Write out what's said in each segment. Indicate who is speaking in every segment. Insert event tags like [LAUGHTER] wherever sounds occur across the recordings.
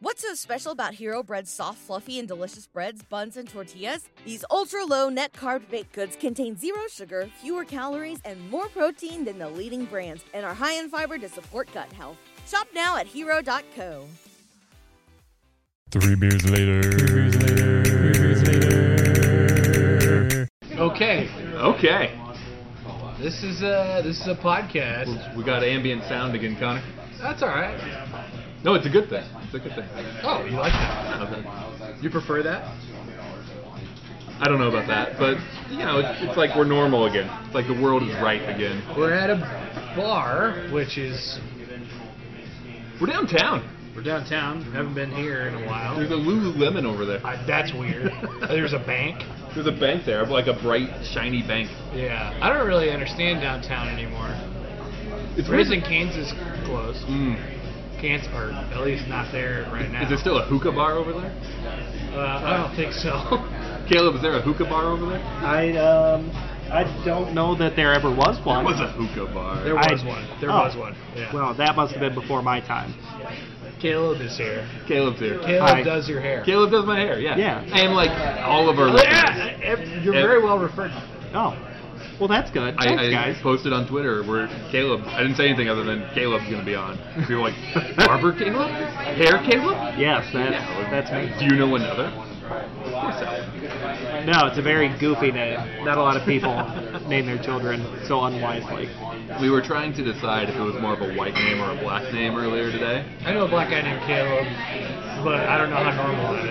Speaker 1: What's so special about Hero Bread's soft, fluffy, and delicious breads, buns, and tortillas? These ultra low net carb baked goods contain zero sugar, fewer calories, and more protein than the leading brands, and are high in fiber to support gut health. Shop now at hero.co.
Speaker 2: Three beers later.
Speaker 3: Okay,
Speaker 4: Okay.
Speaker 3: this is a this is a podcast.
Speaker 4: We got ambient sound again, Connor.
Speaker 3: That's all right.
Speaker 4: No, it's a good thing. It's a good thing.
Speaker 3: Oh, you like that?
Speaker 4: Okay.
Speaker 3: You prefer that?
Speaker 4: I don't know about that, but you know, it's, it's like we're normal again. It's like the world is right again.
Speaker 3: We're at a bar, which is
Speaker 4: We're downtown.
Speaker 3: we're downtown. Haven't been here in a
Speaker 4: There's a
Speaker 3: while.
Speaker 4: Lululemon over there.
Speaker 3: I, that's
Speaker 4: [LAUGHS]
Speaker 3: weird. There's a bank.
Speaker 4: There's a bank there, like a bright, shiny bank.
Speaker 3: Yeah, I don't really understand downtown anymore.
Speaker 4: It's
Speaker 3: Prison Kansas closed.
Speaker 4: Mm.
Speaker 3: Kansas, or at least not there right now.
Speaker 4: Is there still a hookah bar over there? [LAUGHS]
Speaker 3: Uh, I don't think so. [LAUGHS]
Speaker 4: Caleb, is there a hookah bar over there?
Speaker 5: I um, I don't know that there ever was
Speaker 4: There
Speaker 5: one.
Speaker 4: was a hookah bar.
Speaker 3: There
Speaker 5: I-
Speaker 3: was one. There
Speaker 5: Oh.
Speaker 3: was one. Yeah.
Speaker 5: Well, that must have been before my time.
Speaker 3: Caleb is here.
Speaker 4: Caleb's here.
Speaker 3: Caleb
Speaker 5: Hi.
Speaker 3: does your hair.
Speaker 4: Caleb does my hair, yeah.
Speaker 5: Yeah.
Speaker 4: And like all of our listeners.
Speaker 3: Yeah, ev- you're
Speaker 4: Ev-
Speaker 3: very well referred.
Speaker 5: Oh, well, that's good.
Speaker 4: I,
Speaker 5: Thanks,
Speaker 4: I
Speaker 5: guys.
Speaker 4: posted on Twitter where Caleb. I didn't say anything other than Caleb's gonna be on. People were like barber Caleb, hair Caleb.
Speaker 5: Yes, that's
Speaker 4: Yeah.
Speaker 5: that's me.
Speaker 4: Do you know another? Of course I
Speaker 5: No, it's a very goofy name. Not a lot of people [LAUGHS] name their children so unwisely.
Speaker 4: would. We were trying to decide if it was more of a white name or a black name earlier today.
Speaker 3: I know a black guy named Caleb, but I don't know how normal that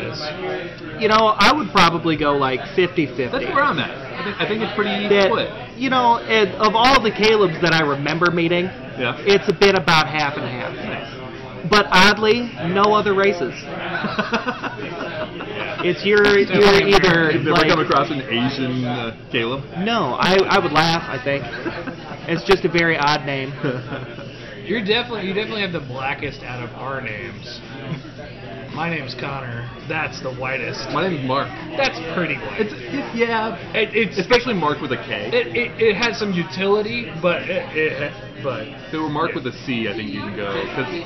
Speaker 3: is.
Speaker 5: You know, I would probably go like 50-50.
Speaker 4: That's where I'm at. I think, I think it's pretty split.
Speaker 5: that, you know, and of all the Calebs that I remember meeting,
Speaker 4: Yeah.
Speaker 5: it's a bit about half and half. But oddly, no other races.
Speaker 3: [LAUGHS]
Speaker 5: It's your you're
Speaker 3: Definitely
Speaker 5: either
Speaker 4: You've never
Speaker 5: like,
Speaker 4: come across an Asian uh, Caleb.
Speaker 5: no, I, I would laugh. I think it's just a very odd [LAUGHS] name.
Speaker 3: You're definitely you definitely have the blackest out of our names. My name's Connor. That's the whitest.
Speaker 4: My name's Mark.
Speaker 3: That's pretty
Speaker 4: It's,
Speaker 3: white.
Speaker 4: it's yeah.
Speaker 3: It, it's it,
Speaker 4: Especially Mark with a K.
Speaker 3: it, it has some utility, but it, it but
Speaker 4: If it were Mark with a C, I think you can go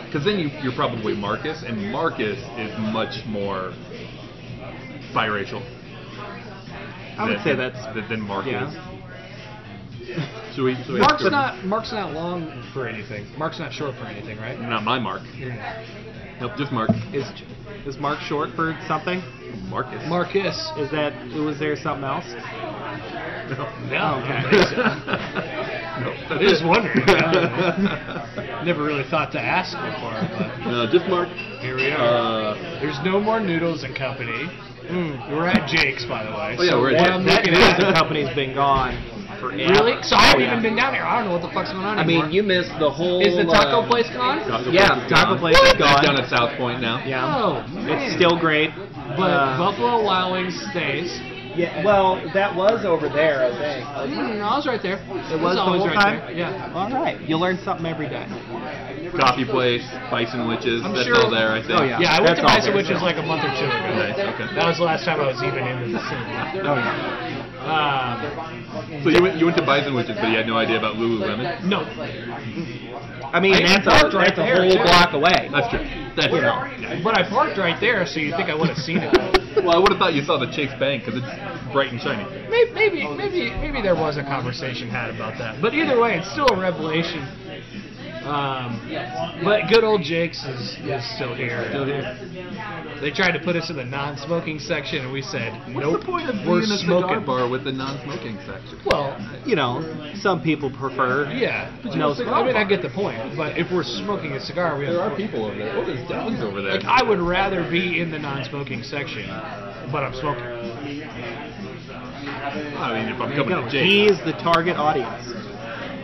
Speaker 4: because then you, you're probably Marcus, and Marcus is much more biracial.
Speaker 5: I would
Speaker 4: than-
Speaker 5: say that's
Speaker 4: than, than Mark
Speaker 5: yeah. [LAUGHS]
Speaker 4: is. Should we, should we
Speaker 3: Mark's
Speaker 4: have to-
Speaker 3: not Mark's not long for anything. Mark's not short for anything, right?
Speaker 4: not my Mark.
Speaker 3: You're not.
Speaker 4: Nope, just Mark.
Speaker 5: Is is Mark short for something?
Speaker 4: Marcus. [LAUGHS]
Speaker 3: Marcus.
Speaker 5: Is that was there something else?
Speaker 3: No, Oh,
Speaker 5: Okay.
Speaker 3: [LAUGHS]
Speaker 4: no,
Speaker 3: I was
Speaker 4: [LAUGHS]
Speaker 3: wondering. [LAUGHS] Never really thought to ask before,
Speaker 4: no, just Mark.
Speaker 3: but here we are.
Speaker 4: Uh,
Speaker 3: There's no more noodles and company. We're at Jake's, by the way.
Speaker 4: Oh, yeah,
Speaker 3: so
Speaker 4: we're at
Speaker 3: what
Speaker 4: Jake's.
Speaker 3: I'm looking
Speaker 5: Hmm. That
Speaker 3: [LAUGHS]
Speaker 5: news [LAUGHS] and
Speaker 3: at.
Speaker 5: company's been gone forever.
Speaker 3: Really? So I haven't
Speaker 5: Oh, Yeah.
Speaker 3: even been down here. I don't know what the fuck's going on
Speaker 5: I
Speaker 3: anymore.
Speaker 5: mean, you missed the whole.
Speaker 3: is the taco
Speaker 5: uh,
Speaker 3: place gone?
Speaker 4: Taco
Speaker 5: Yeah,
Speaker 4: Place is
Speaker 5: Taco
Speaker 4: gone.
Speaker 5: Place is
Speaker 4: That's
Speaker 5: gone.
Speaker 4: down at South Point now.
Speaker 5: Yeah,
Speaker 3: Oh, man.
Speaker 5: it's still great.
Speaker 3: But
Speaker 5: Uh,
Speaker 3: Buffalo Wild Wings stays.
Speaker 5: yeah, well, that was over there, I think.
Speaker 3: Mm, no, I was right there. It
Speaker 5: was the
Speaker 3: always
Speaker 5: whole
Speaker 3: right
Speaker 5: time?
Speaker 3: There. Yeah.
Speaker 5: All right, you learn something every day.
Speaker 4: Coffee place, Bison Witches.
Speaker 3: I'm
Speaker 4: that's
Speaker 3: sure-
Speaker 4: all there, I think.
Speaker 5: Oh, yeah.
Speaker 3: Yeah, I went
Speaker 5: That's
Speaker 3: to
Speaker 5: all
Speaker 3: Bison
Speaker 5: there.
Speaker 3: Witches like a month or two ago.
Speaker 4: Nice, okay.
Speaker 3: That was the last time I was even in the city.
Speaker 5: Oh yeah.
Speaker 3: Um,
Speaker 4: So you went, you went to Bison Witches, but you had no idea about Lululemon.
Speaker 3: no. [LAUGHS]
Speaker 5: I mean,
Speaker 3: I
Speaker 5: that's,
Speaker 3: parked
Speaker 5: a,
Speaker 3: right
Speaker 5: that's a
Speaker 3: there,
Speaker 5: whole
Speaker 3: too.
Speaker 5: block away.
Speaker 4: That's true. That's
Speaker 5: You
Speaker 4: true.
Speaker 5: know.
Speaker 3: But I parked right there, so you'd think I would have seen it.
Speaker 5: [LAUGHS]
Speaker 4: Well, I would have thought you saw the Chase Bank because it's bright and shiny.
Speaker 3: Maybe, maybe, maybe, maybe there was a conversation had about that. But either way, it's still a revelation. Um, but good old Jake's is, is still here. Still here. They tried to put us in the non-smoking section, and we said,
Speaker 4: What's
Speaker 3: nope,
Speaker 4: the point of
Speaker 3: we're
Speaker 4: being in a cigar
Speaker 3: smoking.
Speaker 4: bar with the non-smoking section?
Speaker 3: Well,
Speaker 5: You know, some people prefer.
Speaker 3: yeah.
Speaker 5: you know, cigar
Speaker 3: I mean, I
Speaker 5: bar.
Speaker 3: get the point. But if we're smoking a cigar, we have.
Speaker 4: There are people over there. Oh, there's dogs over there.
Speaker 3: Like, I would rather be in the non-smoking section, but I'm smoking.
Speaker 4: I mean, if I'm
Speaker 5: You
Speaker 4: coming
Speaker 5: know,
Speaker 4: to
Speaker 5: he
Speaker 4: Jake's,
Speaker 5: is the target audience.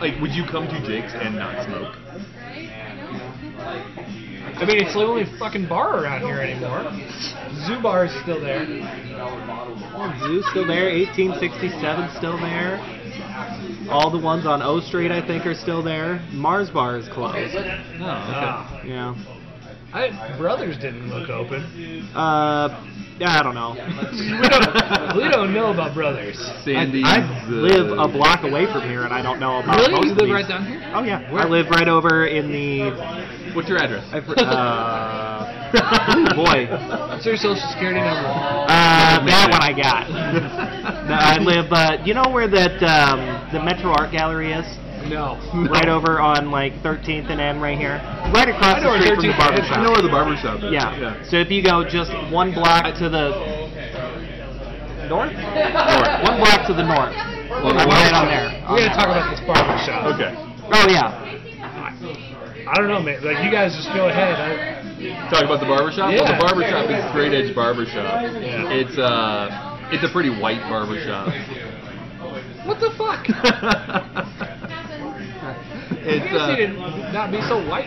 Speaker 4: like, would you come to Jake's and not smoke?
Speaker 3: I mean, it's the only fucking bar around here anymore. Zoo Bar is still there.
Speaker 5: Zoo Oh, still there. 1867 still there. All the ones on O Street, I think, are still there. Mars Bar is closed.
Speaker 4: No.
Speaker 3: Ah.
Speaker 5: Yeah.
Speaker 3: I, Brothers didn't look open.
Speaker 5: Uh, I don't know.
Speaker 3: We don't, [LAUGHS] we don't know about Brothers.
Speaker 4: Sandy's.
Speaker 5: [LAUGHS] I, I
Speaker 4: uh,
Speaker 5: live a block away from here, and I don't know about most
Speaker 3: Really? You
Speaker 5: of
Speaker 3: live
Speaker 5: these.
Speaker 3: right down here?
Speaker 5: Oh yeah, I live right over in the
Speaker 4: What's your address?
Speaker 5: I've,
Speaker 4: [LAUGHS]
Speaker 5: uh, Boy.
Speaker 3: What's your social security number?
Speaker 5: Uh, that one I got. No, I live. Uh, you know where that um, the Metro Art Gallery is?
Speaker 3: No.
Speaker 5: Right over on like 13th and N, right here, right across
Speaker 3: I know
Speaker 5: the
Speaker 3: where
Speaker 5: street from the
Speaker 3: 13th and N is.
Speaker 4: I know
Speaker 5: barbershop.
Speaker 4: where the barber shop is.
Speaker 5: Yeah. So if you go just one block to the north, one block to the north,
Speaker 4: Well,
Speaker 5: I'm
Speaker 4: well-
Speaker 5: right on there.
Speaker 3: We gotta talk about this barber shop.
Speaker 4: Okay.
Speaker 5: Oh yeah.
Speaker 3: I don't know, man. Like you guys just go ahead. I,
Speaker 4: Talk about the barber shop. Well,
Speaker 3: Yeah.
Speaker 4: the barber shop is Straight Edge Barber Shop.
Speaker 3: Yeah.
Speaker 4: It's uh, it's a pretty white barber shop.
Speaker 3: what the fuck?
Speaker 5: [LAUGHS]
Speaker 3: I
Speaker 4: it's
Speaker 3: guess you didn't
Speaker 4: uh,
Speaker 3: not be so white.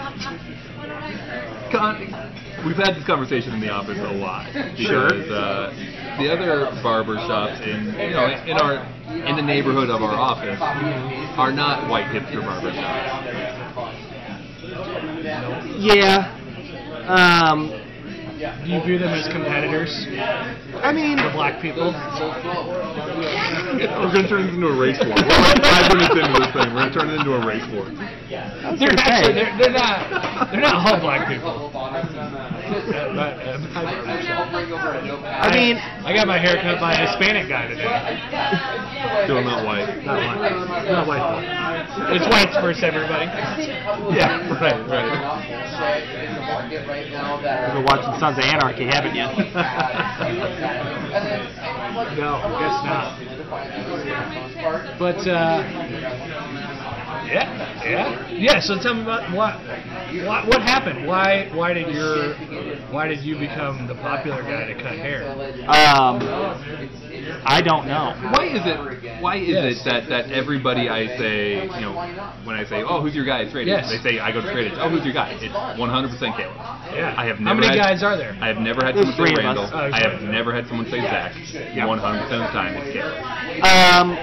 Speaker 4: con- we've had this conversation in the office a lot because
Speaker 5: Sure.
Speaker 4: uh, the other barber shops in you know in our in the neighborhood of our office are not white hipster barber shops.
Speaker 5: Yeah. Um,
Speaker 3: Do you view them as competitors?
Speaker 5: I mean,
Speaker 3: The black people.
Speaker 4: We're gonna turn this into a race war. We're five minutes into this thing, we're gonna turn it into a race war.
Speaker 3: [LAUGHS] They're
Speaker 5: gonna
Speaker 3: actually
Speaker 5: say.
Speaker 3: they're, they're not they're not all black people. Uh, but, uh,
Speaker 5: I mean,
Speaker 3: I got my hair cut by a Hispanic guy today.
Speaker 4: Still not white.
Speaker 3: Not white. Not white. though. It's whites first, everybody.
Speaker 4: Yeah, right, right.
Speaker 5: I've been watching Sons of Anarchy, haven't you?
Speaker 3: [LAUGHS] No, guess not. But uh, yeah, yeah, yeah. So tell me about what, what what happened? Why why did your why did you become the popular guy to cut hair?
Speaker 5: um, I don't know.
Speaker 4: Why is it? Why is
Speaker 3: Yes.
Speaker 4: it that, that everybody I say, you know, when I say, oh, who's your guy? It's straight
Speaker 3: Yes.
Speaker 4: edge. They say I go to straight edge. Oh, who's your guy? It's 100% Caleb.
Speaker 3: Yeah.
Speaker 4: I have
Speaker 3: How
Speaker 4: never
Speaker 3: many
Speaker 4: had-
Speaker 3: guys are there?
Speaker 4: I have never had
Speaker 5: There's
Speaker 4: someone say
Speaker 5: three of
Speaker 4: Randall.
Speaker 5: us.
Speaker 3: Oh,
Speaker 4: I have
Speaker 3: sorry.
Speaker 4: never had someone say Zach. 100% of the time, it's Caleb.
Speaker 5: Um,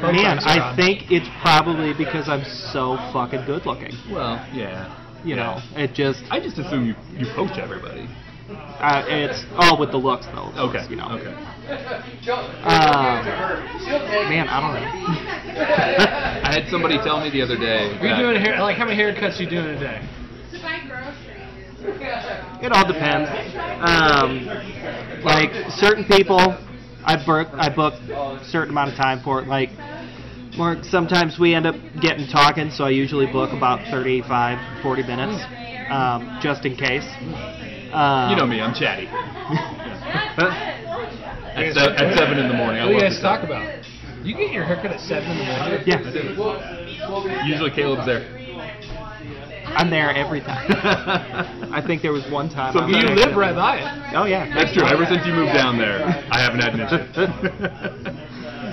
Speaker 3: Both
Speaker 5: man,
Speaker 3: sides are
Speaker 5: I
Speaker 3: on.
Speaker 5: think it's probably because I'm so fucking good looking.
Speaker 4: Well, yeah.
Speaker 5: You know, it just
Speaker 4: I just assume you you poach everybody.
Speaker 5: uh, it's all with the looks though. of course,
Speaker 4: Okay.
Speaker 5: You know.
Speaker 4: Okay. [LAUGHS]
Speaker 5: Um, man, I don't know.
Speaker 4: [LAUGHS] I
Speaker 5: [LAUGHS]
Speaker 4: had somebody tell me the other day.
Speaker 3: Are you
Speaker 4: that-
Speaker 3: doing hair like how many haircuts you doing a day?
Speaker 5: It all depends. Um, like certain people, I book I book certain amount of time for it. Like Mark, sometimes we end up getting talking, so I usually book about 35, 40 minutes, um, just in case. Um,
Speaker 4: You know me. I'm chatty. at, se-
Speaker 3: What do
Speaker 4: at
Speaker 3: you-
Speaker 4: seven in the morning. I
Speaker 3: What do you
Speaker 4: love
Speaker 3: guys
Speaker 4: to
Speaker 3: talk about? You get your haircut at seven in the morning.
Speaker 5: Yeah,
Speaker 4: Usually Caleb's there.
Speaker 5: I'm there every time. [LAUGHS] I think there was one time.
Speaker 4: So
Speaker 5: I'm
Speaker 3: You
Speaker 5: not
Speaker 3: live
Speaker 5: actually-
Speaker 3: right by it.
Speaker 5: Oh yeah.
Speaker 4: That's true. Ever since you moved down there, I haven't had an issue.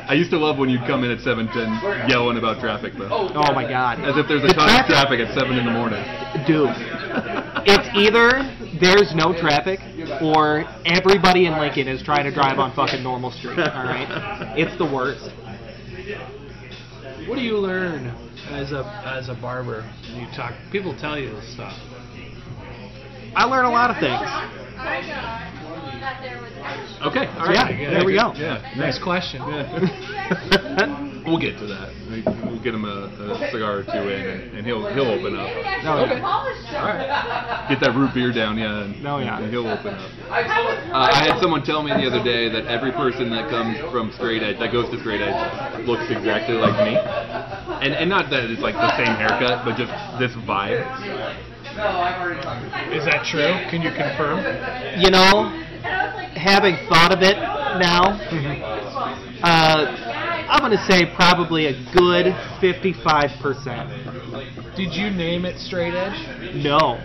Speaker 4: I used to love when you'd come in at 7:10 yelling about traffic, though.
Speaker 5: Oh my God.
Speaker 4: As if there's a
Speaker 5: The
Speaker 4: ton of traffic
Speaker 5: traffic-
Speaker 4: at 7 in the morning.
Speaker 5: Dude, it's either there's no traffic or everybody in Lincoln is trying to drive on fucking normal street. All right, it's the worst.
Speaker 3: What do you learn as a as a barber? when You talk. People tell you this stuff.
Speaker 5: I learn a lot of things.
Speaker 4: Okay. All right.
Speaker 5: Yeah,
Speaker 3: good.
Speaker 5: there we go.
Speaker 4: Yeah.
Speaker 3: Next question.
Speaker 4: Yeah. we'll get to that. We- We'll get him a, a cigar or two in, and, and he'll he'll open up.
Speaker 5: Okay.
Speaker 4: Get that root beer down, yeah. And,
Speaker 5: No, yeah.
Speaker 4: and he'll open up. Uh, I had someone tell me the other day that every person that comes from straight edge, that goes to straight edge, looks exactly like me. And and not that it's like the same haircut, but just this vibe.
Speaker 3: Is that true? Can you confirm?
Speaker 5: You know, having thought of it now, uh, I'm gonna say probably a good 55%.
Speaker 3: Did you name it straight edge?
Speaker 5: No.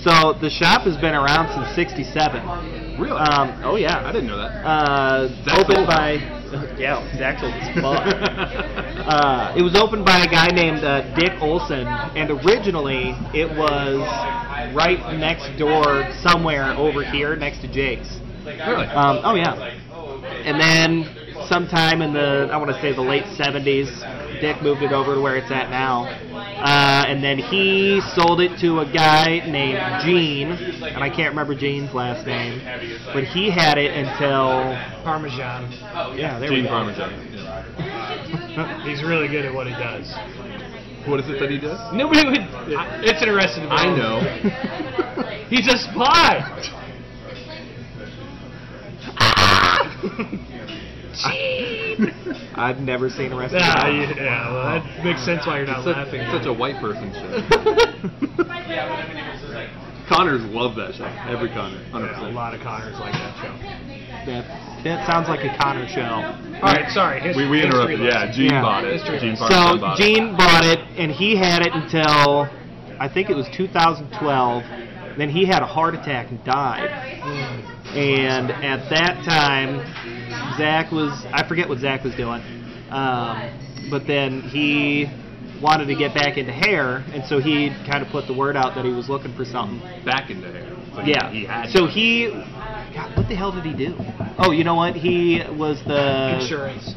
Speaker 5: So the shop has been around since '67.
Speaker 4: Really?
Speaker 5: Um, oh yeah,
Speaker 4: I didn't know that.
Speaker 5: Uh,
Speaker 4: That's
Speaker 5: opened
Speaker 4: old.
Speaker 5: by [LAUGHS] yeah, Zach's old as
Speaker 4: [LAUGHS]
Speaker 5: fuck. [LAUGHS] uh, it was opened by a guy named uh, Dick Olson, and originally it was right next door somewhere over here next to Jake's.
Speaker 4: really?
Speaker 5: Um, oh yeah, and then sometime in the I want to say the late '70s, Dick moved it over to where it's at now. Uh, and then he sold it to a guy named Gene, and I can't remember Gene's last name, but he had it until
Speaker 3: Parmesan.
Speaker 5: yeah, there
Speaker 4: Gene
Speaker 5: we go.
Speaker 4: Parmesan. yeah.
Speaker 3: He's really good at what he does.
Speaker 4: What is it that he does?
Speaker 5: [LAUGHS]
Speaker 3: Nobody would. I- it's interesting. to me.
Speaker 4: I know.
Speaker 3: [LAUGHS] He's a spy.
Speaker 5: I've never seen a wrestling.
Speaker 3: Ah, yeah, well, that makes sense why you're not
Speaker 4: Such,
Speaker 3: laughing.
Speaker 4: such a white
Speaker 3: [LAUGHS]
Speaker 4: person show. Connors love that show. Every Connor, hundred
Speaker 3: Yeah, a
Speaker 4: percent.
Speaker 3: lot of Connors like that show.
Speaker 5: [LAUGHS] That, that sounds like a Connor show.
Speaker 3: All right, sorry. His,
Speaker 4: We, we
Speaker 3: history
Speaker 4: interrupted.
Speaker 3: lesson.
Speaker 4: Yeah, Gene
Speaker 5: Yeah.
Speaker 4: bought it.
Speaker 3: History
Speaker 4: Gene
Speaker 3: lesson.
Speaker 4: Parson
Speaker 5: So
Speaker 4: bought it.
Speaker 5: Gene bought it, and he had it until I think it was 2012. Then he had a heart attack and died. And at that time, Zach was I forget what Zach was doing, um, but then he wanted to get back into hair, and so he kind of put the word out that he was looking for something.
Speaker 4: back into hair. So he-
Speaker 5: Yeah.
Speaker 4: he had.
Speaker 5: so
Speaker 4: to.
Speaker 5: he, God, what the hell did he do? Oh, you know what? He was the
Speaker 3: Insurance.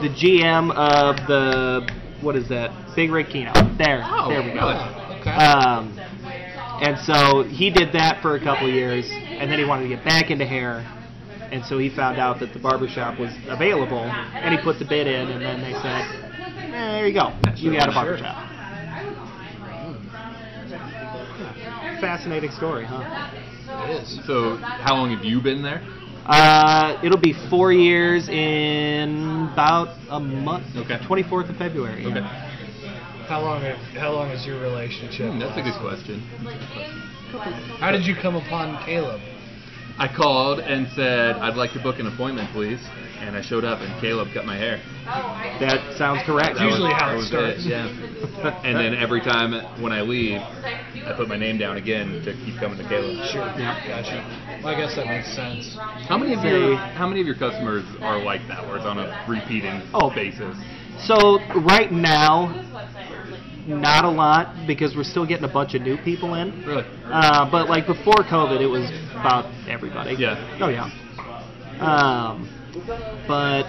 Speaker 5: the GM of the what is that? Big Red Kino. There,
Speaker 4: Oh,
Speaker 5: there we go.
Speaker 3: Oh, Okay.
Speaker 5: Um, and so he did that for a couple years, and then he wanted to get back into hair, and so he found out that the barbershop was available, and he put the bid in, and then they said, eh, "There you go, you got a barbershop."
Speaker 3: Hmm.
Speaker 5: Fascinating story, huh?
Speaker 3: it is.
Speaker 4: So how long have you been there?
Speaker 5: Uh, it'll be four years in about a month.
Speaker 4: Okay.
Speaker 5: 24th of February.
Speaker 4: Okay.
Speaker 3: How long? have- How long is your relationship?
Speaker 4: Hmm, that's a good question.
Speaker 3: How did you come upon Caleb?
Speaker 4: I called and said I'd like to book an appointment, please. And I showed up, and Caleb cut my hair.
Speaker 5: That sounds correct.
Speaker 4: That was-
Speaker 3: Usually how
Speaker 4: that
Speaker 3: it
Speaker 4: was
Speaker 3: starts.
Speaker 4: yeah.
Speaker 3: [LAUGHS]
Speaker 4: and then every time when I leave, I put my name down again to keep coming to Caleb.
Speaker 3: Sure. Gotcha. Well, I guess that makes sense.
Speaker 4: How many of
Speaker 5: Say-
Speaker 4: your How many of your customers are like that, where it's on a repeating
Speaker 5: Oh.
Speaker 4: basis?
Speaker 5: [LAUGHS] So right now, not a lot because we're still getting a bunch of new people in.
Speaker 4: Really?
Speaker 5: Uh, but like before COVID, it was about everybody.
Speaker 4: Yeah.
Speaker 5: Oh yeah. Um, but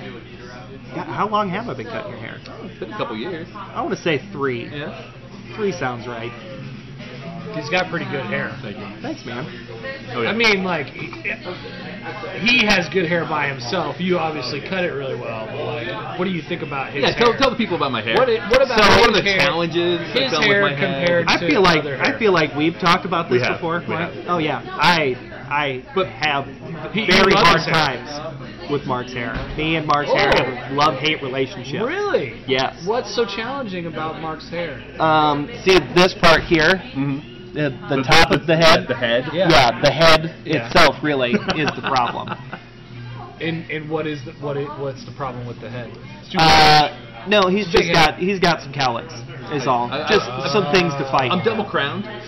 Speaker 5: God, how long have I been cutting your hair?
Speaker 4: It's been a couple years.
Speaker 5: I want to say three.
Speaker 4: Yeah.
Speaker 5: Three sounds right.
Speaker 3: He's got pretty good hair.
Speaker 4: Thank you.
Speaker 5: Thanks, man.
Speaker 4: Oh, yeah.
Speaker 3: I mean, like, he he has good hair by himself. You obviously cut it really well, but like, what do you think about his
Speaker 4: yeah. Tell,
Speaker 3: hair?
Speaker 4: tell the people about my hair.
Speaker 3: What, i- what about
Speaker 4: so
Speaker 3: his
Speaker 4: one of the
Speaker 3: hair?
Speaker 4: challenges that
Speaker 3: His
Speaker 4: come with
Speaker 3: hair
Speaker 4: my head-
Speaker 3: compared
Speaker 5: I
Speaker 3: to
Speaker 5: feel like
Speaker 3: other hair.
Speaker 5: I feel like we've talked about
Speaker 4: We
Speaker 5: this
Speaker 4: have.
Speaker 5: before.
Speaker 4: We have.
Speaker 5: Oh yeah. I I
Speaker 4: But-
Speaker 5: have
Speaker 3: He- he
Speaker 5: very
Speaker 3: loves
Speaker 5: hard
Speaker 3: his hair.
Speaker 5: times with Mark's hair. Me and Mark's hair
Speaker 3: Oh.
Speaker 5: have a love hate relationship.
Speaker 3: Really?
Speaker 5: Yes.
Speaker 3: What's so challenging about Mark's hair?
Speaker 5: Um, see this part here,
Speaker 4: Mhm.
Speaker 5: the, the, top of the head.
Speaker 4: The head.
Speaker 3: Yeah.
Speaker 5: Yeah. the head
Speaker 3: Yeah.
Speaker 5: itself really is
Speaker 3: [LAUGHS]
Speaker 5: the problem.
Speaker 3: And and what is the, what it, what's the problem with the head? It's too
Speaker 5: Uh, no, he's
Speaker 3: Big
Speaker 5: just
Speaker 3: head.
Speaker 5: got he's got some cowlicks. Is all.
Speaker 4: I- I-
Speaker 5: Just some things to fight.
Speaker 4: I'm double crowned.
Speaker 3: much.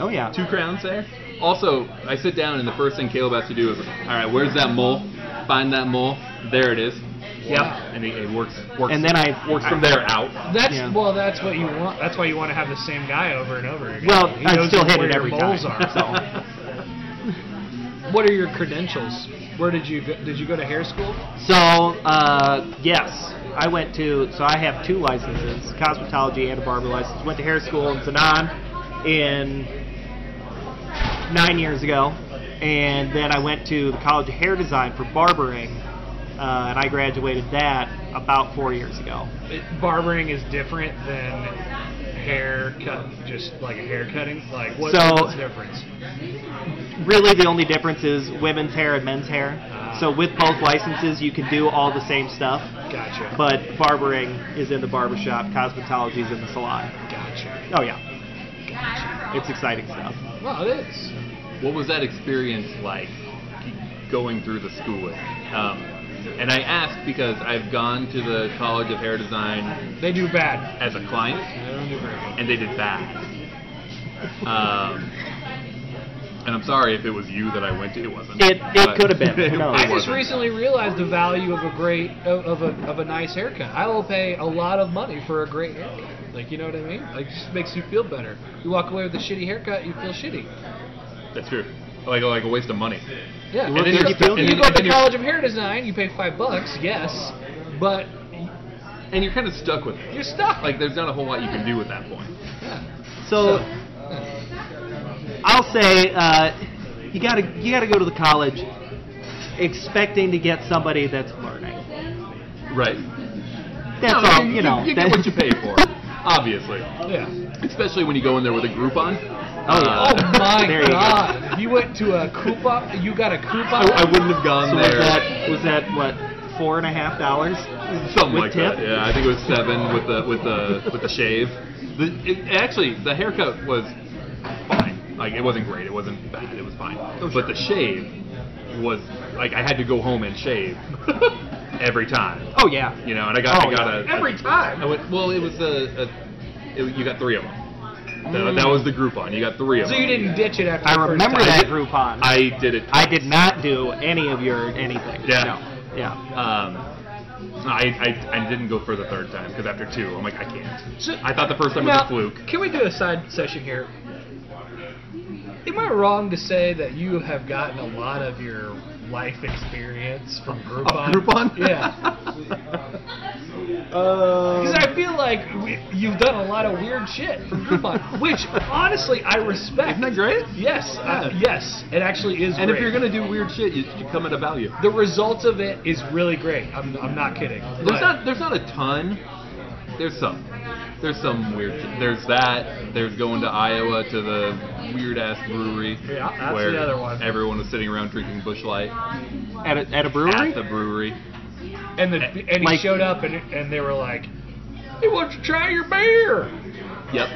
Speaker 5: Oh yeah.
Speaker 4: Two crowns there. Also, I sit down and the first thing Caleb has to do is, all right, where's that mole? Find that mole. There it is. Yep. And he, he works, works.
Speaker 5: And then I-
Speaker 4: works from there out.
Speaker 3: That's
Speaker 5: Yeah.
Speaker 3: well. That's what you want. That's why you want to have the same guy over and over again.
Speaker 5: Well,
Speaker 3: He
Speaker 5: I
Speaker 3: knows
Speaker 5: still hit
Speaker 3: where
Speaker 5: it
Speaker 3: your
Speaker 5: every
Speaker 3: moles
Speaker 5: time,
Speaker 3: Are. [LAUGHS] So. what are your credentials? Where did you go, did you go to hair school?
Speaker 5: So uh, yes, I went to. So I have two licenses: cosmetology and a barber license. Went to hair school in Zanon in nine years ago, and then I went to the College of Hair Design for barbering, uh, and I graduated that about four years ago.
Speaker 3: It, barbering is different than hair cut, just like a hair cutting. Like what-
Speaker 5: So-
Speaker 3: what's the difference?
Speaker 5: Really, the only difference is women's hair and men's hair. So with both licenses, you can do all the same stuff,
Speaker 3: Gotcha.
Speaker 5: but barbering is in the barbershop, cosmetology is in the salon.
Speaker 3: gotcha.
Speaker 5: Oh yeah, it's exciting stuff.
Speaker 3: Well, it is.
Speaker 4: What was that experience like going through the schooling? Um, and I ask because I've gone to the College of Hair Design
Speaker 3: They do bad.
Speaker 4: as a client.
Speaker 3: They don't do very well.
Speaker 4: and they did that.
Speaker 3: Uh,
Speaker 4: Um, and I'm sorry if it was you that I went to. It wasn't.
Speaker 5: It- it
Speaker 4: But-
Speaker 5: could
Speaker 4: [LAUGHS]
Speaker 5: have been. No.
Speaker 4: it
Speaker 3: I just
Speaker 4: wasn't.
Speaker 3: recently realized the value of a great of, of a of a nice haircut. I will pay a lot of money for a great haircut. Like you know what I mean? Like it just makes you feel better. You walk away with a shitty haircut, you feel shitty.
Speaker 4: That's true. Like like a waste of money.
Speaker 3: Yeah.
Speaker 5: You
Speaker 3: And
Speaker 5: look
Speaker 3: then
Speaker 5: like
Speaker 3: you're
Speaker 5: you
Speaker 3: stu-
Speaker 5: feel good.
Speaker 3: you go
Speaker 4: And
Speaker 3: to
Speaker 4: you're-
Speaker 3: College of Hair Design, you pay five bucks, yes, but
Speaker 4: And you're kind of stuck with it.
Speaker 3: you're stuck.
Speaker 4: Like there's not a whole lot you can do at that point.
Speaker 5: So I'll say uh, you gotta you gotta go to the college expecting to get somebody that's learning.
Speaker 4: Right.
Speaker 5: That's all you know.
Speaker 4: You,
Speaker 5: that- [LAUGHS]
Speaker 4: get what you pay for, obviously.
Speaker 3: yeah.
Speaker 4: Especially when you go in there with a Groupon.
Speaker 5: Oh, yeah.
Speaker 4: Uh,
Speaker 3: Oh my
Speaker 5: There you go.
Speaker 3: god! You went to a Koopa. You got a
Speaker 5: Oh,
Speaker 4: I,
Speaker 3: Koopa.
Speaker 4: I wouldn't have gone
Speaker 5: So was
Speaker 4: there.
Speaker 5: that was that what four and a half dollars?
Speaker 4: Something
Speaker 5: with
Speaker 4: like
Speaker 5: tip?
Speaker 4: that. Yeah, I think it was seven with the with the with the shave. The, it, actually, the haircut was fine. Like it wasn't great. It wasn't bad. It was fine.
Speaker 3: Oh,
Speaker 4: but the shave was like I had to go home and shave [LAUGHS] every time.
Speaker 3: Oh yeah.
Speaker 4: You know, and I got
Speaker 5: Oh,
Speaker 4: I got a
Speaker 3: Every
Speaker 4: I
Speaker 3: time.
Speaker 4: went, well, it was a, a it, you got three of them. That, that was the Groupon. You got three of
Speaker 3: Mm. So
Speaker 4: them.
Speaker 3: you didn't ditch it after.
Speaker 5: I
Speaker 3: the first
Speaker 5: remember
Speaker 3: time.
Speaker 5: that Groupon. I,
Speaker 4: I did it.
Speaker 5: did not do any of your anything.
Speaker 4: Yeah.
Speaker 5: No. Yeah.
Speaker 4: Um, I, I, I didn't go for the third time because after two, I'm like, I can't.
Speaker 3: So-
Speaker 4: I thought the first time
Speaker 3: Now,
Speaker 4: was a fluke.
Speaker 3: Can we do a side session here? Am I wrong to say that you have gotten a lot of your life experience from Groupon?
Speaker 4: Groupon?
Speaker 5: [LAUGHS]
Speaker 3: Yeah.
Speaker 4: [LAUGHS]
Speaker 3: Because I
Speaker 4: Uh,
Speaker 3: feel like we, you've done a lot of weird shit from
Speaker 4: [LAUGHS]
Speaker 3: Groupon, which honestly I respect.
Speaker 4: Isn't that great?
Speaker 3: Yes, uh,
Speaker 4: Yeah.
Speaker 3: yes, it actually is.
Speaker 4: And if
Speaker 3: great.
Speaker 4: you're gonna do weird shit, you, you come at a value.
Speaker 3: the result of it is really great. I'm, I'm not kidding.
Speaker 4: There's not there's not a ton. There's some. There's some weird. Shit. There's that. There's going to Iowa to the weird ass brewery
Speaker 3: Yeah, that's
Speaker 4: where
Speaker 3: the other one.
Speaker 4: everyone was sitting around drinking Bush Light
Speaker 5: At a, at a brewery.
Speaker 4: at the brewery.
Speaker 3: and the, and he
Speaker 5: Like-
Speaker 3: showed up and and they were like, "Hey, why don't you try your beer?"
Speaker 4: Yep.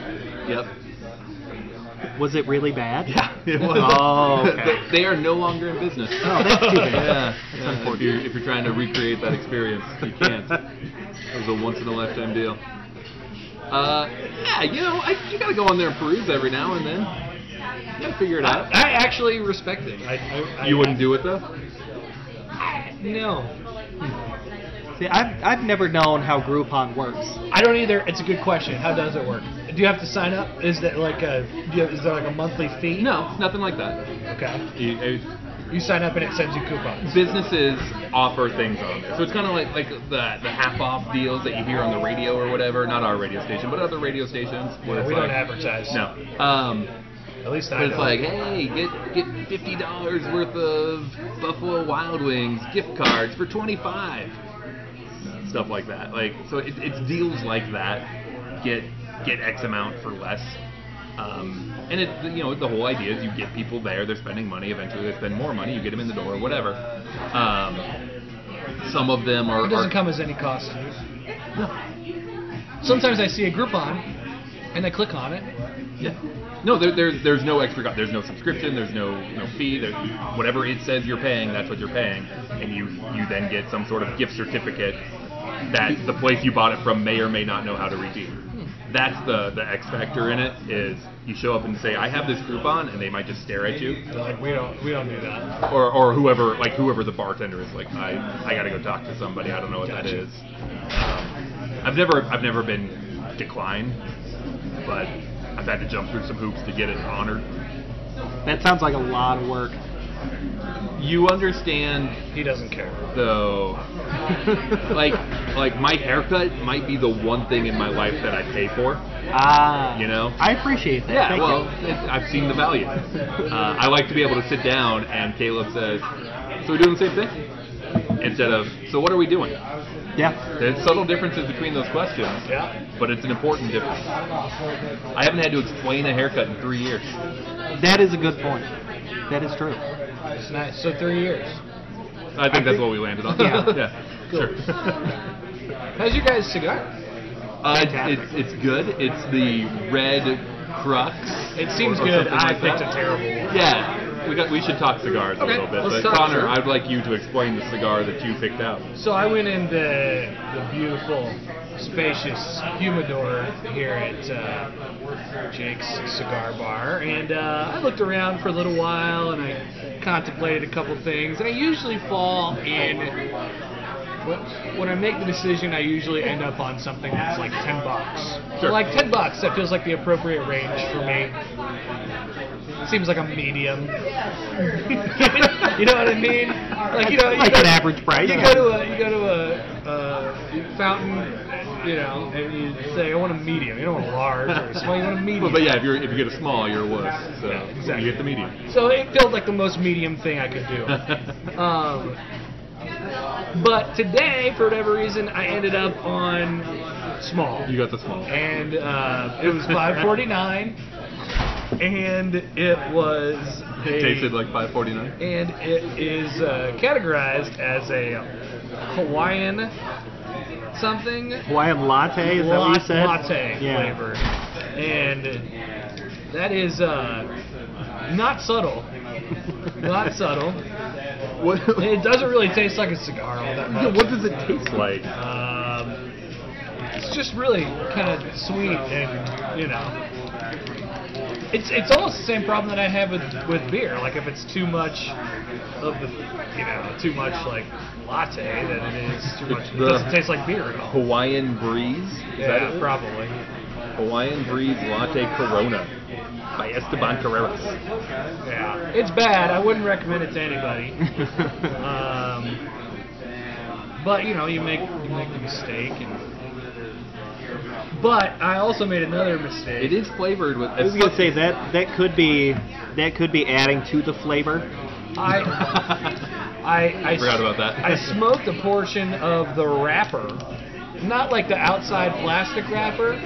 Speaker 4: Yep.
Speaker 5: was it really
Speaker 4: [LAUGHS]
Speaker 5: bad?
Speaker 4: Yeah. [LAUGHS] It was. [LAUGHS]
Speaker 5: Oh, okay.
Speaker 4: they, they are no longer in business.
Speaker 5: Oh, that's too bad.
Speaker 4: Yeah,
Speaker 5: That's
Speaker 4: yeah, if,
Speaker 5: unfortunate.
Speaker 4: you're, if you're trying to recreate that experience, you can't.
Speaker 5: [LAUGHS]
Speaker 4: It was a once in a lifetime deal. Uh, yeah, you know, I, you gotta go on there and peruse every now and then. You gotta figure it
Speaker 3: I,
Speaker 4: out.
Speaker 3: I actually respect it. I, I, I,
Speaker 4: You wouldn't do it though.
Speaker 3: No,
Speaker 5: See, I've I've never known how Groupon works.
Speaker 3: I don't either. It's a good question. How does it work? Do you have to sign up? Is that like a do you, is there like a monthly fee?
Speaker 4: No, nothing like that.
Speaker 3: Okay.
Speaker 4: You- uh,
Speaker 3: You sign up and it sends you coupons.
Speaker 4: businesses offer things on there. So it's kind of like like the the half off deals that you hear on the radio or whatever. Not our radio station, but other radio stations. where
Speaker 3: Yeah,
Speaker 4: it's
Speaker 3: we
Speaker 4: like,
Speaker 3: don't advertise.
Speaker 4: No. Um,
Speaker 3: At least I
Speaker 4: But it's
Speaker 3: don't.
Speaker 4: like, hey, get get fifty dollars worth of Buffalo Wild Wings gift cards for twenty five. Stuff like that. Like so, it, it's deals like that. Get get X amount for less. Um, and it you know the whole idea is you get people there. They're spending money. Eventually they spend more money. You get them in the door. Whatever. Um, some of them are.
Speaker 3: it doesn't
Speaker 4: are-
Speaker 3: come as any cost. to you. Sometimes I see a Groupon and I click on it.
Speaker 4: Yeah. No, there, there's there's no extra cost. There's no subscription. There's no no fee. There's whatever it says you're paying. That's what you're paying, and you you then get some sort of gift certificate that the place you bought it from may or may not know how to redeem. That's the the X factor in it is you show up and say I have this Groupon, and they might just stare at you,
Speaker 3: They're like we don't we don't do that.
Speaker 4: or or whoever like whoever the bartender is like I I gotta go talk to somebody. I don't know what that
Speaker 3: Gotcha.
Speaker 4: is. Um, I've never I've never been declined, but I've had to jump through some hoops to get it honored.
Speaker 5: That sounds like a lot of work. [LAUGHS]
Speaker 4: You understand
Speaker 3: He doesn't care.
Speaker 4: though like like my haircut might be the one thing in my life that I pay for.
Speaker 5: Ah,
Speaker 4: You know?
Speaker 5: I appreciate that. Thank
Speaker 4: well,
Speaker 5: you.
Speaker 4: it's, I've seen the value. Uh, I like to be able to sit down and Caleb says, "So we're doing the same thing," instead of, "So what are we doing?"
Speaker 5: yeah.
Speaker 4: There's subtle differences between those questions,
Speaker 3: Yeah.
Speaker 4: but it's an important difference. I haven't had to explain a haircut in three years.
Speaker 5: That is a good point. That is true.
Speaker 3: It's nice. So three years.
Speaker 4: I think that's what we landed on.
Speaker 5: Yeah.
Speaker 4: [LAUGHS] yeah. Sure. [LAUGHS]
Speaker 3: How's your guys' cigar?
Speaker 4: Uh,
Speaker 5: Fantastic.
Speaker 4: it's, it's good. It's the red crux.
Speaker 3: It seems
Speaker 4: or- or
Speaker 3: good.
Speaker 4: something like
Speaker 3: I picked a
Speaker 4: that.
Speaker 3: terrible one.
Speaker 4: Yeah, we got. We should talk cigars
Speaker 3: Okay,
Speaker 4: a little bit.
Speaker 3: let's
Speaker 4: but
Speaker 3: talk,
Speaker 4: Connor,
Speaker 3: sure.
Speaker 4: I'd like you to explain the cigar that you picked out.
Speaker 3: So I went in the, the beautiful, spacious humidor here at uh, Jake's Cigar Bar, and uh, I looked around for a little while and I contemplated a couple things. I usually fall in. when- When I make the decision, I usually end up on something that's like ten bucks.
Speaker 4: Sure.
Speaker 3: Like ten bucks, that feels like the appropriate range for me. Seems like a medium. [LAUGHS] [LAUGHS] you know what I mean? Like you know, you
Speaker 5: Like
Speaker 3: go-
Speaker 5: an average price.
Speaker 3: You go to a you go to a, a fountain, you know, and you say I want a medium. You don't want a large or
Speaker 4: [LAUGHS]
Speaker 3: a small. You want a medium.
Speaker 4: Well, but yeah, if you're if you get a small, you're worse. So
Speaker 3: Yeah, exactly.
Speaker 4: you get the
Speaker 3: [LAUGHS]
Speaker 4: medium.
Speaker 3: So it felt like the most medium thing I could do.
Speaker 4: [LAUGHS]
Speaker 3: Um, but today, for whatever reason, I ended up on small.
Speaker 4: you got the small.
Speaker 3: and uh, it was 549 and it was a,
Speaker 4: [LAUGHS] It tasted like 549.
Speaker 3: and it is uh, categorized as a Hawaiian something
Speaker 5: Hawaiian latte, is that what you
Speaker 3: Lot-
Speaker 5: said?
Speaker 3: latte
Speaker 5: yeah.
Speaker 3: flavor, and that is uh, not subtle. [LAUGHS] not subtle.
Speaker 5: [LAUGHS]
Speaker 4: What,
Speaker 3: It doesn't really taste like a cigar all that much.
Speaker 4: Yeah, what does it taste like?
Speaker 3: Um, it's just really kind of sweet, and you know, it's it's almost the same problem that I have with with beer. Like if it's too much of the, you know, too much like latte, then it is too much.
Speaker 4: It's
Speaker 3: It
Speaker 4: the-
Speaker 3: doesn't taste like beer at all.
Speaker 4: Hawaiian breeze? Is that
Speaker 3: Yeah,
Speaker 4: it?
Speaker 3: probably.
Speaker 4: Hawaiian breeze latte Corona by Esteban Carreras.
Speaker 3: Yeah, it's bad. I wouldn't recommend it to anybody. Um, but you know, you make you make the mistake. And, but I also made another mistake.
Speaker 4: it is flavored with.
Speaker 5: I was gonna say
Speaker 4: [LAUGHS]
Speaker 5: that that could be that could be adding to the flavor.
Speaker 3: I
Speaker 4: [LAUGHS]
Speaker 3: I I
Speaker 4: Forgot about that.
Speaker 3: I smoked a portion of the wrapper, not like the outside plastic wrapper,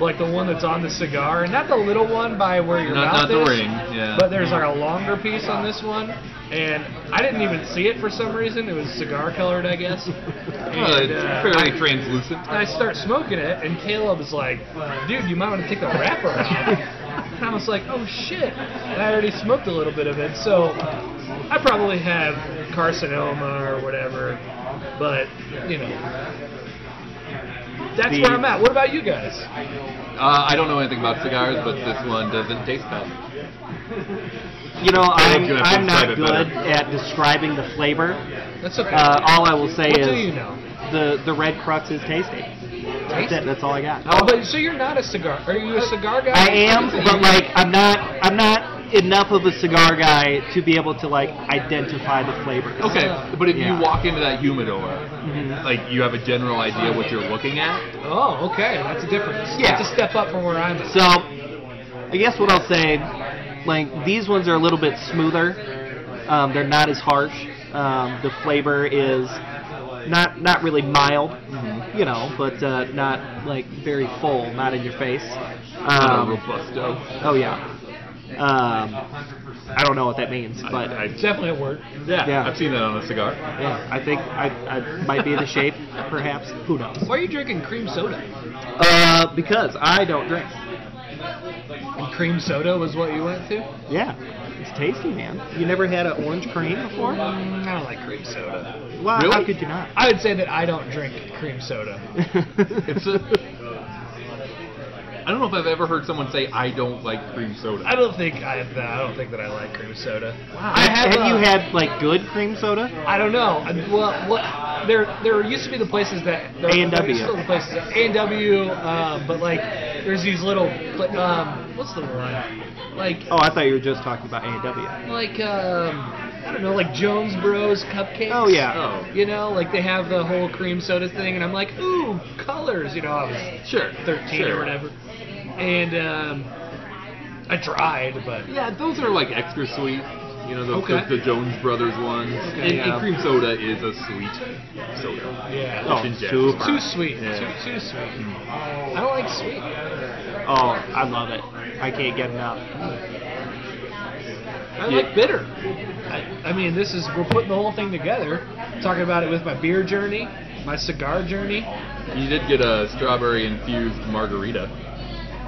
Speaker 3: like the one that's on the cigar, and not the little one by where your mouth
Speaker 4: Not- not the
Speaker 3: is,
Speaker 4: ring, yeah.
Speaker 3: But there's like a longer piece on this one, and I didn't even see it for some reason. It was cigar colored, I guess.
Speaker 4: [LAUGHS] Well,
Speaker 3: And,
Speaker 4: it's
Speaker 3: uh,
Speaker 4: fairly
Speaker 3: I-
Speaker 4: translucent.
Speaker 3: And I start smoking it, and Caleb's like, dude, you might want to take the wrapper off. And I was like, oh shit. And I already smoked a little bit of it, so I probably have carcinoma or whatever. But, you know. That's
Speaker 5: The-
Speaker 3: where I'm at. What about you guys?
Speaker 4: Uh, I don't know anything about cigars, but this one doesn't taste bad.
Speaker 5: You know,
Speaker 4: think
Speaker 5: I'm
Speaker 4: you have to
Speaker 5: I'm not
Speaker 4: describe it
Speaker 5: good
Speaker 4: better.
Speaker 5: at describing the flavor.
Speaker 3: That's okay.
Speaker 5: Uh, all I will say
Speaker 3: what
Speaker 5: is
Speaker 3: do you know?
Speaker 5: the the red crux is tasty. That's it. That's all I got.
Speaker 3: Oh, but so you're not a cigar. Are you a cigar guy?
Speaker 5: I am, but like I'm not I'm not enough of a cigar guy to be able to like identify the flavors.
Speaker 4: Okay, but if
Speaker 5: Yeah.
Speaker 4: you walk into that humidor,
Speaker 5: Mhm.
Speaker 4: like you have a general idea what you're looking at.
Speaker 3: Oh, okay. That's a difference.
Speaker 5: Yeah.
Speaker 3: That's a step up from where I'm at.
Speaker 5: So I guess what I'll say, like these ones are a little bit smoother. Um, they're not as harsh. Um, the flavor is not not really mild,
Speaker 4: Mm-hmm.
Speaker 5: you know, but uh, not like very full, not in your face.
Speaker 4: Uh,
Speaker 5: Um,
Speaker 4: Robusto.
Speaker 5: oh yeah. Um, I don't know what that means,
Speaker 4: I-
Speaker 5: but
Speaker 4: I-
Speaker 3: Definitely a word.
Speaker 4: yeah,
Speaker 5: yeah.
Speaker 4: I've seen that on a cigar.
Speaker 5: Yeah, I think I, I might
Speaker 4: [LAUGHS]
Speaker 5: be the shape, perhaps. Who knows?
Speaker 3: Why are you drinking cream soda?
Speaker 5: Uh, because I don't drink.
Speaker 3: And cream soda was what you went to?
Speaker 5: Yeah, it's tasty, man. You never had an orange cream before? Well,
Speaker 3: I don't like cream soda.
Speaker 5: Mm, how
Speaker 4: Really?
Speaker 5: could you not?
Speaker 3: I would say that I don't drink cream soda.
Speaker 4: It's a. I don't know if I've ever heard someone say I don't like cream soda.
Speaker 3: I don't think I have that. I don't think that I like cream soda. I
Speaker 5: have,
Speaker 3: uh,
Speaker 5: you had like good cream soda?
Speaker 3: I don't know. I- Well, what there there used to be the places that there-
Speaker 5: A&W.
Speaker 3: there used to be the places A and W, uh, but like there's these little pla- um, what's the one like
Speaker 5: Oh, I thought you were just talking about A&W.
Speaker 3: like um, I don't know like Jones Bros cupcakes.
Speaker 5: Oh yeah.
Speaker 4: Oh,
Speaker 3: You know, like they have the whole cream soda thing, and I'm like, ooh, colors. You know, I was
Speaker 4: sure.
Speaker 3: 13
Speaker 4: sure.
Speaker 3: or whatever. And um, I tried, but
Speaker 4: Yeah, those are like extra sweet. You know, the,
Speaker 3: Okay.
Speaker 4: the, the Jones Brothers ones.
Speaker 3: Okay,
Speaker 4: and, and
Speaker 3: yeah.
Speaker 4: cream soda is a sweet soda.
Speaker 3: yeah,
Speaker 5: Oh,
Speaker 4: It's in
Speaker 5: super.
Speaker 4: Jack's.
Speaker 3: too sweet,
Speaker 4: Yeah. Mm.
Speaker 3: too too sweet. I don't like sweet.
Speaker 5: Oh, I love it. I can't get enough.
Speaker 3: I
Speaker 4: Yeah.
Speaker 3: like bitter. I, I mean, this is we're putting the whole thing together, talking about it with my beer journey, my cigar journey.
Speaker 4: You did get a strawberry infused margarita.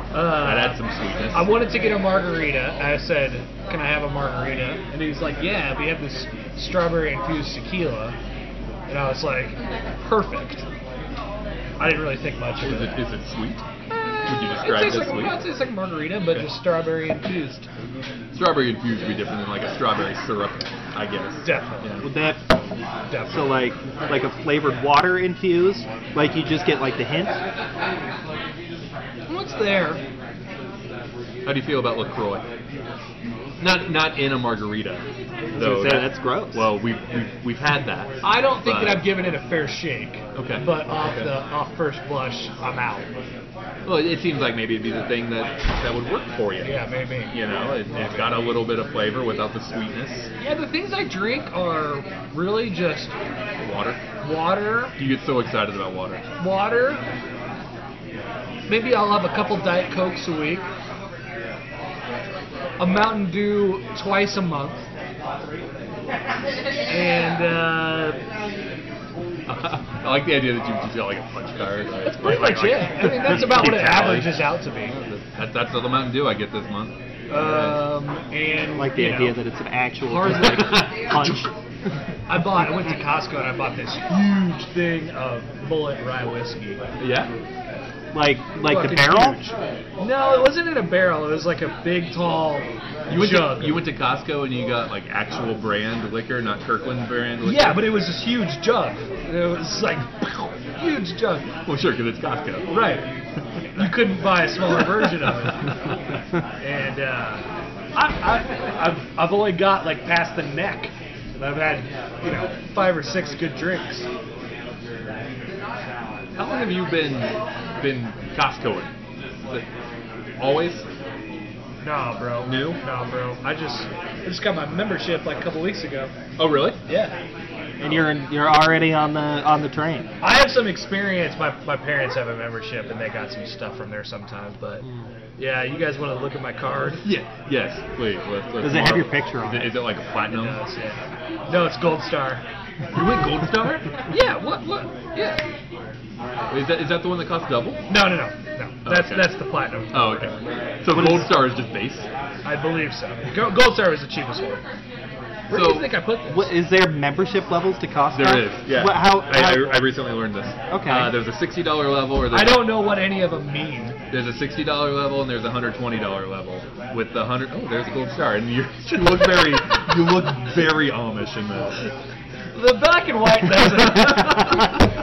Speaker 3: Uh,
Speaker 4: That adds some sweetness.
Speaker 3: I wanted to get a margarita. I said, "Can I have a margarita?" And he's like, "Yeah, we have this strawberry infused tequila." And I was like, "Perfect." I didn't really think much of
Speaker 4: Is
Speaker 3: it. Uh,
Speaker 4: it, is it sweet? Would you
Speaker 3: It
Speaker 4: describe
Speaker 3: tastes
Speaker 4: it
Speaker 3: like,
Speaker 4: as
Speaker 3: well, it
Speaker 4: sweet?
Speaker 3: tastes like margarita, but
Speaker 4: Okay.
Speaker 3: just strawberry infused.
Speaker 4: Strawberry infused would be different than like a strawberry syrup, I guess.
Speaker 3: Definitely,
Speaker 5: Would that
Speaker 3: definitely.
Speaker 5: so like like a flavored water infused? Like you just get like the hint?
Speaker 3: What's there?
Speaker 4: How do you feel about Lacroix? Not not in a margarita. Though
Speaker 5: say, that's gross.
Speaker 4: Well, we've we've, we've had that.
Speaker 3: I don't think that
Speaker 4: But-
Speaker 3: I've given it a fair shake.
Speaker 4: Okay.
Speaker 3: But off
Speaker 4: Okay.
Speaker 3: the off first blush, I'm out.
Speaker 4: Well, it seems like maybe it'd be the thing that that would work for you.
Speaker 3: Yeah, maybe.
Speaker 4: You know, it, it's got a little bit of flavor without the sweetness.
Speaker 3: Yeah, the things I drink are really just
Speaker 4: Water.
Speaker 3: water,
Speaker 4: You get so excited about water. [LAUGHS]
Speaker 3: water. Maybe I'll have a couple diet cokes a week. a Mountain Dew twice a month, and uh,
Speaker 4: I like the idea that you just got like a punch card. Like,
Speaker 3: that's pretty much it. I mean, that's about what
Speaker 4: [LAUGHS]
Speaker 3: it averages out to be.
Speaker 4: That's, that's all the Mountain Dew I get this month. Uh,
Speaker 3: Um, and
Speaker 5: like the
Speaker 3: you
Speaker 5: idea
Speaker 3: know,
Speaker 5: that it's an actual
Speaker 3: Hard
Speaker 5: just, like,
Speaker 3: liquor.
Speaker 5: punch.
Speaker 3: I bought. I went to Costco and I bought this huge thing of bullet rye whiskey.
Speaker 4: yeah.
Speaker 5: like like the
Speaker 3: Fucking
Speaker 5: barrel.
Speaker 3: huge. No, it wasn't in a barrel. It was like a big, tall
Speaker 4: You went, to,
Speaker 3: jug.
Speaker 4: you went to Costco and you got like actual brand liquor, not Kirkland brand liquor.
Speaker 3: yeah, but it was this huge jug. It was like [LAUGHS] huge jug.
Speaker 4: well, sure, because it's Costco.
Speaker 3: Right. You couldn't buy a smaller version of it.
Speaker 4: [LAUGHS]
Speaker 3: And uh, I, I, I've, I've only got like past the neck. And I've had, you know, five or six good drinks.
Speaker 4: How long have you been been Costcoing? Is it always?
Speaker 3: No, bro.
Speaker 4: New?
Speaker 3: No, bro. I just, I just got my membership like a couple weeks ago.
Speaker 4: Oh, really?
Speaker 3: Yeah.
Speaker 5: and you're you're already on the on the train.
Speaker 3: I have some experience. My, my parents have a membership, and they got some stuff from there sometimes. But yeah, you guys want to look at my card?
Speaker 4: Yeah. Yes. Please. Let's, let's
Speaker 5: Does it have
Speaker 4: marvel.
Speaker 5: your picture on
Speaker 4: Is
Speaker 5: it?
Speaker 4: it, is it like a platinum?
Speaker 3: No, it's, yeah. no, it's Gold Star.
Speaker 4: You went Gold Star? yeah. What? What? Yeah. Is that is that the one that costs double?
Speaker 3: No, no, no, no. That's
Speaker 4: Okay.
Speaker 3: that's the platinum.
Speaker 4: Oh, okay. So Gold Star is just base.
Speaker 3: I believe so. Go- Gold Star was the cheapest one. Where do
Speaker 4: So-
Speaker 3: you think I put this?
Speaker 5: What, is there membership levels to Costco?
Speaker 4: There is. Yeah.
Speaker 5: What, how, how-
Speaker 4: I, I, I recently learned this.
Speaker 5: Okay.
Speaker 4: Uh, there's a sixty dollar level, or there's
Speaker 3: I don't know what any of them mean.
Speaker 4: There's a sixty dollar level and there's a hundred twenty dollar level. With the hundred, oh, there's a gold star, and you [LAUGHS] you look very you look very Amish in this.
Speaker 3: The black and white
Speaker 4: [LAUGHS]
Speaker 5: [LAUGHS]
Speaker 3: doesn't.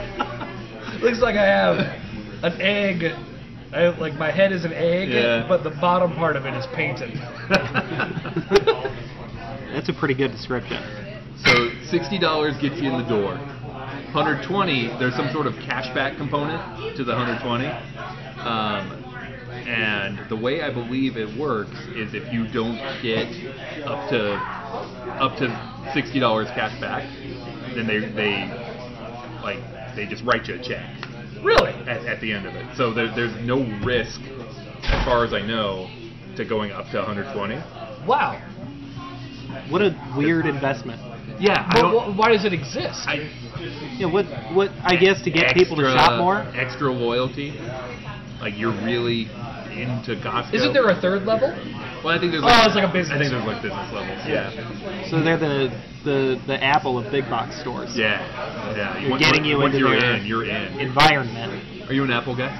Speaker 3: Looks like I have an egg. I have, like my head is an egg,
Speaker 4: Yeah.
Speaker 3: but the bottom part of it is
Speaker 4: [LAUGHS]
Speaker 3: painted.
Speaker 5: that's a pretty good description.
Speaker 4: So sixty dollars gets you in the door. Hundred twenty, there's some sort of cashback component to the hundred twenty. Um, and the way I believe it works is if you don't get up to up to sixty dollars cash back, then they they like they just write you a check.
Speaker 3: Really?
Speaker 4: at, at the end of it. So there, there's no risk, as far as I know, to going up to 120.
Speaker 3: Wow.
Speaker 5: What a weird investment.
Speaker 4: Yeah, I
Speaker 3: But
Speaker 4: don't.
Speaker 3: wh- why does it exist?
Speaker 4: I,
Speaker 5: Yeah, what what I guess to get people to
Speaker 4: extra-
Speaker 5: shop more.
Speaker 4: Extra loyalty. Like you're really into Costco.
Speaker 3: Isn't there a third level?
Speaker 4: Well, I think there's.
Speaker 3: Oh,
Speaker 4: Like,
Speaker 3: it's like a business.
Speaker 4: I think there's like business levels. Yeah.
Speaker 5: So they're the the the Apple of big box stores.
Speaker 4: Yeah. Yeah.
Speaker 5: You're
Speaker 4: Once-
Speaker 5: getting you
Speaker 4: once
Speaker 5: into
Speaker 4: you're
Speaker 5: their-
Speaker 4: in. You're in.
Speaker 5: Environment.
Speaker 4: Are you an Apple guy?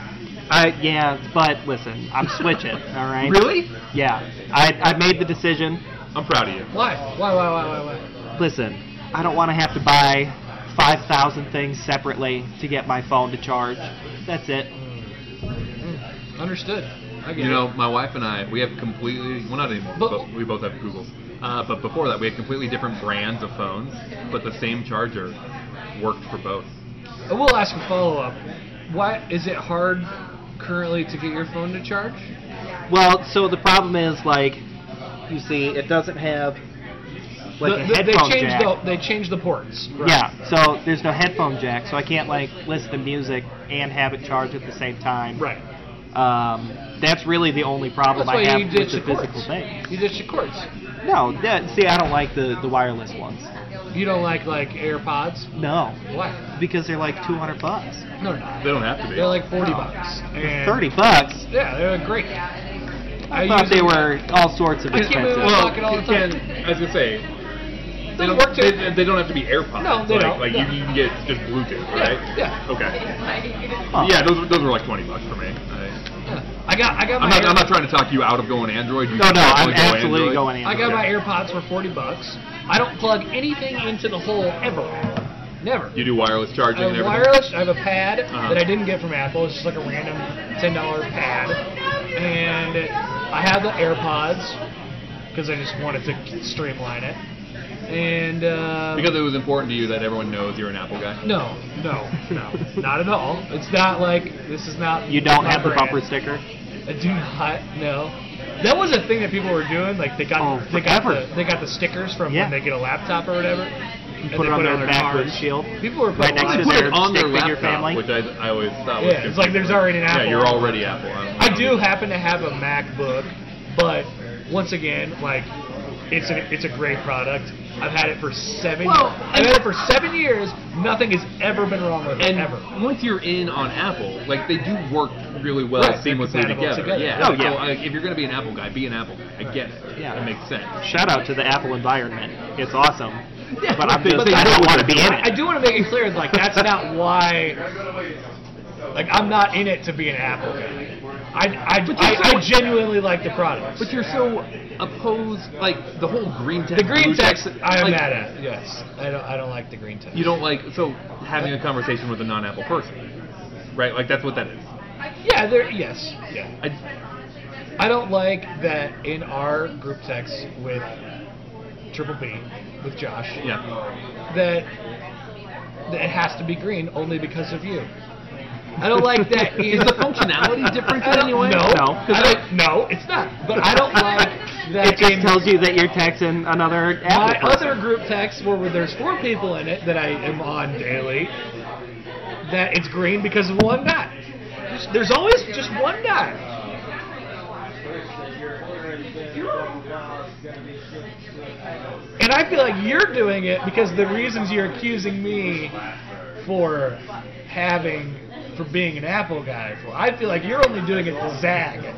Speaker 5: I yeah, but listen, I'm
Speaker 3: [LAUGHS]
Speaker 5: switching. all right.
Speaker 4: Really?
Speaker 5: Yeah. I I made the decision.
Speaker 4: I'm proud of you.
Speaker 3: Why? Why? Why? Why? Why? Why?
Speaker 5: Listen, I don't want to have to buy 5,000 things separately to get my phone to charge. That's it.
Speaker 3: Hmm. Understood. I get
Speaker 4: You know,
Speaker 3: it.
Speaker 4: my wife and I, we have completely, well, not anymore,
Speaker 3: But-
Speaker 4: but we both have Googles. Uh, but before that, we had completely different brands of phones, but the same charger worked for both.
Speaker 3: I will ask a follow up. Why is it hard currently to get your phone to charge?
Speaker 5: Well, so the problem is like, you see, it doesn't have like
Speaker 3: The- the-
Speaker 5: a
Speaker 3: they
Speaker 5: headphone
Speaker 3: changed
Speaker 5: jack.
Speaker 3: the they changed the ports. Right?
Speaker 5: Yeah, so there's no headphone jack, so I can't like listen to music and have it charge at the same time.
Speaker 3: Right.
Speaker 5: Um, that's really the only problem
Speaker 3: That's why
Speaker 5: I have
Speaker 3: you
Speaker 5: with
Speaker 3: ditch
Speaker 5: the
Speaker 3: the
Speaker 5: physical
Speaker 3: cords.
Speaker 5: thing.
Speaker 3: You ditch the cords.
Speaker 5: No, that, see, I don't like the the wireless ones.
Speaker 3: You don't like like AirPods.
Speaker 5: No,
Speaker 3: Why?
Speaker 5: because they're like 200 bucks,
Speaker 3: No, they're not.
Speaker 4: They don't have to be.
Speaker 3: They're like forty bucks. And
Speaker 5: 30 bucks.
Speaker 3: Yeah, they're great.
Speaker 5: I thought they were all sorts of
Speaker 3: I can't
Speaker 5: expensive.
Speaker 3: believe
Speaker 4: well,
Speaker 3: Fuck it all the
Speaker 4: Ken,
Speaker 3: time.
Speaker 4: I was gonna say, they
Speaker 3: They
Speaker 4: don't,
Speaker 3: work
Speaker 4: they,
Speaker 3: too.
Speaker 4: they don't have to be AirPods.
Speaker 3: No, they
Speaker 4: like,
Speaker 3: don't,
Speaker 4: Like
Speaker 3: no.
Speaker 4: you you can get just Bluetooth,
Speaker 3: Yeah,
Speaker 4: right?
Speaker 3: yeah.
Speaker 4: Okay.
Speaker 5: Huh.
Speaker 4: Yeah, those those were like twenty bucks for me. I,
Speaker 3: I got I got my
Speaker 4: I'm not,
Speaker 3: Air-
Speaker 4: I'm not trying to talk you out of going Android. You
Speaker 5: No,
Speaker 4: should
Speaker 5: no, I'm
Speaker 4: definitely go
Speaker 5: absolutely
Speaker 4: Android.
Speaker 5: going
Speaker 3: I
Speaker 5: Android.
Speaker 3: got my AirPods for 40 bucks. I don't plug anything into the hole ever. Never.
Speaker 4: You do wireless
Speaker 3: I
Speaker 4: charging
Speaker 3: have
Speaker 4: and everything.
Speaker 3: Uh, wireless, I have a pad
Speaker 4: Uh-huh.
Speaker 3: that I didn't get from Apple. It's just like a random $10 pad. And I have the AirPods because I just wanted to streamline it. And. Uh,
Speaker 4: Because it was important to you that everyone knows you're an Apple guy.
Speaker 3: no, no,
Speaker 4: [LAUGHS]
Speaker 3: no, not at all. It's not like this is not.
Speaker 5: You don't
Speaker 3: my
Speaker 5: have the
Speaker 3: brand.
Speaker 5: bumper sticker.
Speaker 3: I do not know. That was a thing that people were doing. Like they got
Speaker 5: Oh,
Speaker 3: they got
Speaker 5: forever.
Speaker 3: the, they got the stickers from
Speaker 5: Yeah.
Speaker 3: when they get a laptop or whatever. and
Speaker 5: put
Speaker 3: they
Speaker 5: it on their back
Speaker 3: cars.
Speaker 5: windshield,
Speaker 3: People were
Speaker 5: right
Speaker 3: putting a
Speaker 5: next to
Speaker 3: lot
Speaker 5: their-
Speaker 3: of-
Speaker 4: put it on their
Speaker 5: stick figure
Speaker 4: laptop,
Speaker 5: family?
Speaker 4: which I, I always thought was
Speaker 3: Yeah, it's like
Speaker 4: confusing.
Speaker 3: there's already an
Speaker 4: Yeah,
Speaker 3: Apple on
Speaker 4: you're
Speaker 3: it.
Speaker 4: already Apple. don't
Speaker 3: I
Speaker 4: know.
Speaker 3: do happen to have a MacBook, but once again, like it's a it's a great product. I've had it for seven.
Speaker 4: Well,
Speaker 3: I've had it for seven years. Nothing has ever been wrong with it
Speaker 4: And
Speaker 3: ever.
Speaker 4: once you're in on Apple, like they do work really well
Speaker 3: Right, they're
Speaker 4: seamlessly
Speaker 3: compatible
Speaker 4: together.
Speaker 3: together.
Speaker 4: Yeah.
Speaker 5: Oh, yeah.
Speaker 4: So, like, if you're gonna be an Apple guy, be an Apple guy. I get it.
Speaker 5: Yeah.
Speaker 4: That makes sense.
Speaker 5: Shout out to the Apple environment. It's awesome.
Speaker 3: Yeah,
Speaker 5: but I'm
Speaker 3: but
Speaker 5: just,
Speaker 3: they
Speaker 5: I
Speaker 3: know
Speaker 5: don't
Speaker 3: what
Speaker 5: want to be in
Speaker 3: I
Speaker 5: it.
Speaker 3: do want to make it clear, like that's not why. Like I'm not in it to be an Apple guy. I I, I, I genuinely like the product.
Speaker 4: But you're so opposed, like the whole green tech.
Speaker 3: the green
Speaker 4: blue
Speaker 3: tech, I am
Speaker 4: like,
Speaker 3: mad at. Yes, I don't I don't like the green tech.
Speaker 4: You don't like so having a conversation with a non-Apple person, right? Like that's what that is.
Speaker 3: Yeah, there. Yes, yeah.
Speaker 4: I,
Speaker 3: I don't like that in our group text with Triple B, with Josh,
Speaker 4: yeah.
Speaker 3: that, that it has to be green only because of you. I don't like that.
Speaker 4: [LAUGHS] Is the functionality different in
Speaker 3: I don't-
Speaker 4: any way?
Speaker 3: No,
Speaker 5: No.
Speaker 3: I don't- no, it's not. But [LAUGHS] I don't like
Speaker 4: [LAUGHS]
Speaker 3: that.
Speaker 5: It just
Speaker 3: in
Speaker 5: tells you that you're texting another Apple
Speaker 3: my
Speaker 5: person.
Speaker 3: other group text where there's four people in it that I am on daily. That it's green because of one guy. Just- There's always just one guy. And I feel like you're doing it because the reasons you're accusing me for having, for being an Apple guy for, I feel like you're only doing it to zag.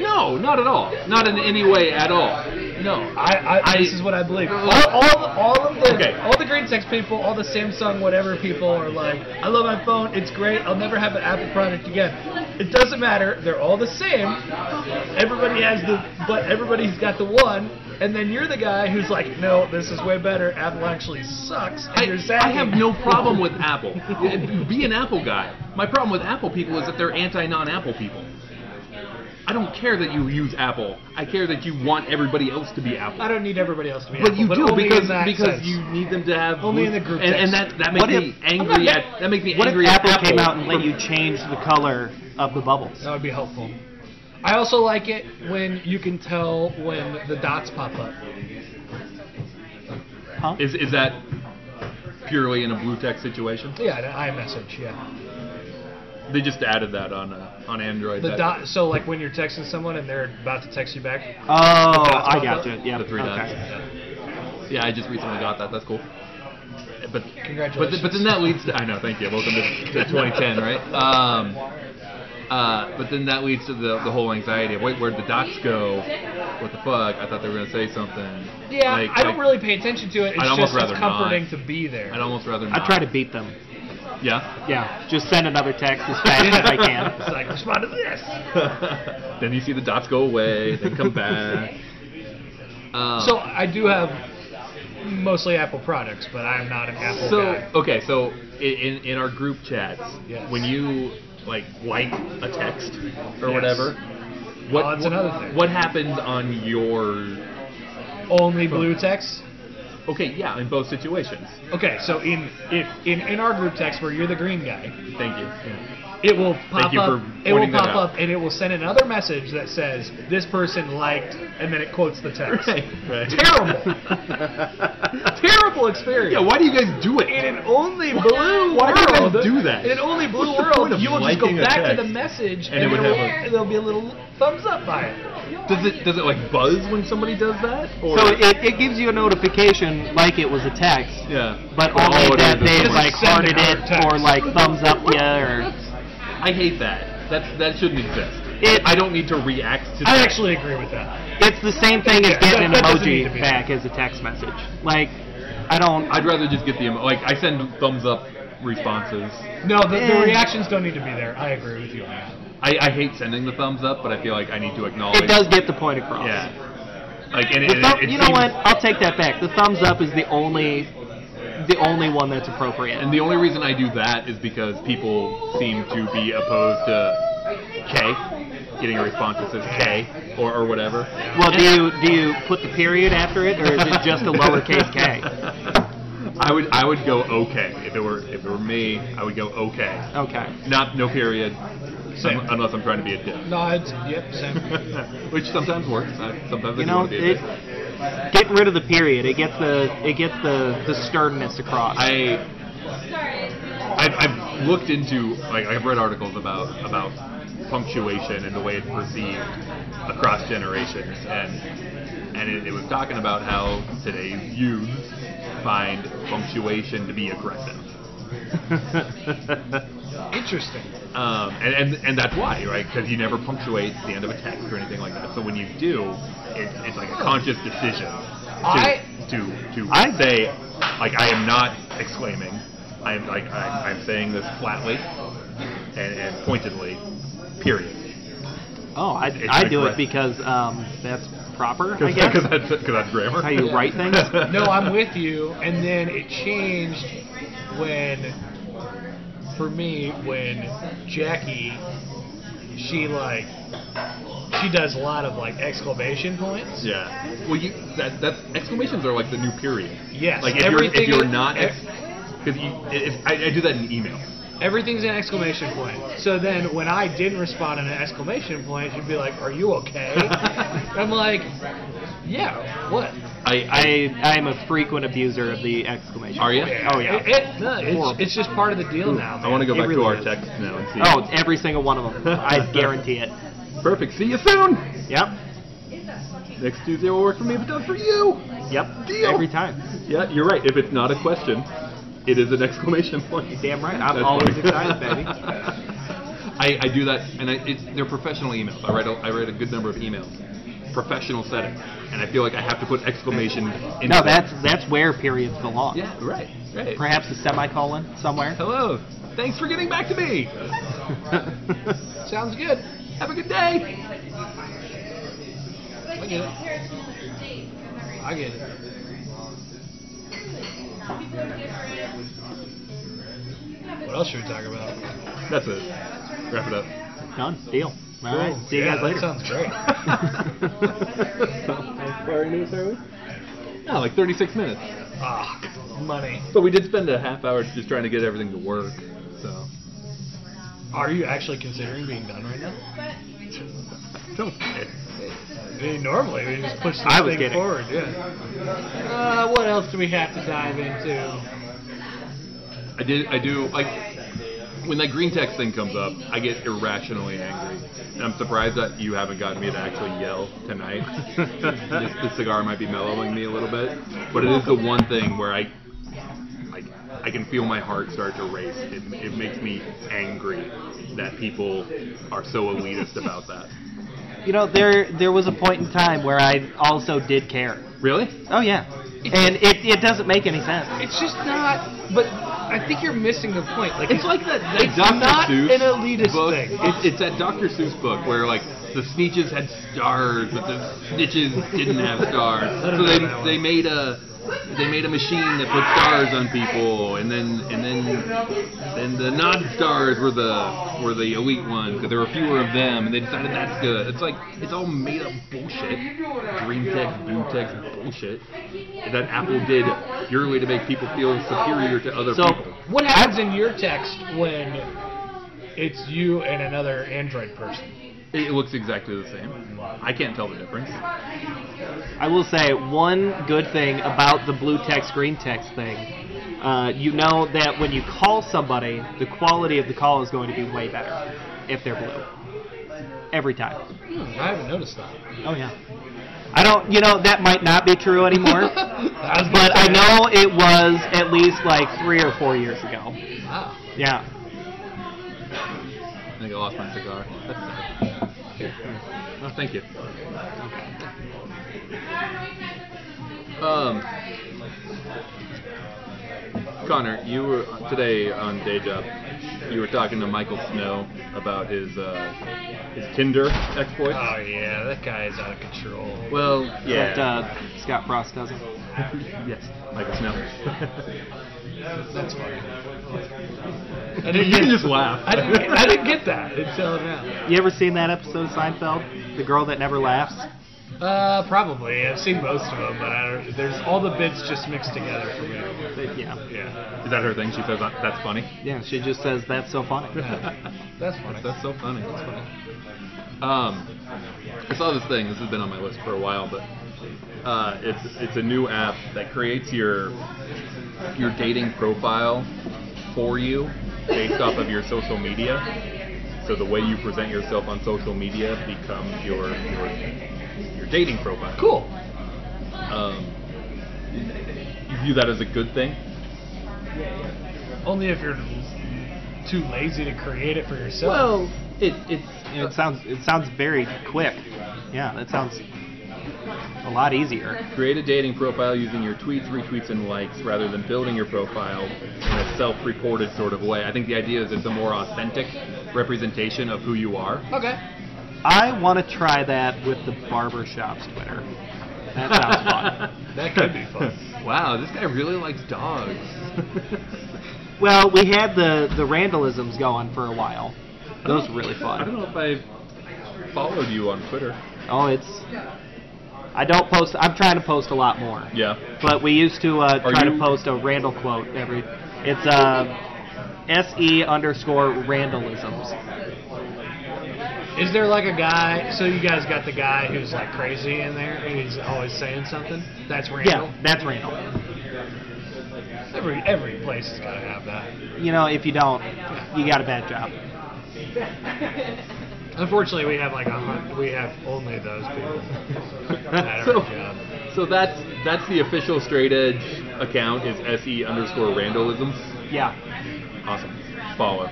Speaker 4: No, not at all. Not in any way at all. No.
Speaker 3: I, I,
Speaker 4: I-
Speaker 3: this is what I believe. All, all, all of the,
Speaker 4: Okay.
Speaker 3: all the green sex people, all the Samsung whatever people are like, I love my phone. It's great. I'll never have an Apple product again. It doesn't matter. They're all the same. Everybody has the, but everybody's got the one. And then you're the guy who's like, no, this is way better. Apple actually sucks. And
Speaker 4: I,
Speaker 3: you're
Speaker 4: I
Speaker 3: zagging.
Speaker 4: have
Speaker 3: [LAUGHS]
Speaker 4: no problem with Apple. Be an Apple guy. My problem with Apple people is that they're anti non Apple people. I don't care that you use Apple. I care that you want everybody else to be Apple.
Speaker 3: I don't need everybody else to be.
Speaker 4: But
Speaker 3: Apple,
Speaker 4: you do
Speaker 3: only
Speaker 4: because
Speaker 3: in that
Speaker 4: because
Speaker 3: sense.
Speaker 4: you need them to have
Speaker 3: Only
Speaker 4: blue-
Speaker 3: in the group
Speaker 4: and, and
Speaker 3: text.
Speaker 4: that that makes
Speaker 5: What
Speaker 4: me
Speaker 5: if-
Speaker 4: angry at that makes me
Speaker 5: What if
Speaker 4: angry
Speaker 5: Apple,
Speaker 4: at Apple
Speaker 5: came out and let
Speaker 4: for-
Speaker 5: you change the color of the bubbles?
Speaker 3: That would be helpful. I also like it when you can tell when the dots pop up.
Speaker 5: Huh?
Speaker 4: Is is that purely in a blue tech situation?
Speaker 3: Yeah, an iMessage. Yeah.
Speaker 4: They just added that on uh, on Android.
Speaker 3: The
Speaker 4: that-
Speaker 3: dot. So like when you're texting someone and they're about to text you back.
Speaker 5: Oh, I got you. Yeah,
Speaker 4: the three dots.
Speaker 5: okay.
Speaker 4: Yeah, I just recently got that. That's cool. But But,
Speaker 3: Congratulations.
Speaker 4: th- but then that leads to I know. Thank you. Welcome to, to 2010, right? Um, uh, but then that leads to the, the whole anxiety of wait, where'd the dots go? What the fuck? I thought they were gonna say something.
Speaker 3: Yeah,
Speaker 4: Like-
Speaker 3: I don't
Speaker 4: like,
Speaker 3: really pay attention to it. It's
Speaker 4: I'd almost
Speaker 3: just it's
Speaker 4: rather
Speaker 3: comforting
Speaker 4: not.
Speaker 3: to be there. [LAUGHS]
Speaker 4: [LAUGHS] I'd almost rather. Not.
Speaker 5: I try to beat them.
Speaker 4: Yeah. [LAUGHS]
Speaker 5: Yeah, just send another text as fast as I
Speaker 3: [LAUGHS] It's
Speaker 5: can.
Speaker 3: like respond to this.
Speaker 4: then you see the dots go away, then come back. Um,
Speaker 3: So I do have mostly Apple products, but I'm not an Apple
Speaker 4: So
Speaker 3: guy.
Speaker 4: okay, so i- in in our group chats,
Speaker 3: Yes.
Speaker 4: when you like like a text or
Speaker 3: Yes.
Speaker 4: whatever, what
Speaker 3: Oh, that's
Speaker 4: what,
Speaker 3: another thing.
Speaker 4: what happens on your?
Speaker 3: Only blue text.
Speaker 4: Okay, yeah, in both situations.
Speaker 3: Okay, so in if in, in our group text where you're the green guy,
Speaker 4: Thank you.
Speaker 3: It will pop
Speaker 4: Thank you
Speaker 3: up.
Speaker 4: for
Speaker 3: It will
Speaker 4: pointing that
Speaker 3: pop
Speaker 4: out.
Speaker 3: up, and it will send another message that says this person liked, and then it quotes the text.
Speaker 4: [LAUGHS] Right, right.
Speaker 3: [LAUGHS] Terrible,
Speaker 4: [LAUGHS]
Speaker 3: terrible experience.
Speaker 4: Yeah, why do you guys do
Speaker 3: In
Speaker 4: it?
Speaker 3: an only blue
Speaker 4: Why do you guys
Speaker 3: world,
Speaker 4: do that?
Speaker 3: In an only blue
Speaker 4: What's the point
Speaker 3: world,
Speaker 4: of
Speaker 3: you will just go
Speaker 4: liking a
Speaker 3: back to the
Speaker 4: text?
Speaker 3: message,
Speaker 4: And it would
Speaker 3: it'll-
Speaker 4: have
Speaker 3: there'll be a little thumbs up by it.
Speaker 4: Does it does it like buzz when somebody does that? Or
Speaker 5: So it, it gives you a notification like it was a text,
Speaker 4: yeah,
Speaker 5: but
Speaker 4: Oh,
Speaker 5: only
Speaker 4: it
Speaker 5: that
Speaker 4: is.
Speaker 5: they
Speaker 4: It's
Speaker 5: like
Speaker 3: send
Speaker 5: hearted
Speaker 3: another
Speaker 5: it
Speaker 3: text.
Speaker 5: or like thumbs up you or
Speaker 4: I hate that. That's that shouldn't exist.
Speaker 5: It-
Speaker 4: I don't need to react to.
Speaker 3: I
Speaker 4: that.
Speaker 3: actually agree with that.
Speaker 5: it's the same thing
Speaker 3: Yeah,
Speaker 5: as getting an
Speaker 3: that- that doesn't need to
Speaker 5: emoji
Speaker 3: be.
Speaker 5: back as a text message. Like I don't
Speaker 4: I'd rather just get the emo- like I send thumbs up responses.
Speaker 3: No, the, the
Speaker 5: Eh.
Speaker 3: reactions don't need to be there. I agree with you on that.
Speaker 4: I, I hate sending the thumbs up, but I feel like I need to acknowledge.
Speaker 5: it does get the point across.
Speaker 4: Yeah. Like and
Speaker 5: The
Speaker 4: it,
Speaker 5: thumb-
Speaker 4: it, it
Speaker 5: you know
Speaker 4: seems-
Speaker 5: what? I'll take that back. The thumbs up is the only the only one that's appropriate.
Speaker 4: And the only reason I do that is because people seem to be opposed to K, getting a response that says K or, or whatever.
Speaker 5: Well, do you do you put the period after it, or is it just a lowercase k?
Speaker 4: [LAUGHS] I would I would go okay if it were if it were me. I would go okay,
Speaker 5: Okay.
Speaker 4: not no period,
Speaker 3: Same.
Speaker 4: some, unless I'm trying to be a dick.
Speaker 3: No, it's yep, same.
Speaker 4: [LAUGHS] Which sometimes works. I, sometimes I do
Speaker 5: You know,
Speaker 4: want to be a
Speaker 5: it,
Speaker 4: dick.
Speaker 5: getting rid of the period, it gets the it gets the the sternness across.
Speaker 4: I I've, I've looked into like I've read articles about about punctuation and the way it's perceived, across generations, and and it, it was talking about how today's youths find punctuation to be aggressive.
Speaker 3: [LAUGHS] Interesting.
Speaker 4: Um, and, and, and that's why, right? Because you never punctuate the end of a text or anything like that. So when you do, it's, it's like a conscious decision to
Speaker 3: I-
Speaker 4: to to
Speaker 5: Oh. I-
Speaker 4: say, like I am not exclaiming. I'm like I'm, I'm saying this flatly and, and pointedly. Period.
Speaker 5: [LAUGHS] oh, I,
Speaker 4: It's
Speaker 5: I do
Speaker 4: aggressive.
Speaker 5: it because um, that's proper. I guess.
Speaker 4: Because that's, 'cause that's grammar.
Speaker 5: How you write
Speaker 4: [LAUGHS]
Speaker 5: things?
Speaker 3: No, I'm with you. And then it changed when, for me, when Jackie, she like, she does a lot of like exclamation points.
Speaker 4: Yeah. Well, you that that's exclamations are like the new period.
Speaker 3: Yes,
Speaker 4: Like if you're if
Speaker 3: everything
Speaker 4: you're
Speaker 3: is-
Speaker 4: not ex, because you if, I, I do that in email.
Speaker 3: Everything's an exclamation point. So then when I didn't respond in an exclamation point, she'd be like, "Are you okay?" I'm like, "Yeah, what?"
Speaker 5: I, I I am a frequent abuser of the exclamation.
Speaker 4: Are you?
Speaker 5: Oh, yeah.
Speaker 3: It, it- no, it's,
Speaker 5: Horrible.
Speaker 3: it's just part of the deal now.
Speaker 4: I want to go
Speaker 5: It
Speaker 4: back
Speaker 5: really
Speaker 4: to our
Speaker 5: is.
Speaker 4: text now and see.
Speaker 5: Oh, every single one of them.
Speaker 3: [LAUGHS]
Speaker 5: I guarantee it.
Speaker 4: perfect. See you soon.
Speaker 5: Yep.
Speaker 4: Next Tuesday will work for me, but not for you.
Speaker 5: Yep.
Speaker 4: Deal.
Speaker 5: Every time.
Speaker 4: Yeah, you're right. If it's not a question, it is an [LAUGHS] exclamation point.
Speaker 5: Damn right. I'm
Speaker 4: That's
Speaker 5: always
Speaker 4: funny.
Speaker 5: excited, baby.
Speaker 4: [LAUGHS] I, I do that, and I, it's, they're professional emails. I write a, I write a good number of emails, professional setting, and I feel like I have to put exclamation. in
Speaker 5: No, that's that's where periods belong.
Speaker 4: yeah, right, right.
Speaker 5: Perhaps a semicolon somewhere.
Speaker 4: Hello, thanks for getting back to
Speaker 5: [LAUGHS]
Speaker 4: me. Sounds good. Have a good day.
Speaker 3: I get it. I get it. What else should we talk about?
Speaker 4: That's it. Wrap it up.
Speaker 5: Done. Deal. All right.
Speaker 3: Cool.
Speaker 5: See you
Speaker 3: Yeah,
Speaker 5: guys later.
Speaker 3: That sounds great.
Speaker 5: [LAUGHS]
Speaker 4: How far into this are we? No, like 36 minutes.
Speaker 3: Ah, money.
Speaker 4: But we did spend a half hour just trying to get everything to work. So
Speaker 3: Are you actually considering being done right now?
Speaker 4: don't care.
Speaker 3: I mean, normally we just push this
Speaker 5: I was
Speaker 3: thing
Speaker 5: kidding.
Speaker 3: forward. Yeah. Uh, what else do we have to dive
Speaker 5: [LAUGHS]
Speaker 3: into?
Speaker 4: I did. I do like when that green text thing comes up. I get irrationally angry, and I'm surprised that you haven't gotten me to actually yell tonight. [LAUGHS] this, this cigar might be mellowing me a little bit, but it is the one thing where I like I can feel my heart start to race. It, it makes me angry that people are so elitist about that.
Speaker 5: You know, there there was a point in time where I also did care.
Speaker 4: Really?
Speaker 5: Oh yeah. And it, it doesn't make any sense.
Speaker 3: It's just not. But I think you're missing the point. Like
Speaker 4: It's like that, that
Speaker 3: It's
Speaker 4: Dr.
Speaker 3: not
Speaker 4: Seuss
Speaker 3: an elitist
Speaker 4: book.
Speaker 3: thing.
Speaker 4: It's, it's that Dr. Seuss book where like the sneeches had stars, but the snitches didn't have stars.
Speaker 3: I
Speaker 4: So
Speaker 3: don't know
Speaker 4: they
Speaker 3: that one.
Speaker 4: they made a they made a machine that put stars on people, and then and then then the non stars were the were the elite ones because there were fewer of them, and they decided that's good. It's like it's all made up bullshit, dream text, blue text bullshit that Apple did purely to make people feel superior to other
Speaker 5: So-
Speaker 4: people.
Speaker 3: What happens in your text when it's you and another Android person?
Speaker 4: It it looks exactly the same. I can't tell the difference.
Speaker 5: I will say one good thing about the blue text green text thing. Uh, you know that when you call somebody, the quality of the call is going to be way better if they're blue. Every time.
Speaker 3: Hmm, I haven't noticed that.
Speaker 5: Oh yeah. I don't. You know that might not be true anymore.
Speaker 3: [LAUGHS] I was gonna
Speaker 5: But [LAUGHS] I
Speaker 3: say-
Speaker 5: know it was at least like three or four years ago.
Speaker 3: Wow.
Speaker 5: Yeah.
Speaker 4: I think I lost my cigar. That's sad. Here. No, thank you. Um, Connor, you were today on day job. You were talking to Michael Snow about his uh, his Tinder exploits.
Speaker 3: Oh yeah, that guy is out of control.
Speaker 4: well, yeah.
Speaker 5: But uh, Scott Frost doesn't.
Speaker 4: yes, Michael
Speaker 3: [LAUGHS]
Speaker 4: Snow.
Speaker 3: That's funny. I
Speaker 4: you can just laugh.
Speaker 3: I didn't, get- I didn't get that until now.
Speaker 5: You ever seen that episode of Seinfeld? The girl that never laughs.
Speaker 3: Uh, probably. I've seen most of them, but I don't, there's all the bits just mixed together for me.
Speaker 5: But, yeah.
Speaker 3: Yeah,
Speaker 4: Is that her thing? She says "Uh, that's funny.
Speaker 5: Yeah. She just says that's so [LAUGHS] funny.
Speaker 3: [LAUGHS] that's funny.
Speaker 4: That's so funny. That's funny. Um, I saw this thing. This has been on my list for a while, but uh, it's it's a new app that creates your your dating profile for you based off of your social media. so the way you present yourself on social media becomes your your, your dating profile.
Speaker 3: Cool.
Speaker 4: Um, you view that as a good thing.
Speaker 3: Only if you're too lazy to create it for yourself.
Speaker 5: Well, it it's it sounds it sounds very quick. Yeah, that sounds a lot easier.
Speaker 4: Create a dating profile using your tweets, retweets, and likes rather than building your profile in a self-reported sort of way. I think the idea is it's a more authentic representation of who you are.
Speaker 3: okay.
Speaker 5: I want to try that with the barber shop's Twitter. That
Speaker 4: [LAUGHS]
Speaker 5: sounds fun.
Speaker 3: [LAUGHS] That could be fun.
Speaker 4: wow, this guy really likes
Speaker 3: [LAUGHS]
Speaker 4: dogs.
Speaker 5: Well, we had the the Randalisms going for a while. Those were really
Speaker 4: I don't
Speaker 5: fun.
Speaker 4: know if I followed you on Twitter.
Speaker 5: Oh, it's. I don't post. I'm trying to post a lot more.
Speaker 4: Yeah.
Speaker 5: But we used to uh,
Speaker 4: Are
Speaker 5: try to
Speaker 4: you-
Speaker 5: post a Randall quote every. It's uh, se underscore Randalisms.
Speaker 3: Is there like a guy? So you guys got the guy who's like crazy in there, and he's always saying something. That's Randall.
Speaker 5: Yeah, that's Randall.
Speaker 3: Every every place has got to have that.
Speaker 5: You know, if you don't, you got a bad job.
Speaker 3: Unfortunately, we have like a hun- we have only those people [LAUGHS] at
Speaker 4: so,
Speaker 3: our job.
Speaker 4: so that's that's the official straight edge account is se underscore randalisms.
Speaker 5: Yeah.
Speaker 4: Awesome. Follow.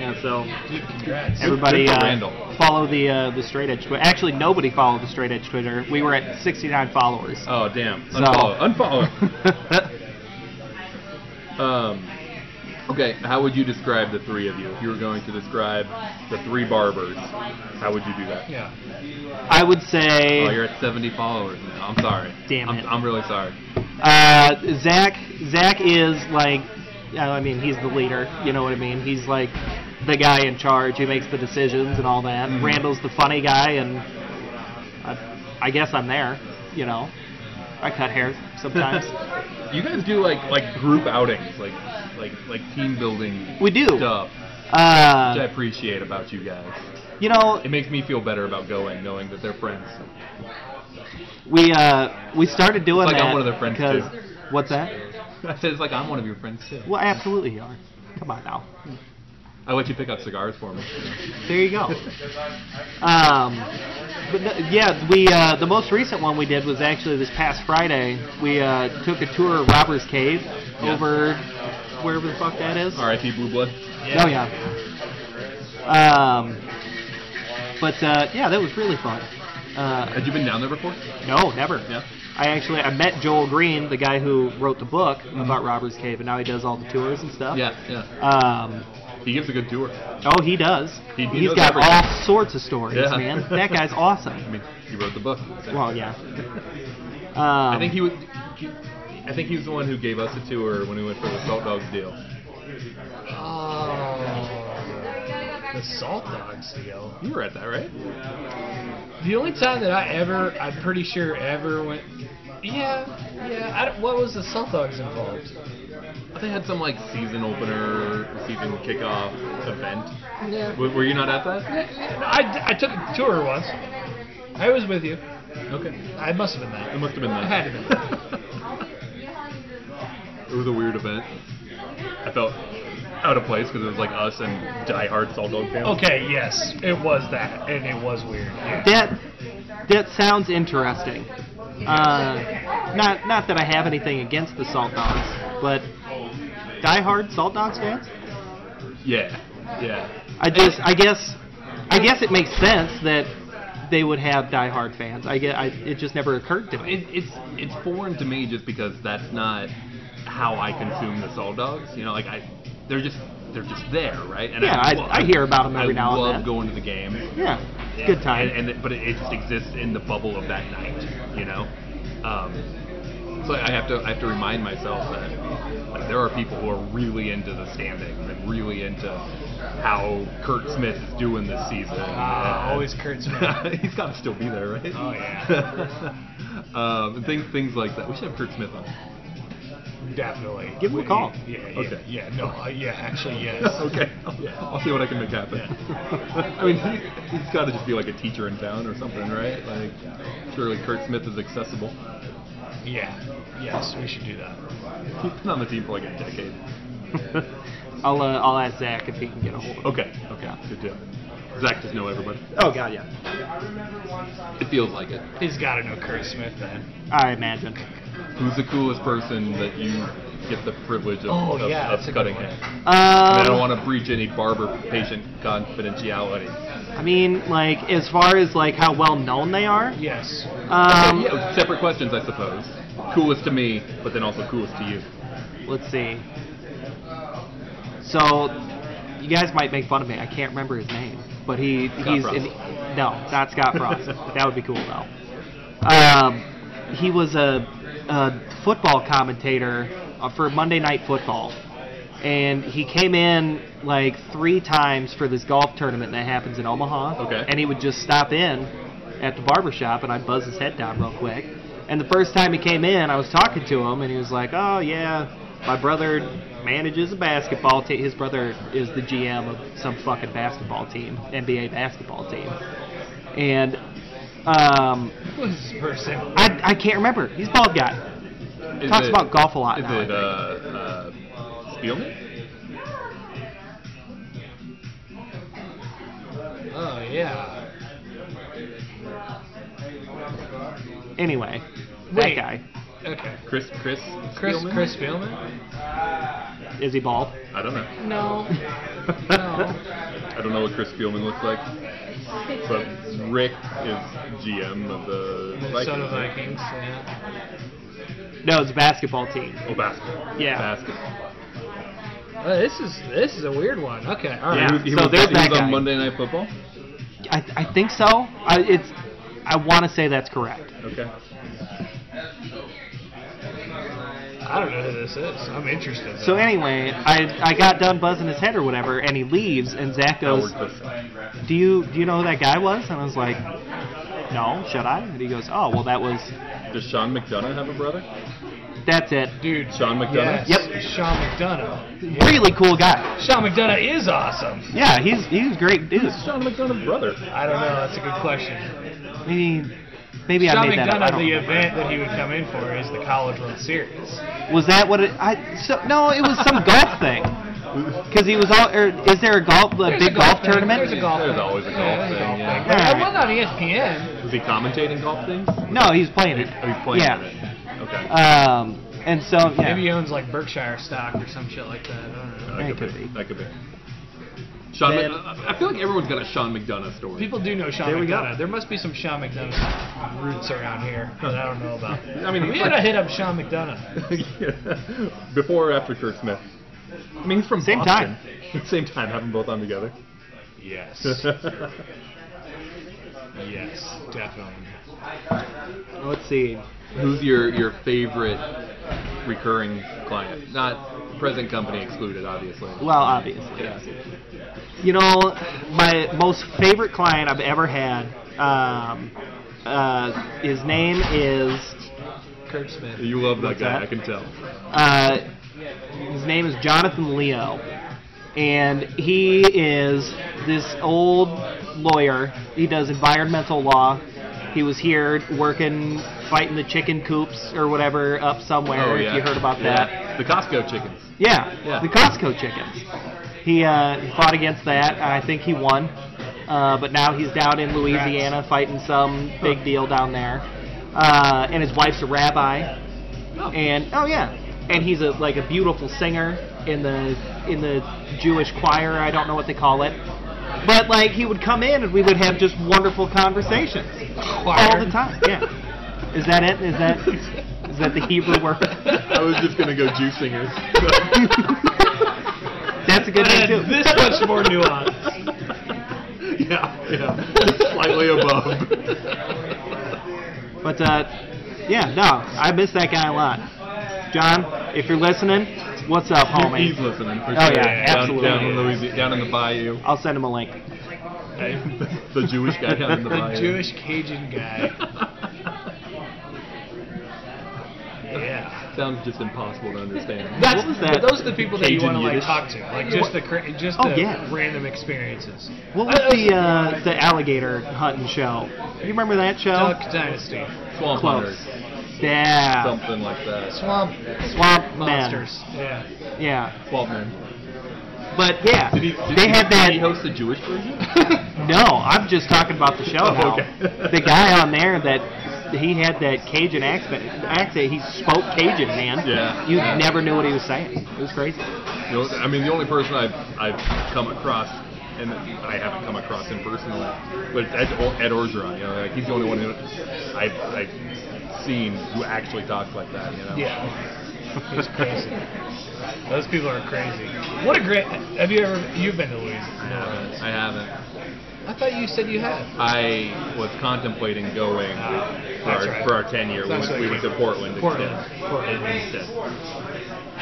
Speaker 5: Yeah. So
Speaker 3: Dude, congrats.
Speaker 5: everybody
Speaker 4: for
Speaker 5: uh,
Speaker 4: Randall.
Speaker 5: follow the uh, the straight edge Twitter. Actually, nobody followed the straight edge Twitter. We were at 69 followers.
Speaker 4: Oh damn.
Speaker 5: So-
Speaker 4: Unfollow.
Speaker 5: [LAUGHS]
Speaker 4: Unfollow. um, okay, how would you describe the three of you? If you were going to describe the three barbers, how would you do that?
Speaker 3: Yeah.
Speaker 5: I would say.
Speaker 4: Oh, you're at 70 followers now. I'm sorry.
Speaker 5: Damn
Speaker 4: I'm,
Speaker 5: it.
Speaker 4: I'm really sorry.
Speaker 5: Uh, Zach, Zach is like, uh, I mean, he's the leader. You know what I mean? He's like the guy in charge. He makes the decisions and all that.
Speaker 4: Mhm.
Speaker 5: Randall's the funny guy, and I, I guess I'm there. You know, I cut hair
Speaker 4: [LAUGHS]
Speaker 5: sometimes.
Speaker 4: You guys do like like group outings, like like like team building
Speaker 5: we do.
Speaker 4: stuff, which I
Speaker 5: Uh,
Speaker 4: appreciate about you guys.
Speaker 5: you know,
Speaker 4: It makes me feel better about going, knowing that they're friends. [LAUGHS]
Speaker 5: we uh, we started doing
Speaker 4: It's like
Speaker 5: that
Speaker 4: I'm one of their friends,
Speaker 5: because
Speaker 4: too.
Speaker 5: what's that?
Speaker 4: I said it's like I'm one of your friends too.
Speaker 5: Well, absolutely you are. Come on now.
Speaker 4: I let you pick up cigars for me.
Speaker 5: There
Speaker 4: [LAUGHS]
Speaker 5: you go. Um, but no, yeah, we uh, the most recent one we did was actually this past Friday. We uh, took a tour of Robbers Cave
Speaker 4: Yeah.
Speaker 5: over wherever the fuck that is.
Speaker 4: R.I.P. Blue Blood.
Speaker 5: Oh yeah. Um, but uh, yeah, that was really fun. Uh,
Speaker 4: Had you been down there before?
Speaker 5: no, never.
Speaker 4: Yeah.
Speaker 5: I actually I met Joel Green, the guy who wrote the book about Robbers Cave, and now he does all the tours and stuff.
Speaker 4: Mm-hmm. Yeah, yeah.
Speaker 5: Um,
Speaker 4: He gives a good tour.
Speaker 5: oh, he does.
Speaker 4: He- he
Speaker 5: has
Speaker 4: knows
Speaker 5: got
Speaker 4: everything.
Speaker 5: all sorts of stories,
Speaker 4: Yeah.
Speaker 5: man. That
Speaker 4: [LAUGHS]
Speaker 5: guy's awesome.
Speaker 4: I mean, he wrote the book.
Speaker 5: Well, yeah. Um,
Speaker 4: [LAUGHS] I think he was. He, I think he was the one who gave us a tour when we went for the Salt Dogs deal.
Speaker 3: Oh. The salt dogs deal.
Speaker 4: You were at that, right?
Speaker 3: The only time that I ever, I'm pretty sure ever went. Yeah, yeah. I don't- what was the salt dogs involved?
Speaker 4: They had some like season opener, season kickoff event.
Speaker 3: Yeah.
Speaker 4: W- were you not at that?
Speaker 3: I, I took a tour once. I was with you.
Speaker 4: Okay.
Speaker 3: I must have been
Speaker 4: It
Speaker 3: that.
Speaker 4: must have been that.
Speaker 3: It had to
Speaker 4: [LAUGHS] it was a weird event. I felt out of place because it was like us and diehard Salt Dog [LAUGHS] fans.
Speaker 3: Okay, yes, it was that, and it was weird. Yeah.
Speaker 5: that that sounds interesting. Uh, not not that I have anything against the Salt Dogs, but diehard Salt Dogs fans.
Speaker 4: Yeah. Yeah.
Speaker 5: I just I guess I guess it makes sense that they would have diehard fans. I get I, it just never occurred to me.
Speaker 4: It, it's it's foreign to me just because that's not how I consume the Salt Dogs. You know, like I, they're just they're just there, right? And
Speaker 5: Yeah, I-
Speaker 4: lo-
Speaker 5: I hear about 'em every
Speaker 4: I
Speaker 5: now and
Speaker 4: love
Speaker 5: then.
Speaker 4: going to the game.
Speaker 5: Yeah, good time.
Speaker 4: And, and it- but it, it just exists in the bubble of that night, you know. Um, so I have to I have to remind myself that like, there are people who are really into the standings and really into how Kurt Smith is doing this season.
Speaker 3: Ah, always Kurt
Speaker 4: [LAUGHS]
Speaker 3: Smith.
Speaker 4: He's got to still be there, right?
Speaker 3: Oh, yeah.
Speaker 4: [LAUGHS] um, and things things like that. We should have Kurt Smith on.
Speaker 3: Definitely.
Speaker 5: Give him a
Speaker 3: We-
Speaker 5: call.
Speaker 3: Yeah, yeah,
Speaker 4: Okay.
Speaker 3: yeah. No, uh, yeah, actually,
Speaker 5: [LAUGHS]
Speaker 3: yes.
Speaker 4: [LAUGHS] okay, I'll, I'll see what I can make happen. I mean, he, he's got to just be like a teacher in town or something, right? Like, surely Kurt Smith is accessible.
Speaker 3: Yeah. Yes, we should do that.
Speaker 4: He's been on the team for like
Speaker 3: [LAUGHS]
Speaker 4: a decade.
Speaker 5: I'll uh, I'll ask Zach if he can get a hold of.
Speaker 4: Okay, okay, good deal. Zach does know everybody.
Speaker 5: Oh God, yeah.
Speaker 4: It feels like it.
Speaker 3: He's got to know Curry Smith then.
Speaker 5: I imagine.
Speaker 4: Who's the coolest person that you get the privilege of,
Speaker 3: Oh,
Speaker 4: of,
Speaker 3: yeah,
Speaker 4: of
Speaker 3: that's a good
Speaker 4: cutting
Speaker 3: one.
Speaker 4: it?
Speaker 5: Um,
Speaker 4: I, mean, I don't want to breach any barber patient confidentiality.
Speaker 5: I mean, like as far as like how well known they are.
Speaker 3: Yes.
Speaker 5: Um,
Speaker 4: yeah, separate questions, I suppose. Coolest to me, but then also coolest to you.
Speaker 5: Let's see. So, you guys might make fun of me. I can't remember his name, but he
Speaker 4: Scott
Speaker 5: he's
Speaker 4: Frost.
Speaker 5: an- no, not
Speaker 4: [LAUGHS]
Speaker 5: Scott Frost. that would be cool though. Um, he was a, a football commentator uh, for Monday Night Football, and he came in like three times for this golf tournament that happens in Omaha.
Speaker 4: Okay.
Speaker 5: And he would just stop in at the barber shop, and I'd buzz his head down real quick. And the first time he came in, I was talking to him, and he was like, "Oh yeah, my brother manages a basketball team. His brother is the GM of some fucking basketball team, NBA basketball team." And um,
Speaker 3: Who's this person?
Speaker 5: I I can't remember. He's a bald guy.
Speaker 4: Is
Speaker 5: Talks about golf a lot
Speaker 4: Is
Speaker 5: now, I
Speaker 4: it uh, uh, Spielman?
Speaker 3: Oh, yeah.
Speaker 5: Anyway,
Speaker 3: Wait.
Speaker 5: that guy
Speaker 3: Okay.
Speaker 4: Chris? Chris?
Speaker 3: Chris
Speaker 4: Spielman?
Speaker 3: Chris Spielman?
Speaker 5: is he bald?
Speaker 4: I don't know.
Speaker 3: No.
Speaker 4: [LAUGHS] I don't know what Chris Spielman looks like, but Rick is GM of the
Speaker 3: Minnesota
Speaker 4: Vikings.
Speaker 3: Vikings. Yeah.
Speaker 5: No, it's a basketball team.
Speaker 4: Oh, basketball.
Speaker 5: Yeah.
Speaker 4: Basketball.
Speaker 3: Oh, this is this is a weird one. Okay. All right.
Speaker 5: Yeah.
Speaker 4: He was, he
Speaker 5: so
Speaker 4: was,
Speaker 5: there's
Speaker 4: he was
Speaker 5: that guy.
Speaker 4: on Monday Night Football.
Speaker 5: I, I think so. I, it's I want to say that's correct.
Speaker 4: Okay.
Speaker 3: I don't know who this is. I'm interested.
Speaker 5: So
Speaker 3: though.
Speaker 5: anyway, I I got done buzzing his head or whatever, and he leaves, and Zach goes,
Speaker 4: Howard Cosell.
Speaker 5: "Do you do you know who that guy was?" And I was like, "No, should I?" And he goes, "Oh, well, that was
Speaker 4: Does Sean McDonough have a brother?
Speaker 5: that's it.
Speaker 3: dude,
Speaker 4: Sean McDonough?
Speaker 3: yes,
Speaker 5: Yep.
Speaker 3: Sean McDonough.
Speaker 5: Really cool guy.
Speaker 3: Sean McDonough is awesome.
Speaker 5: Yeah, he's he's a great dude.
Speaker 4: Sean McDonough's brother.
Speaker 3: I don't know. That's a good question.
Speaker 5: Maybe maybe I
Speaker 3: Sean
Speaker 5: made that up. I
Speaker 3: McDonough,
Speaker 5: don't
Speaker 3: the
Speaker 5: remember.
Speaker 3: event that he would come in for is the College World Series.
Speaker 5: Was that what it? I so no, it was some golf thing. Because he was all. Or is there a golf a
Speaker 3: There's
Speaker 5: big
Speaker 3: a
Speaker 5: golf,
Speaker 3: thing.
Speaker 5: tournament?
Speaker 3: There's a golf thing.
Speaker 4: There's always a golf
Speaker 3: Yeah, there's
Speaker 4: thing, yeah.
Speaker 3: But
Speaker 5: All
Speaker 3: I wasn't on
Speaker 5: right.
Speaker 3: E ESPN.
Speaker 4: Is he commentating golf things?
Speaker 5: No, he's playing uh, it.
Speaker 4: Are you playing
Speaker 5: yeah.
Speaker 4: it? Okay.
Speaker 5: Um, and so yeah.
Speaker 3: Maybe he owns like Berkshire stock or some shit like that. I don't know.
Speaker 4: that
Speaker 5: it
Speaker 4: could,
Speaker 5: could
Speaker 4: be.
Speaker 5: be.
Speaker 4: That could be. Sean,
Speaker 5: Then-
Speaker 4: Mc- I feel like everyone's got a Sean McDonough story.
Speaker 3: People do know Sean
Speaker 5: There we go.
Speaker 3: McDonough. There must be some Sean McDonough roots around here that I don't know about.
Speaker 4: I mean,
Speaker 3: we
Speaker 4: he's
Speaker 3: gotta
Speaker 4: like-
Speaker 3: hit up Sean McDonough.
Speaker 4: Yeah. [LAUGHS] Before or after Kirk Smith? I mean, he's from
Speaker 5: Same
Speaker 4: Boston. [LAUGHS] Same time. Have them both on together. [LAUGHS]
Speaker 5: [LAUGHS]
Speaker 3: Yes. yes, definitely.
Speaker 5: Let's see.
Speaker 4: Who's your, your favorite recurring client? Not present company excluded, obviously.
Speaker 5: Well, obviously.
Speaker 4: Yeah.
Speaker 5: You know, my most favorite client I've ever had. Um, uh, his name is.
Speaker 3: Kurt Smith.
Speaker 4: You love that
Speaker 5: What's
Speaker 4: guy,
Speaker 5: that?
Speaker 4: I can tell.
Speaker 5: Uh, his name is Jonathan Leo, and he is this old lawyer. He does environmental law. He was here working, fighting the chicken coops or whatever up somewhere. If you heard about that.
Speaker 4: Yeah. Oh, The Costco chickens.
Speaker 5: Yeah,
Speaker 4: Yeah.
Speaker 5: the Costco chickens. He uh, he fought against that, and I think he won. Uh, but now he's down in Louisiana fighting some big deal down there. Uh, and his wife's a rabbi. And oh yeah, and he's a like a beautiful singer in the in the Jewish choir. I don't know what they call it. But like he would come in and we would have just wonderful conversations all the time.
Speaker 3: [LAUGHS]
Speaker 5: Yeah. Is that it? Is that is that the Hebrew word?
Speaker 4: [LAUGHS] I was just gonna go Jew singers. [LAUGHS]
Speaker 5: That's a good
Speaker 3: But
Speaker 5: name
Speaker 3: it
Speaker 5: too.
Speaker 3: had this much more
Speaker 5: [LAUGHS]
Speaker 3: nuance.
Speaker 4: [LAUGHS] yeah, yeah, just slightly above.
Speaker 3: [LAUGHS]
Speaker 5: [LAUGHS] But uh, yeah, no, I miss that guy a lot. John, if you're listening, what's up,
Speaker 4: He's
Speaker 5: homie?
Speaker 4: listening. For
Speaker 5: Oh,
Speaker 4: sure.
Speaker 5: yeah,
Speaker 4: down,
Speaker 5: absolutely. Oh.
Speaker 4: Down in Louisiana, down in the bayou,
Speaker 5: I'll send him a link.
Speaker 4: [LAUGHS] the Jewish guy down in
Speaker 5: [LAUGHS]
Speaker 4: the
Speaker 3: The
Speaker 4: bayou.
Speaker 3: Jewish Cajun guy. Yeah.
Speaker 4: [LAUGHS] Sounds just impossible to understand.
Speaker 3: That's
Speaker 5: What was
Speaker 3: but
Speaker 5: that?
Speaker 3: those are the people that you
Speaker 4: Cajun
Speaker 3: want to like
Speaker 4: Yiddish?
Speaker 3: talk to, like just the cra- just
Speaker 5: Oh,
Speaker 3: the
Speaker 5: yeah.
Speaker 3: random experiences. I-
Speaker 5: What was
Speaker 3: I
Speaker 5: the uh,
Speaker 4: uh,
Speaker 5: the alligator hunting show? You remember that show?
Speaker 3: Duck Dynasty?
Speaker 4: Swamp
Speaker 5: Close.
Speaker 4: hunters.
Speaker 5: Yeah.
Speaker 4: something like that.
Speaker 3: Swamp
Speaker 5: Swamp
Speaker 3: monsters. Yeah.
Speaker 5: Man. Yeah.
Speaker 4: Twelve men.
Speaker 5: But yeah,
Speaker 4: Did he? Did he,
Speaker 5: they had
Speaker 4: Did he
Speaker 5: that.
Speaker 4: host the Jewish version?
Speaker 5: No, I'm just talking about the show
Speaker 4: Oh,
Speaker 5: now.
Speaker 4: okay. [LAUGHS]
Speaker 5: the guy on there that he had that Cajun accent. Accent. He spoke Cajun, man.
Speaker 4: Yeah.
Speaker 5: You never knew what he was saying. It was crazy.
Speaker 4: You know, I mean, the only person I've, I've come across, and I haven't come across him personally, but it's Ed, Ed Orgeron. You know, like he's the only one who I've, I've seen who actually talks like that. You know.
Speaker 3: Yeah. It's
Speaker 4: [LAUGHS]
Speaker 3: crazy. Those people are crazy. What a great. Have you ever? You've been to
Speaker 4: I
Speaker 3: Louisiana?
Speaker 4: haven't. I haven't.
Speaker 3: I thought you said you had.
Speaker 4: I was contemplating going Uh,
Speaker 3: That's
Speaker 4: for, our,
Speaker 3: right.
Speaker 4: for our tenure. We
Speaker 3: That's
Speaker 4: went,
Speaker 3: right.
Speaker 4: we went to Portland.
Speaker 3: Portland.
Speaker 4: Instead.
Speaker 3: Portland.
Speaker 4: instead.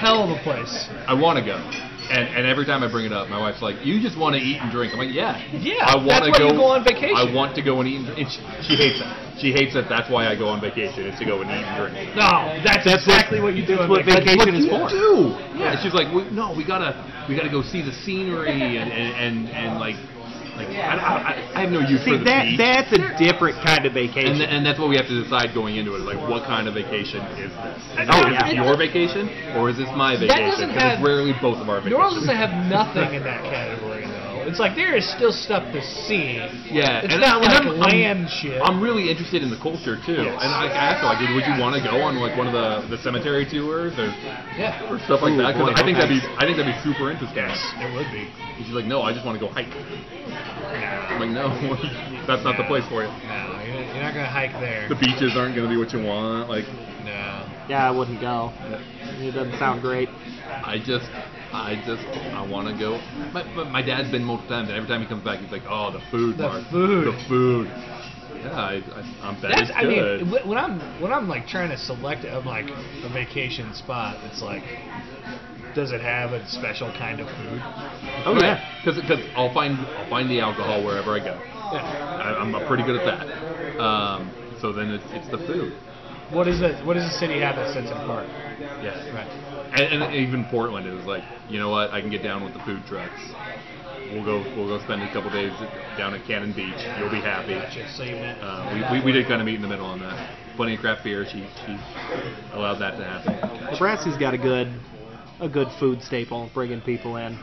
Speaker 3: Hell of a place.
Speaker 4: I want to go. And, and every time I bring it up, my wife's like, "You just want to eat and drink." I'm like, "Yeah,
Speaker 3: Yeah,
Speaker 4: I want
Speaker 3: that's
Speaker 4: to
Speaker 3: why
Speaker 4: go,
Speaker 3: you go on vacation.
Speaker 4: I want to go and eat and drink." And she, she hates that. She hates that. That's why I go on vacation is to go and eat and drink.
Speaker 3: No, that's,
Speaker 5: That's what-
Speaker 3: exactly what, you do.
Speaker 5: that's
Speaker 3: on
Speaker 5: what
Speaker 3: vacation.
Speaker 5: vacation
Speaker 4: What
Speaker 5: is
Speaker 4: you
Speaker 5: for.
Speaker 4: Do.
Speaker 3: Yeah.
Speaker 4: Yeah. she's like, we, no, we gotta, we gotta go see the scenery and and and, and like, like I, I, I have no use
Speaker 5: See,
Speaker 4: for the
Speaker 5: that
Speaker 4: beach.
Speaker 5: that's a different kind of vacation.
Speaker 4: and, th- and that's what we have to decide going into it. Like, what kind of vacation is this? Is,
Speaker 5: Oh,
Speaker 4: this
Speaker 5: yeah.
Speaker 4: your vacation or is this my
Speaker 3: That doesn't
Speaker 4: vacation? 'Cause
Speaker 3: have-
Speaker 4: it's rarely both of our
Speaker 3: New Orleans
Speaker 4: vacations.
Speaker 3: doesn't have nothing in that category though. It's like there is still stuff to see.
Speaker 4: Yeah,
Speaker 3: It's not like
Speaker 4: I'm-
Speaker 3: land
Speaker 4: I'm,
Speaker 3: shit.
Speaker 4: I'm really interested in the culture too,
Speaker 3: Yes.
Speaker 4: and I asked her like, would you want to go on like one of the, the cemetery tours or
Speaker 3: yeah,
Speaker 4: stuff like
Speaker 5: Ooh,
Speaker 4: that? 'Cause
Speaker 5: boy,
Speaker 4: I think that'd be
Speaker 5: okay.
Speaker 4: I think that'd be super interesting.
Speaker 3: it would be.
Speaker 4: And she's like, no, I just want to go hike. I'm like, no, [LAUGHS] that's not the place for you.
Speaker 3: No, you're you're not gonna hike there.
Speaker 4: The beaches aren't going to be what you want. Like,
Speaker 3: No.
Speaker 5: yeah, I wouldn't go. It doesn't sound great.
Speaker 4: I just, I just, I want to go. But, but my dad's been multiple times, and every time he comes back, he's like, oh, the food,
Speaker 3: The
Speaker 4: Mark,
Speaker 3: food."
Speaker 4: the food. Yeah, I, I, I'm bad.
Speaker 3: That's,
Speaker 4: it's
Speaker 3: I mean,
Speaker 4: good.
Speaker 3: wh- when I'm when I'm like trying to select of like a vacation spot, it's like, does it have a special kind of food?
Speaker 4: oh yeah, because I'll find I'll find the alcohol wherever I go.
Speaker 3: Yeah.
Speaker 4: I, I'm pretty good at that. Um, so then it's, it's the food.
Speaker 3: What is it? What does the city have that sets it apart?
Speaker 4: Yes.
Speaker 3: Right.
Speaker 4: And, and even Portland is like, you know what? I can get down with the food trucks. We'll go. We'll go spend a couple days down at Cannon Beach. You'll be happy.
Speaker 3: Gotcha. So you meant
Speaker 4: Uh, we, we, we did kind of meet in the middle on that. Plenty of craft beer. She she allowed that to happen.
Speaker 5: Nebraska's got a good a good food staple bringing people in.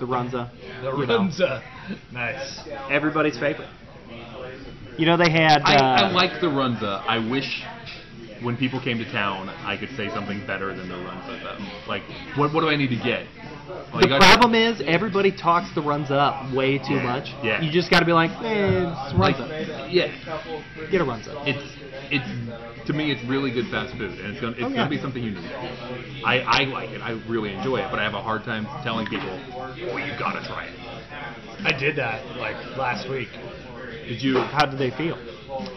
Speaker 5: The runza.
Speaker 3: the
Speaker 5: you know.
Speaker 3: Runza. Nice.
Speaker 5: everybody's favorite. You know they had. Uh,
Speaker 4: I, I like the Runza. I wish when people came to town, I could say something better than the Runza. though. Like, what what do I need to get? Like,
Speaker 5: the
Speaker 4: I-
Speaker 5: problem is everybody talks the runs up way too
Speaker 4: Yeah,
Speaker 5: much.
Speaker 4: yeah.
Speaker 5: You just got to be like, eh, it's
Speaker 4: like,
Speaker 5: runs up.
Speaker 4: yeah,
Speaker 5: Get a runs up.
Speaker 4: it's it's to me it's really good fast food and it's gonna it's
Speaker 5: Oh, yeah.
Speaker 4: gonna be something unique. I, I like it. I really enjoy it, but I have a hard time telling people, oh, you gotta try it.
Speaker 3: I did that like last week.
Speaker 4: Did you?
Speaker 5: How do they feel?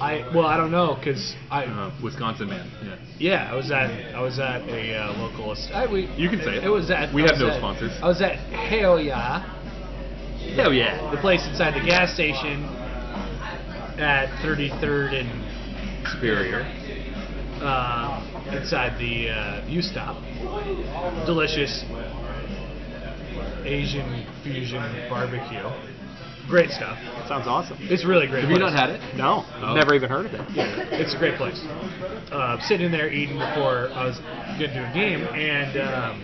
Speaker 3: I well, I don't know, cause I
Speaker 4: Uh, Wisconsin man. Yeah.
Speaker 3: Yeah, I was at I was at a uh, local. est- I, we,
Speaker 4: You can say it.
Speaker 3: It was at.
Speaker 4: We
Speaker 3: I
Speaker 4: have
Speaker 3: was
Speaker 4: no
Speaker 3: at-
Speaker 4: sponsors.
Speaker 3: I was at Hell Yeah,
Speaker 4: Hell yeah.
Speaker 3: the place inside the gas station at 33rd and
Speaker 5: [LAUGHS]
Speaker 4: Superior. [LAUGHS]
Speaker 3: uh, inside the uh, U stop. Delicious Asian fusion barbecue. Great stuff.
Speaker 5: Sounds awesome.
Speaker 3: It's really great.
Speaker 4: Have you
Speaker 3: place.
Speaker 4: not had it?
Speaker 5: No,
Speaker 4: Oh.
Speaker 5: never even heard of it.
Speaker 3: It's a great place. Uh, sitting there eating before I was going to do a game, and um,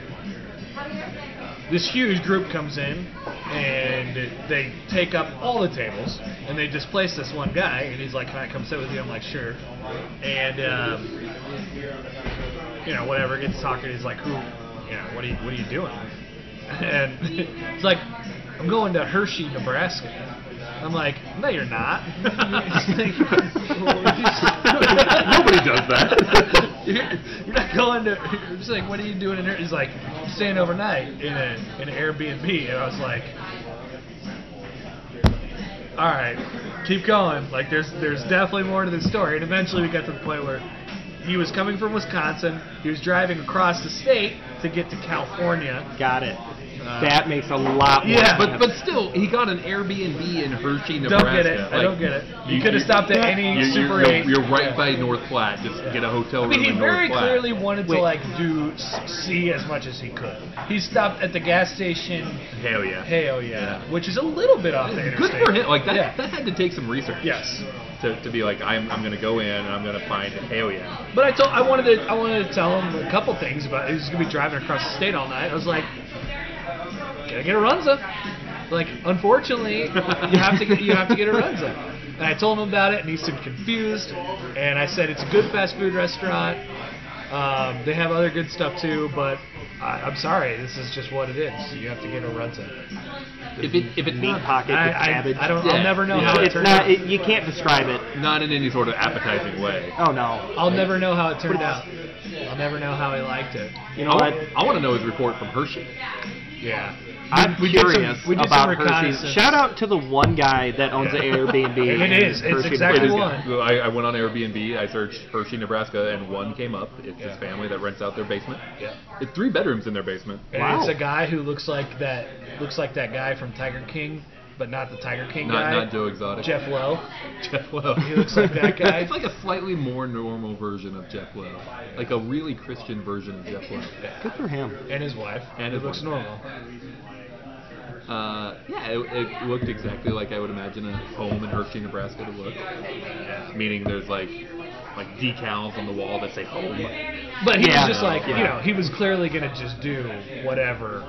Speaker 3: this huge group comes in, and they take up all the tables, and they displace this one guy, and he's like, "Can I come sit with you?" I'm like, "Sure," and um, you know, whatever gets talking, he's like, "Who? You know, what are you, what are you doing?" [LAUGHS] And it's like, "I'm going to Hershey, Nebraska." I'm like, "No, you're
Speaker 4: [LAUGHS]
Speaker 3: not." [LAUGHS]
Speaker 4: Nobody does that.
Speaker 3: You're [LAUGHS]
Speaker 5: [LAUGHS]
Speaker 3: you're not going to. I'm just like, what are you doing in here? He's like, I'm staying overnight in a in an Airbnb, and I was like, all right, keep going. Like, there's there's definitely more to this story, and eventually we got to the point where he was coming from Wisconsin, he was driving across the state to get to California,
Speaker 5: Got it.
Speaker 3: Uh,
Speaker 5: That makes a lot more
Speaker 3: Yeah.
Speaker 5: sense.
Speaker 4: But but still, he got an Airbnb in Hershey,
Speaker 3: Don't
Speaker 4: Nebraska.
Speaker 3: get it. I don't get it. You could have stopped at any
Speaker 4: you're,
Speaker 3: Super
Speaker 4: you're,
Speaker 3: 8.
Speaker 4: You're right by North Platte. Just get a hotel
Speaker 3: I
Speaker 4: room.
Speaker 3: mean, he
Speaker 4: in
Speaker 3: very
Speaker 4: North Platte.
Speaker 3: clearly wanted
Speaker 5: Wait.
Speaker 3: to like do s- see as much as he could. He stopped at the gas station.
Speaker 4: Hell yeah.
Speaker 3: Hey, oh yeah, which is a little bit off the
Speaker 4: Good
Speaker 3: interstate.
Speaker 4: for him. Like that.
Speaker 3: Yeah.
Speaker 4: That had to take some research.
Speaker 3: Yes.
Speaker 4: To, to be like, I'm, I'm gonna go in and I'm gonna find an alien.
Speaker 3: But I told I wanted to I wanted to tell him a couple things about he was gonna be driving across the state all night. I was like, gotta get a Runza. Like, unfortunately, you have to get, you have to get a Runza. And I told him about it, and he seemed confused. And I said it's a good fast food restaurant. Um, they have other good stuff too, but I, I'm sorry, this is just what it is. You have to get a Runza.
Speaker 4: If it if it's
Speaker 5: meat
Speaker 4: not
Speaker 5: pocket with
Speaker 3: I,
Speaker 5: cabbage.
Speaker 3: I, I don't.
Speaker 4: Yeah.
Speaker 3: I'll never know
Speaker 4: Yeah.
Speaker 3: how it
Speaker 5: it's
Speaker 3: turned
Speaker 5: not.
Speaker 3: out.
Speaker 5: It, you can't describe it.
Speaker 4: not in any sort of appetizing way.
Speaker 5: Oh no.
Speaker 3: I'll never know how it turned out. I'll never know how he liked it.
Speaker 5: You know
Speaker 4: I,
Speaker 5: what?
Speaker 4: want to know his report from Hershey.
Speaker 3: Yeah.
Speaker 5: I'm
Speaker 3: We did some-
Speaker 5: curious
Speaker 3: we did some
Speaker 5: about Hershey's.
Speaker 3: reconnaissance.
Speaker 5: Shout out to the one guy that owns an
Speaker 3: [LAUGHS]
Speaker 5: Airbnb.
Speaker 3: It
Speaker 5: in
Speaker 3: is. It's
Speaker 5: Hershey,
Speaker 3: exactly
Speaker 5: Nebraska.
Speaker 3: one.
Speaker 4: I, I went on Airbnb. I searched Hershey, Nebraska, and one came up. It's
Speaker 3: Yeah.
Speaker 4: this family that rents out their basement.
Speaker 3: Yeah.
Speaker 4: It's three bedrooms in their basement.
Speaker 3: And
Speaker 5: Wow.
Speaker 3: it's a guy who looks like that looks like that guy from Tiger King, but not the Tiger King
Speaker 4: Not
Speaker 3: guy.
Speaker 4: not Joe Exotic.
Speaker 3: Jeff Lowe.
Speaker 4: [LAUGHS] Jeff Lowe.
Speaker 3: He looks like that guy.
Speaker 4: [LAUGHS] it's like a slightly more normal version of Jeff Lowe, like a really Christian version of Jeff Lowe. [LAUGHS]
Speaker 5: Good for him.
Speaker 3: And his wife.
Speaker 4: And
Speaker 3: it
Speaker 4: his
Speaker 3: looks
Speaker 4: wife.
Speaker 3: normal.
Speaker 4: Uh, yeah, it, it looked exactly like I would imagine a home in Hershey, Nebraska to look. Meaning there's like like decals on the wall that say home.
Speaker 3: But he
Speaker 5: Yeah.
Speaker 3: was just like you
Speaker 5: Yeah.
Speaker 3: know, he was clearly gonna just do whatever.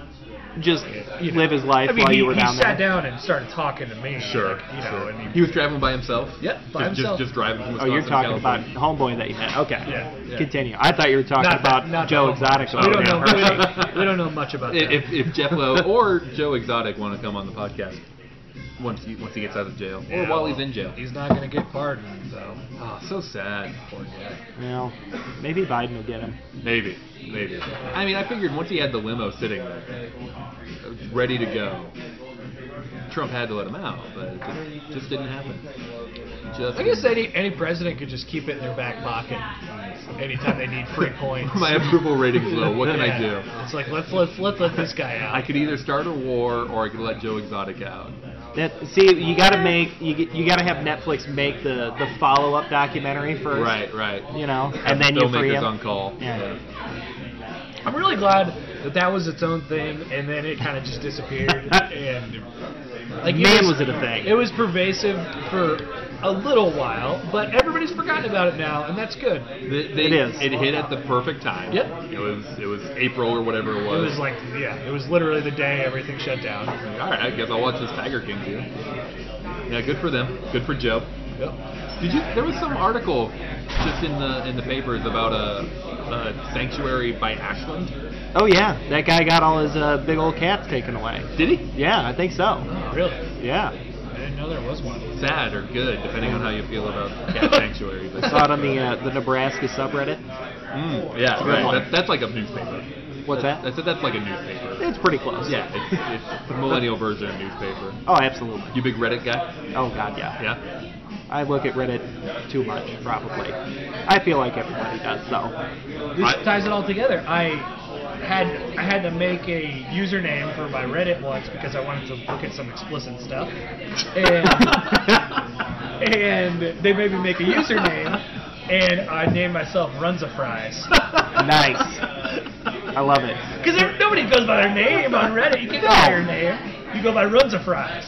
Speaker 5: Just
Speaker 3: you know.
Speaker 5: live his life
Speaker 3: I mean,
Speaker 5: while
Speaker 3: he,
Speaker 5: you were
Speaker 3: he
Speaker 5: down
Speaker 3: sat
Speaker 5: there.
Speaker 3: down and started talking to me.
Speaker 4: Sure,
Speaker 3: like, you know,
Speaker 4: sure.
Speaker 3: and
Speaker 4: He
Speaker 3: he,
Speaker 4: was traveling by himself.
Speaker 3: Yep, by
Speaker 4: just,
Speaker 3: himself.
Speaker 4: Just, just driving from
Speaker 5: Oh,
Speaker 4: Wisconsin
Speaker 5: you're
Speaker 4: to
Speaker 5: talking about
Speaker 4: California.
Speaker 5: homeboy that you met. Okay.
Speaker 3: Yeah, yeah.
Speaker 5: Continue. I thought you were talking
Speaker 3: Not
Speaker 5: about
Speaker 3: that- not
Speaker 5: Joe
Speaker 3: that
Speaker 5: Exotic.
Speaker 3: we don't
Speaker 5: over
Speaker 3: know.
Speaker 5: there.
Speaker 3: We
Speaker 5: [LAUGHS]
Speaker 3: don't, we don't know much about that.
Speaker 4: [LAUGHS] If, if Jeff [LAUGHS] Lowe or Joe Exotic want to come on the podcast once he once he gets out of jail or
Speaker 3: Yeah,
Speaker 4: while
Speaker 3: well,
Speaker 4: he's in jail.
Speaker 3: he's not gonna get pardoned. So
Speaker 4: Oh, so sad. Poor guy.
Speaker 5: Well, maybe Biden will get him.
Speaker 4: Maybe, maybe. I mean, I figured once he had the limo sitting there, ready to go, Trump had to let him out, but it just, just didn't happen. Just
Speaker 3: I guess any any president could just keep it in their back pocket anytime they need free points.
Speaker 4: [LAUGHS] my approval rating's low. What can I
Speaker 3: Yeah.
Speaker 4: do?
Speaker 3: It's like let's let's let's let this guy out.
Speaker 4: I could either start a war or I could let Joe Exotic out.
Speaker 5: That see, you gotta make you g- you gotta have Netflix make the the follow up documentary first.
Speaker 4: Right, right.
Speaker 5: You know,
Speaker 4: Have
Speaker 5: and then
Speaker 4: the
Speaker 5: you free
Speaker 4: filmmakers
Speaker 5: him.
Speaker 4: on call.
Speaker 5: Yeah.
Speaker 3: I'm really glad that that was its own thing, and then it kind of just disappeared. and like it
Speaker 5: Man, was it a thing.
Speaker 3: It was pervasive for a little while, but everybody's forgotten about it now, and that's good. It
Speaker 4: They- they-
Speaker 5: It is.
Speaker 4: It hit at the perfect time.
Speaker 3: Yep.
Speaker 4: It was it was April or whatever it was.
Speaker 3: was like yeah, it was literally the day everything shut down.
Speaker 4: all right, I guess I'll watch this Tiger King too. Yeah, good for them. Good for Joe.
Speaker 3: Yep.
Speaker 4: Did you? There was some article just in the in the papers about a, a sanctuary by Ashland.
Speaker 5: Oh yeah, that guy got all his uh, big old cats taken away.
Speaker 4: Did he?
Speaker 5: Yeah, I think so.
Speaker 3: Really?
Speaker 5: Yeah,
Speaker 3: I didn't know there was one.
Speaker 4: Sad or good, depending on how you feel about
Speaker 5: [LAUGHS]
Speaker 4: cat sanctuaries.
Speaker 5: I saw it on the uh, the Nebraska subreddit.
Speaker 4: Mm, yeah,
Speaker 5: good one.
Speaker 4: right. That, that's like a newspaper.
Speaker 5: What's that?
Speaker 4: That's that's like a newspaper.
Speaker 5: It's pretty close.
Speaker 4: Yeah, it's, it's the millennial version of newspaper.
Speaker 5: [LAUGHS] Oh, absolutely.
Speaker 4: You big Reddit guy?
Speaker 5: Oh God, yeah.
Speaker 4: Yeah.
Speaker 5: I look at Reddit too much, probably. I feel like everybody does, though.
Speaker 3: This
Speaker 4: I-
Speaker 3: ties it all together. I had I had to make a username for my Reddit once because I wanted to look at some explicit stuff,
Speaker 5: [LAUGHS]
Speaker 4: [LAUGHS]
Speaker 3: and and they made me make a username, and I named myself Runza Fries
Speaker 5: nice. I love it.
Speaker 3: because nobody goes by their name on Reddit. You can't go by your name. You go by Runza Fries.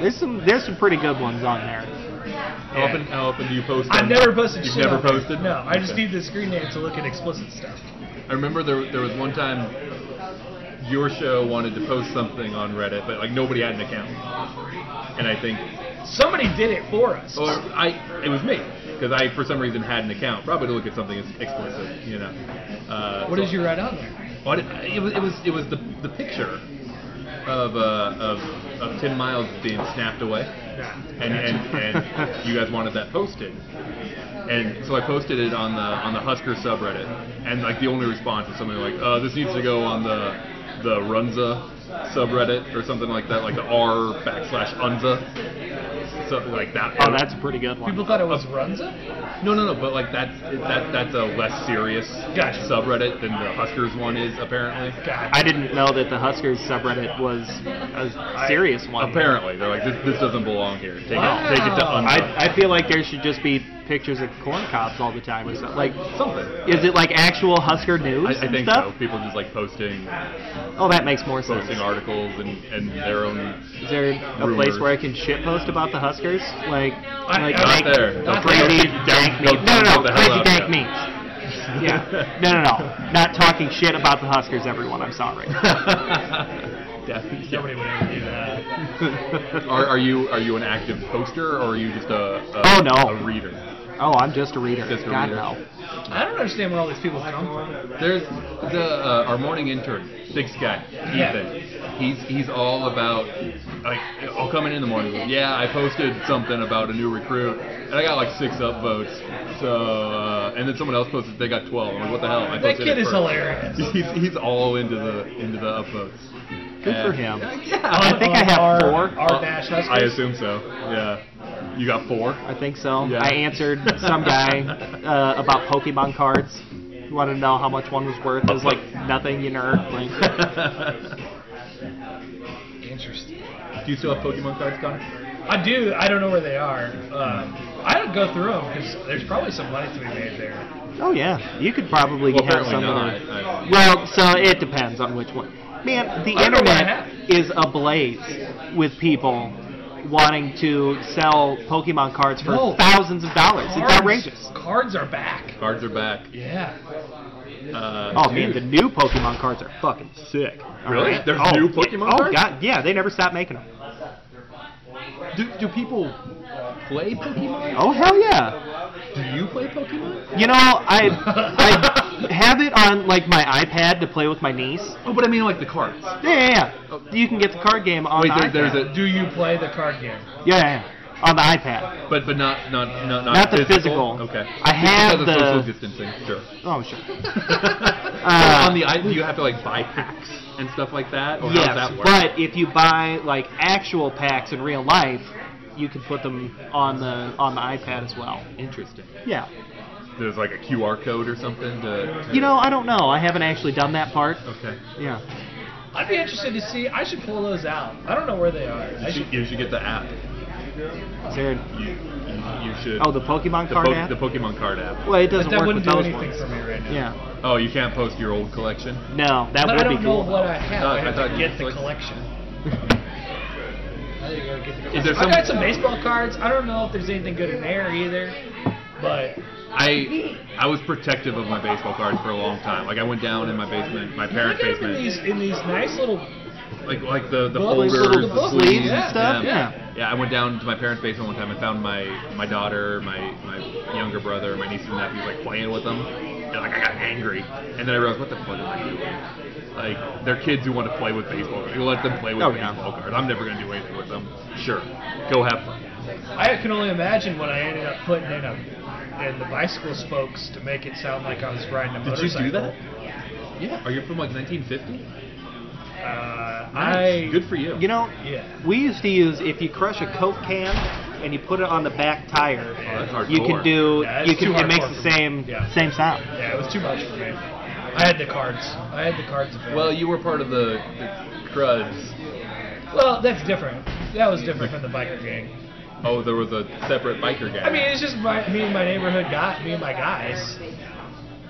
Speaker 5: There's some there's some pretty good ones on there.
Speaker 4: How often how often do you post?
Speaker 3: I've
Speaker 4: on-
Speaker 3: never posted
Speaker 4: You've
Speaker 3: shit.
Speaker 4: never
Speaker 3: on there.
Speaker 4: posted?
Speaker 3: No, I just
Speaker 4: Okay.
Speaker 3: need the screen name to look at explicit stuff.
Speaker 4: I remember there there was one time your show wanted to post something on Reddit, but like nobody had an account, and I think
Speaker 3: Somebody did it for us.
Speaker 4: or I it was me because I for some reason had an account, probably to look at something ex- explicit, you know. Uh,
Speaker 3: what
Speaker 4: so-
Speaker 3: did you write on there?
Speaker 4: What it, it was it was it was the the picture of uh, of of Tim Miles being snapped away
Speaker 3: Nah.
Speaker 4: and, and, and you guys wanted that posted. And so I posted it on the on the Husker subreddit, and like the only response was something like, uh, "This needs to go on the the Runza subreddit or something like that, like the R backslash Unza, something like that."
Speaker 5: Oh, that's a pretty good one.
Speaker 3: People thought it was Runza.
Speaker 4: No, no, no. But like that's that that's a less serious
Speaker 3: Gotcha.
Speaker 4: subreddit than the Huskers one is apparently.
Speaker 3: God.
Speaker 5: I didn't know that the Huskers subreddit was a serious one.
Speaker 4: Apparently, they're like this, this doesn't belong here. Take
Speaker 3: Wow.
Speaker 4: it, take it to unplugged.
Speaker 5: I, I feel like there should just be pictures of corn cobs all the time or something. Like,
Speaker 4: something.
Speaker 5: is it like actual Husker news
Speaker 4: I, I
Speaker 5: and
Speaker 4: think
Speaker 5: stuff?
Speaker 4: so. People just like posting
Speaker 5: Oh, that makes more sense.
Speaker 4: posting articles and and their
Speaker 5: [LAUGHS]
Speaker 4: own.
Speaker 5: Is there a
Speaker 4: Rumors.
Speaker 5: place where I can shitpost about the Huskers? Like, like
Speaker 3: not
Speaker 5: like
Speaker 4: there.
Speaker 5: the
Speaker 4: Not
Speaker 5: crazy
Speaker 4: there.
Speaker 5: dank
Speaker 4: No,
Speaker 5: meat. No, no,
Speaker 4: no,
Speaker 5: no,
Speaker 4: the hell
Speaker 5: crazy
Speaker 4: out,
Speaker 5: dank
Speaker 4: yeah.
Speaker 5: meat. Yeah. No, no, no. Not talking shit about the Huskers, everyone.
Speaker 4: [LAUGHS]
Speaker 5: I'm sorry.
Speaker 3: Nobody would ever do that.
Speaker 4: Are, are you are you an active poster or are you just a, a
Speaker 5: Oh, no.
Speaker 4: a reader?
Speaker 5: Oh, I'm just a reader.
Speaker 4: Just a
Speaker 5: God
Speaker 4: reader.
Speaker 5: no.
Speaker 3: I don't understand where all these people come from.
Speaker 4: There's the uh, our morning intern, Big Sky, Ethan. He's he's all about like I'll come in in the morning. Yeah, I posted something about a new recruit, and I got like six upvotes. So uh, and then someone else posted they got twelve. I'm like, what the hell? I
Speaker 3: That
Speaker 4: posted
Speaker 3: kid
Speaker 4: it
Speaker 3: is
Speaker 4: first.
Speaker 3: hilarious.
Speaker 4: [LAUGHS] He's, he's all into the into the upvotes.
Speaker 5: Good for
Speaker 4: And-
Speaker 5: him.
Speaker 4: [LAUGHS] Yeah,
Speaker 5: I think I have
Speaker 3: our,
Speaker 5: four.
Speaker 3: Our dash Huskers.
Speaker 4: I assume so. Yeah, you got four.
Speaker 5: I think so.
Speaker 4: Yeah.
Speaker 5: I answered some guy uh, about Pokemon cards. He wanted to know how much one was worth. It was like nothing, you nerd. Like,
Speaker 3: Interesting.
Speaker 4: [LAUGHS] Do you still have Pokemon cards, Connor?
Speaker 3: I do. I don't know where they are. Um, I don't go through them because there's probably some money to be made there.
Speaker 5: oh yeah, you could probably
Speaker 4: Well,
Speaker 5: have
Speaker 4: apparently
Speaker 5: some.
Speaker 4: not.
Speaker 5: of the-
Speaker 4: I-
Speaker 5: Well, so it depends on which one. Man, the
Speaker 3: I don't know what I
Speaker 5: internet is ablaze with people wanting to sell Pokemon cards for
Speaker 3: No.
Speaker 5: thousands of dollars. It's outrageous.
Speaker 3: Cards are back.
Speaker 4: Cards are back.
Speaker 3: Yeah.
Speaker 4: Uh,
Speaker 5: Oh
Speaker 4: dude.
Speaker 5: man, the new Pokemon cards are fucking sick.
Speaker 4: Really?
Speaker 5: Alright.
Speaker 4: There's
Speaker 5: oh,
Speaker 4: new
Speaker 5: yeah.
Speaker 4: Pokemon
Speaker 5: Oh
Speaker 4: cards?
Speaker 5: god, yeah, they never stopped making them.
Speaker 4: Do, do people play Pokemon?
Speaker 5: Oh hell yeah.
Speaker 4: Do you play Pokemon?
Speaker 5: You know, I
Speaker 4: [LAUGHS]
Speaker 5: I have it on like my iPad to play with my niece.
Speaker 4: Oh, but I mean like the cards.
Speaker 5: Yeah, yeah, yeah. You can get the card game on
Speaker 4: Wait,
Speaker 5: the
Speaker 4: there,
Speaker 5: iPad.
Speaker 4: there's a
Speaker 3: Do you play the card game?
Speaker 5: yeah, yeah, yeah. on the iPad.
Speaker 4: but but not not not not,
Speaker 5: Not the physical.
Speaker 4: Okay.
Speaker 5: I
Speaker 4: Just because
Speaker 5: have
Speaker 4: of
Speaker 5: the-
Speaker 4: social distancing. [LAUGHS] Sure.
Speaker 5: Oh sure.
Speaker 4: So on the i- do you have to like buy packs and stuff like that? Or how does
Speaker 5: Yes,
Speaker 4: that work?
Speaker 5: but if you buy like actual packs in real life, you can put them on the on the iPad as well.
Speaker 4: Interesting.
Speaker 5: Yeah.
Speaker 4: There's like a QR code or something to.
Speaker 5: You know, I don't know. I haven't actually done that part.
Speaker 4: Okay.
Speaker 5: Yeah.
Speaker 3: I'd be interested to see. I should pull those out. I don't know where they are. I
Speaker 4: You
Speaker 3: should,
Speaker 4: should, you should get the app.
Speaker 5: Is there?
Speaker 4: You, you, you should.
Speaker 5: Oh, the Pokemon
Speaker 4: the,
Speaker 5: card
Speaker 4: po-
Speaker 5: app.
Speaker 4: the Pokemon card app.
Speaker 5: well, it doesn't
Speaker 3: but that
Speaker 5: work
Speaker 3: wouldn't
Speaker 5: with
Speaker 3: do
Speaker 5: those
Speaker 3: anything
Speaker 5: ones.
Speaker 3: for me right now.
Speaker 5: Yeah.
Speaker 4: Oh, you can't post your old
Speaker 5: [LAUGHS]
Speaker 4: collection.
Speaker 5: No, that
Speaker 3: But
Speaker 5: would
Speaker 3: I don't
Speaker 5: be
Speaker 3: know
Speaker 5: cool.
Speaker 3: what I
Speaker 4: I
Speaker 3: have.
Speaker 4: thought-
Speaker 3: I have
Speaker 4: I thought
Speaker 3: to
Speaker 4: you
Speaker 3: get the
Speaker 4: clicked-
Speaker 3: collection. I think I gotta get the
Speaker 4: Is there
Speaker 3: collection. I got
Speaker 4: some-
Speaker 3: some baseball cards. I don't know if there's anything good in there either. But
Speaker 4: I I was protective of my baseball cards for a long time. Like I went down in my basement, my
Speaker 3: look
Speaker 4: parents'
Speaker 3: at them in
Speaker 4: basement,
Speaker 3: these in these nice little.
Speaker 4: like like the the
Speaker 3: Well, these
Speaker 4: folders,
Speaker 5: little
Speaker 4: the
Speaker 5: sleeves
Speaker 4: sleeves,
Speaker 5: and stuff, yeah.
Speaker 4: Yeah, I went down to my parents' basement one time and found my my daughter, my my younger brother, my niece and nephew like playing with them, and like I got angry, and then I realized what the fuck am I doing? Like they're kids who want to play with baseball. cards. You let them play with
Speaker 5: Oh, yeah.
Speaker 4: baseball cards. I'm never gonna do anything with them. Sure, go have fun.
Speaker 3: I can only imagine what I ended up putting in them and the bicycle spokes to make it sound like I was riding a
Speaker 4: Did you
Speaker 3: motorcycle.
Speaker 4: do that? Yeah. Are you from like 1950?
Speaker 3: Uh, I
Speaker 4: Good for you.
Speaker 5: You know,
Speaker 3: yeah.
Speaker 5: we used to use if you crush a Coke can and you put it on the back tire,
Speaker 4: Oh, that's hardcore.
Speaker 5: you can do
Speaker 3: Yeah, it's
Speaker 5: you can
Speaker 3: too
Speaker 5: it makes
Speaker 3: hardcore
Speaker 5: the
Speaker 3: for me.
Speaker 5: same
Speaker 3: Yeah.
Speaker 5: same sound.
Speaker 3: Yeah, it was too much for me. I had the cards. I had the cards. available.
Speaker 4: Well, you were part of the, the Cruds.
Speaker 3: well, that's different. That was different from the biker gang.
Speaker 4: Oh, there was a separate biker gang.
Speaker 3: I mean, it's just my, me and my neighborhood guy, me and my guys,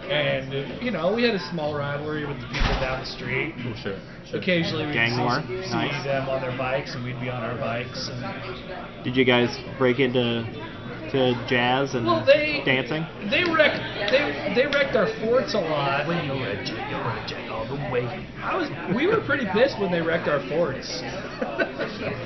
Speaker 3: and uh, you know, we had a small rivalry with the people down the street.
Speaker 4: oh, sure. sure.
Speaker 3: Occasionally, we'd
Speaker 5: Gang
Speaker 3: see,
Speaker 5: war.
Speaker 3: see
Speaker 5: Nice.
Speaker 3: them on their bikes, and we'd be on our bikes. And,
Speaker 5: Did you guys break into to jazz and
Speaker 3: well, they
Speaker 5: dancing?
Speaker 3: They wrecked. They they wrecked our forts a lot. I was. We were pretty pissed when they wrecked our forts, [LAUGHS]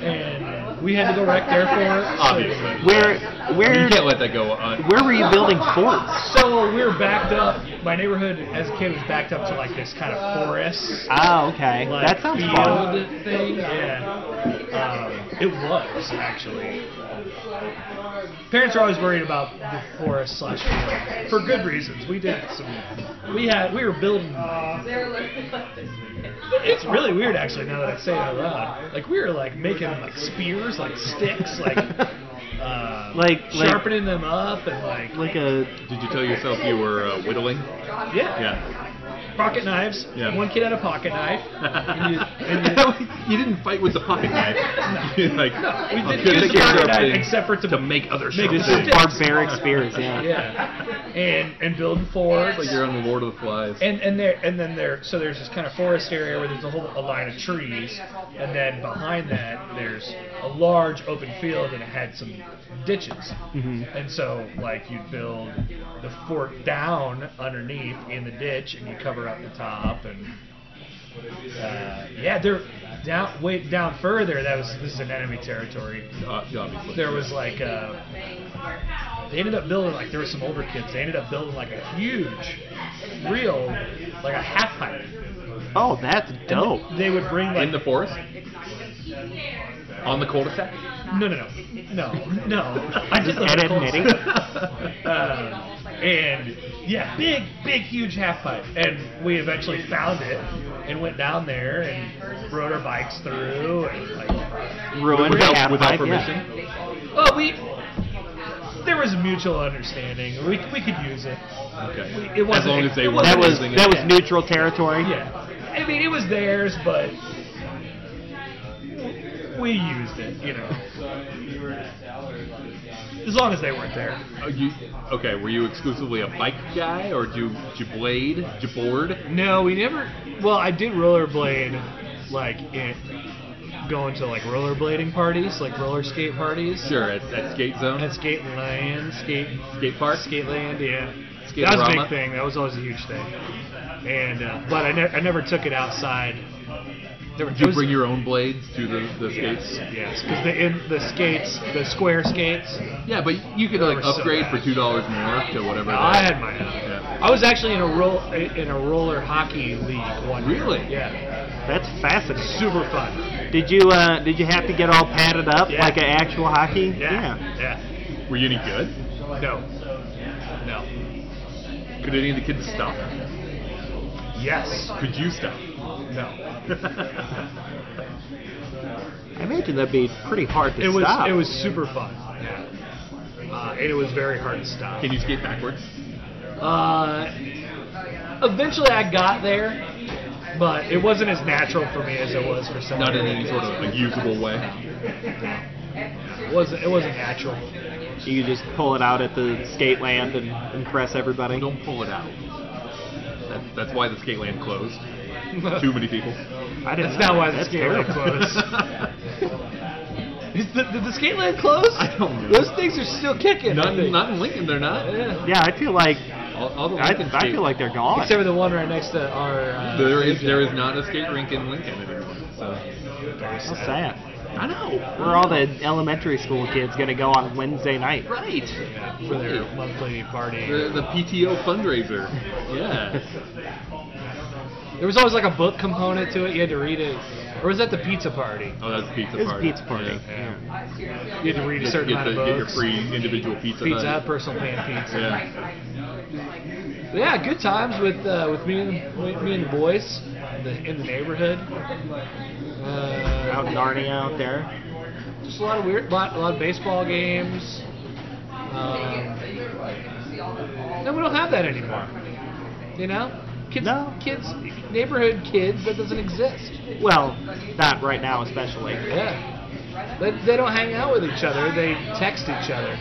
Speaker 3: and we had to go wreck their forts.
Speaker 4: Obviously.
Speaker 5: Where
Speaker 4: You
Speaker 5: where
Speaker 4: can't let that go on.
Speaker 5: where were you building forts?
Speaker 3: So we were backed up. My neighborhood as a kid was backed up to like this kind of forest.
Speaker 5: Ah, okay.
Speaker 3: like,
Speaker 5: That sounds
Speaker 3: field
Speaker 5: fun.
Speaker 3: thing. Yeah. Um, it was actually. Parents are always worried about the forest slash field for good reasons. We did some. We had we were building. It's really weird
Speaker 5: [LAUGHS]
Speaker 3: actually now that I say it out loud. Like we were like making like spears, like sticks, like uh,
Speaker 5: Like- like-
Speaker 3: sharpening them up and like, [LAUGHS]
Speaker 5: Like a
Speaker 4: Did you tell yourself you were uh, whittling?
Speaker 3: yeah,
Speaker 4: Yeah.
Speaker 3: pocket knives.
Speaker 4: Yeah.
Speaker 3: One kid had a pocket knife.
Speaker 4: [LAUGHS]
Speaker 3: and you, and you,
Speaker 4: you didn't fight with the [LAUGHS] pocket
Speaker 3: [LAUGHS]
Speaker 4: knife. You're like,
Speaker 3: No, we
Speaker 4: I'm
Speaker 3: didn't
Speaker 4: gonna
Speaker 3: use
Speaker 4: get
Speaker 3: the pocket
Speaker 4: sharp
Speaker 3: knife
Speaker 4: things
Speaker 3: except for to
Speaker 4: make other
Speaker 3: make
Speaker 4: sharp
Speaker 3: the
Speaker 4: things.
Speaker 3: stick.
Speaker 5: barbaric spears, yeah.
Speaker 3: yeah, and and building forts.
Speaker 4: It's like you're on the Lord of the Flies.
Speaker 3: And and there and then there so there's this kind of forest area where there's a whole a line of trees, and then behind that there's a large open field and it had some ditches,
Speaker 4: Mm-hmm.
Speaker 3: and so like you'd build the fort down underneath in the ditch and you cover up the top and. Uh, yeah, they're down way down further. That was this is an enemy territory
Speaker 4: Uh, yeah, obviously.
Speaker 3: there was like uh they ended up building like there were some older kids. They ended up building like a huge, real, like a half pipe.
Speaker 5: Oh, that's dope.
Speaker 3: They would bring like
Speaker 4: in the forest. On the cul-de-sac.
Speaker 3: no no no no no. [LAUGHS] I
Speaker 5: Just
Speaker 3: just live in
Speaker 5: edit
Speaker 3: a cold-
Speaker 5: knitting.
Speaker 3: [LAUGHS] Um, and yeah, big big huge half pipe. And we eventually found it and went down there and rode our bikes through and like
Speaker 5: Ruined
Speaker 4: without,
Speaker 5: half
Speaker 4: without
Speaker 5: pipe, yeah.
Speaker 4: permission.
Speaker 3: well we. There was mutual understanding. We, we could use it.
Speaker 4: Okay.
Speaker 3: We- it
Speaker 4: as
Speaker 3: wasn't-
Speaker 4: long as they
Speaker 3: it
Speaker 4: were
Speaker 3: wasn't
Speaker 5: That was
Speaker 4: using
Speaker 5: that
Speaker 4: it.
Speaker 5: was neutral territory.
Speaker 3: Yeah. I mean, it was theirs, but we used it, you know. As long as they weren't there.
Speaker 4: Oh, you, okay, were you exclusively a bike guy, or did you, did you blade, did you board?
Speaker 3: No, we never. Well, I did rollerblade, like, in, going to, like, rollerblading parties, like roller skate parties.
Speaker 4: Sure, at, at skate zone,
Speaker 3: At skate land, skate
Speaker 4: skate park.
Speaker 3: skate land, yeah.
Speaker 4: Skate
Speaker 3: that was a
Speaker 4: Rama.
Speaker 3: big thing. That was always a huge thing. And uh, but I, ne- I never took it outside. There were- it
Speaker 4: Did you
Speaker 3: was-
Speaker 4: bring your own blades to the, the skates?
Speaker 3: Yes, because the in, the skates, the square skates.
Speaker 4: Yeah, but you could like
Speaker 3: were so
Speaker 4: upgrade
Speaker 3: bad.
Speaker 4: for two dollars more to whatever.
Speaker 3: No,
Speaker 4: that-
Speaker 3: I had my own.
Speaker 4: Yeah.
Speaker 3: I was actually in a roll in a roller hockey league one. year.
Speaker 4: Really?
Speaker 3: Yeah.
Speaker 5: That's fascinating.
Speaker 3: Super fun.
Speaker 5: Did you uh, did you have to get all padded up
Speaker 3: Yeah.
Speaker 5: like an actual hockey?
Speaker 3: Yeah. Yeah.
Speaker 4: Oh, Were you any good?
Speaker 3: No. No.
Speaker 4: Could any of the kids stop?
Speaker 3: Yes.
Speaker 4: Could you stop? [LAUGHS]
Speaker 3: No.
Speaker 5: I imagine that'd be pretty hard to
Speaker 3: It was
Speaker 5: stop.
Speaker 3: it was super fun. Yeah. Uh, and it was very hard to stop.
Speaker 4: Can you skate backwards?
Speaker 3: Uh, eventually I got there, but it wasn't as natural for me as it was for some.
Speaker 4: Not
Speaker 3: other
Speaker 4: in any
Speaker 3: kids.
Speaker 4: sort of like, usable way.
Speaker 3: It wasn't it wasn't natural.
Speaker 5: you just pull it out at the skate land and impress everybody.
Speaker 4: Don't pull it out. That's, that's why the skate land closed. [LAUGHS] [LAUGHS] Too many people.
Speaker 5: I
Speaker 3: That's
Speaker 5: didn't know.
Speaker 3: not why the
Speaker 5: That's
Speaker 3: skate land
Speaker 5: terrible.
Speaker 3: closed.
Speaker 4: [LAUGHS]
Speaker 3: Is the, did the skate land close?
Speaker 4: I don't know.
Speaker 3: Those things are still kicking.
Speaker 4: Not,
Speaker 3: aren't they?
Speaker 4: in- not in Lincoln, they're not.
Speaker 5: Yeah, I feel like
Speaker 4: All, all the
Speaker 5: I,
Speaker 4: Lincoln
Speaker 5: I
Speaker 4: skate-
Speaker 5: feel like they're gone.
Speaker 3: Except for the one right next to our. Uh,
Speaker 4: there is there is not a skate rink in Lincoln anymore. So
Speaker 5: How sad.
Speaker 4: I know.
Speaker 5: Where are all the elementary school kids gonna go on Wednesday night?
Speaker 4: Right.
Speaker 3: for their monthly party.
Speaker 4: The, the PTO fundraiser.
Speaker 3: [LAUGHS]
Speaker 4: Yeah.
Speaker 3: There was always like a book component to it. You had to read it, or was that the pizza party?
Speaker 4: Oh, that's pizza
Speaker 5: It's
Speaker 4: party.
Speaker 5: pizza party.
Speaker 4: Yeah.
Speaker 5: Yeah.
Speaker 3: You had to read a
Speaker 4: Get,
Speaker 3: certain
Speaker 4: get,
Speaker 3: amount
Speaker 4: the,
Speaker 3: of
Speaker 4: get your
Speaker 3: books.
Speaker 4: free individual pizza.
Speaker 3: pizza, Hut,
Speaker 4: Hut.
Speaker 3: personal pan pizza.
Speaker 4: Yeah.
Speaker 3: Yeah. good times with uh, with me and the, me and the boys in the, in the neighborhood. Uh,
Speaker 5: Out in Narnia out there.
Speaker 3: Just a lot of weird, lot, a lot of baseball games. Um, no, we don't have that anymore. You know, kids,
Speaker 5: No.
Speaker 3: kids, neighborhood kids. That doesn't exist.
Speaker 5: Well, not right now especially.
Speaker 3: Yeah, they, they don't hang out with each other. They text each other.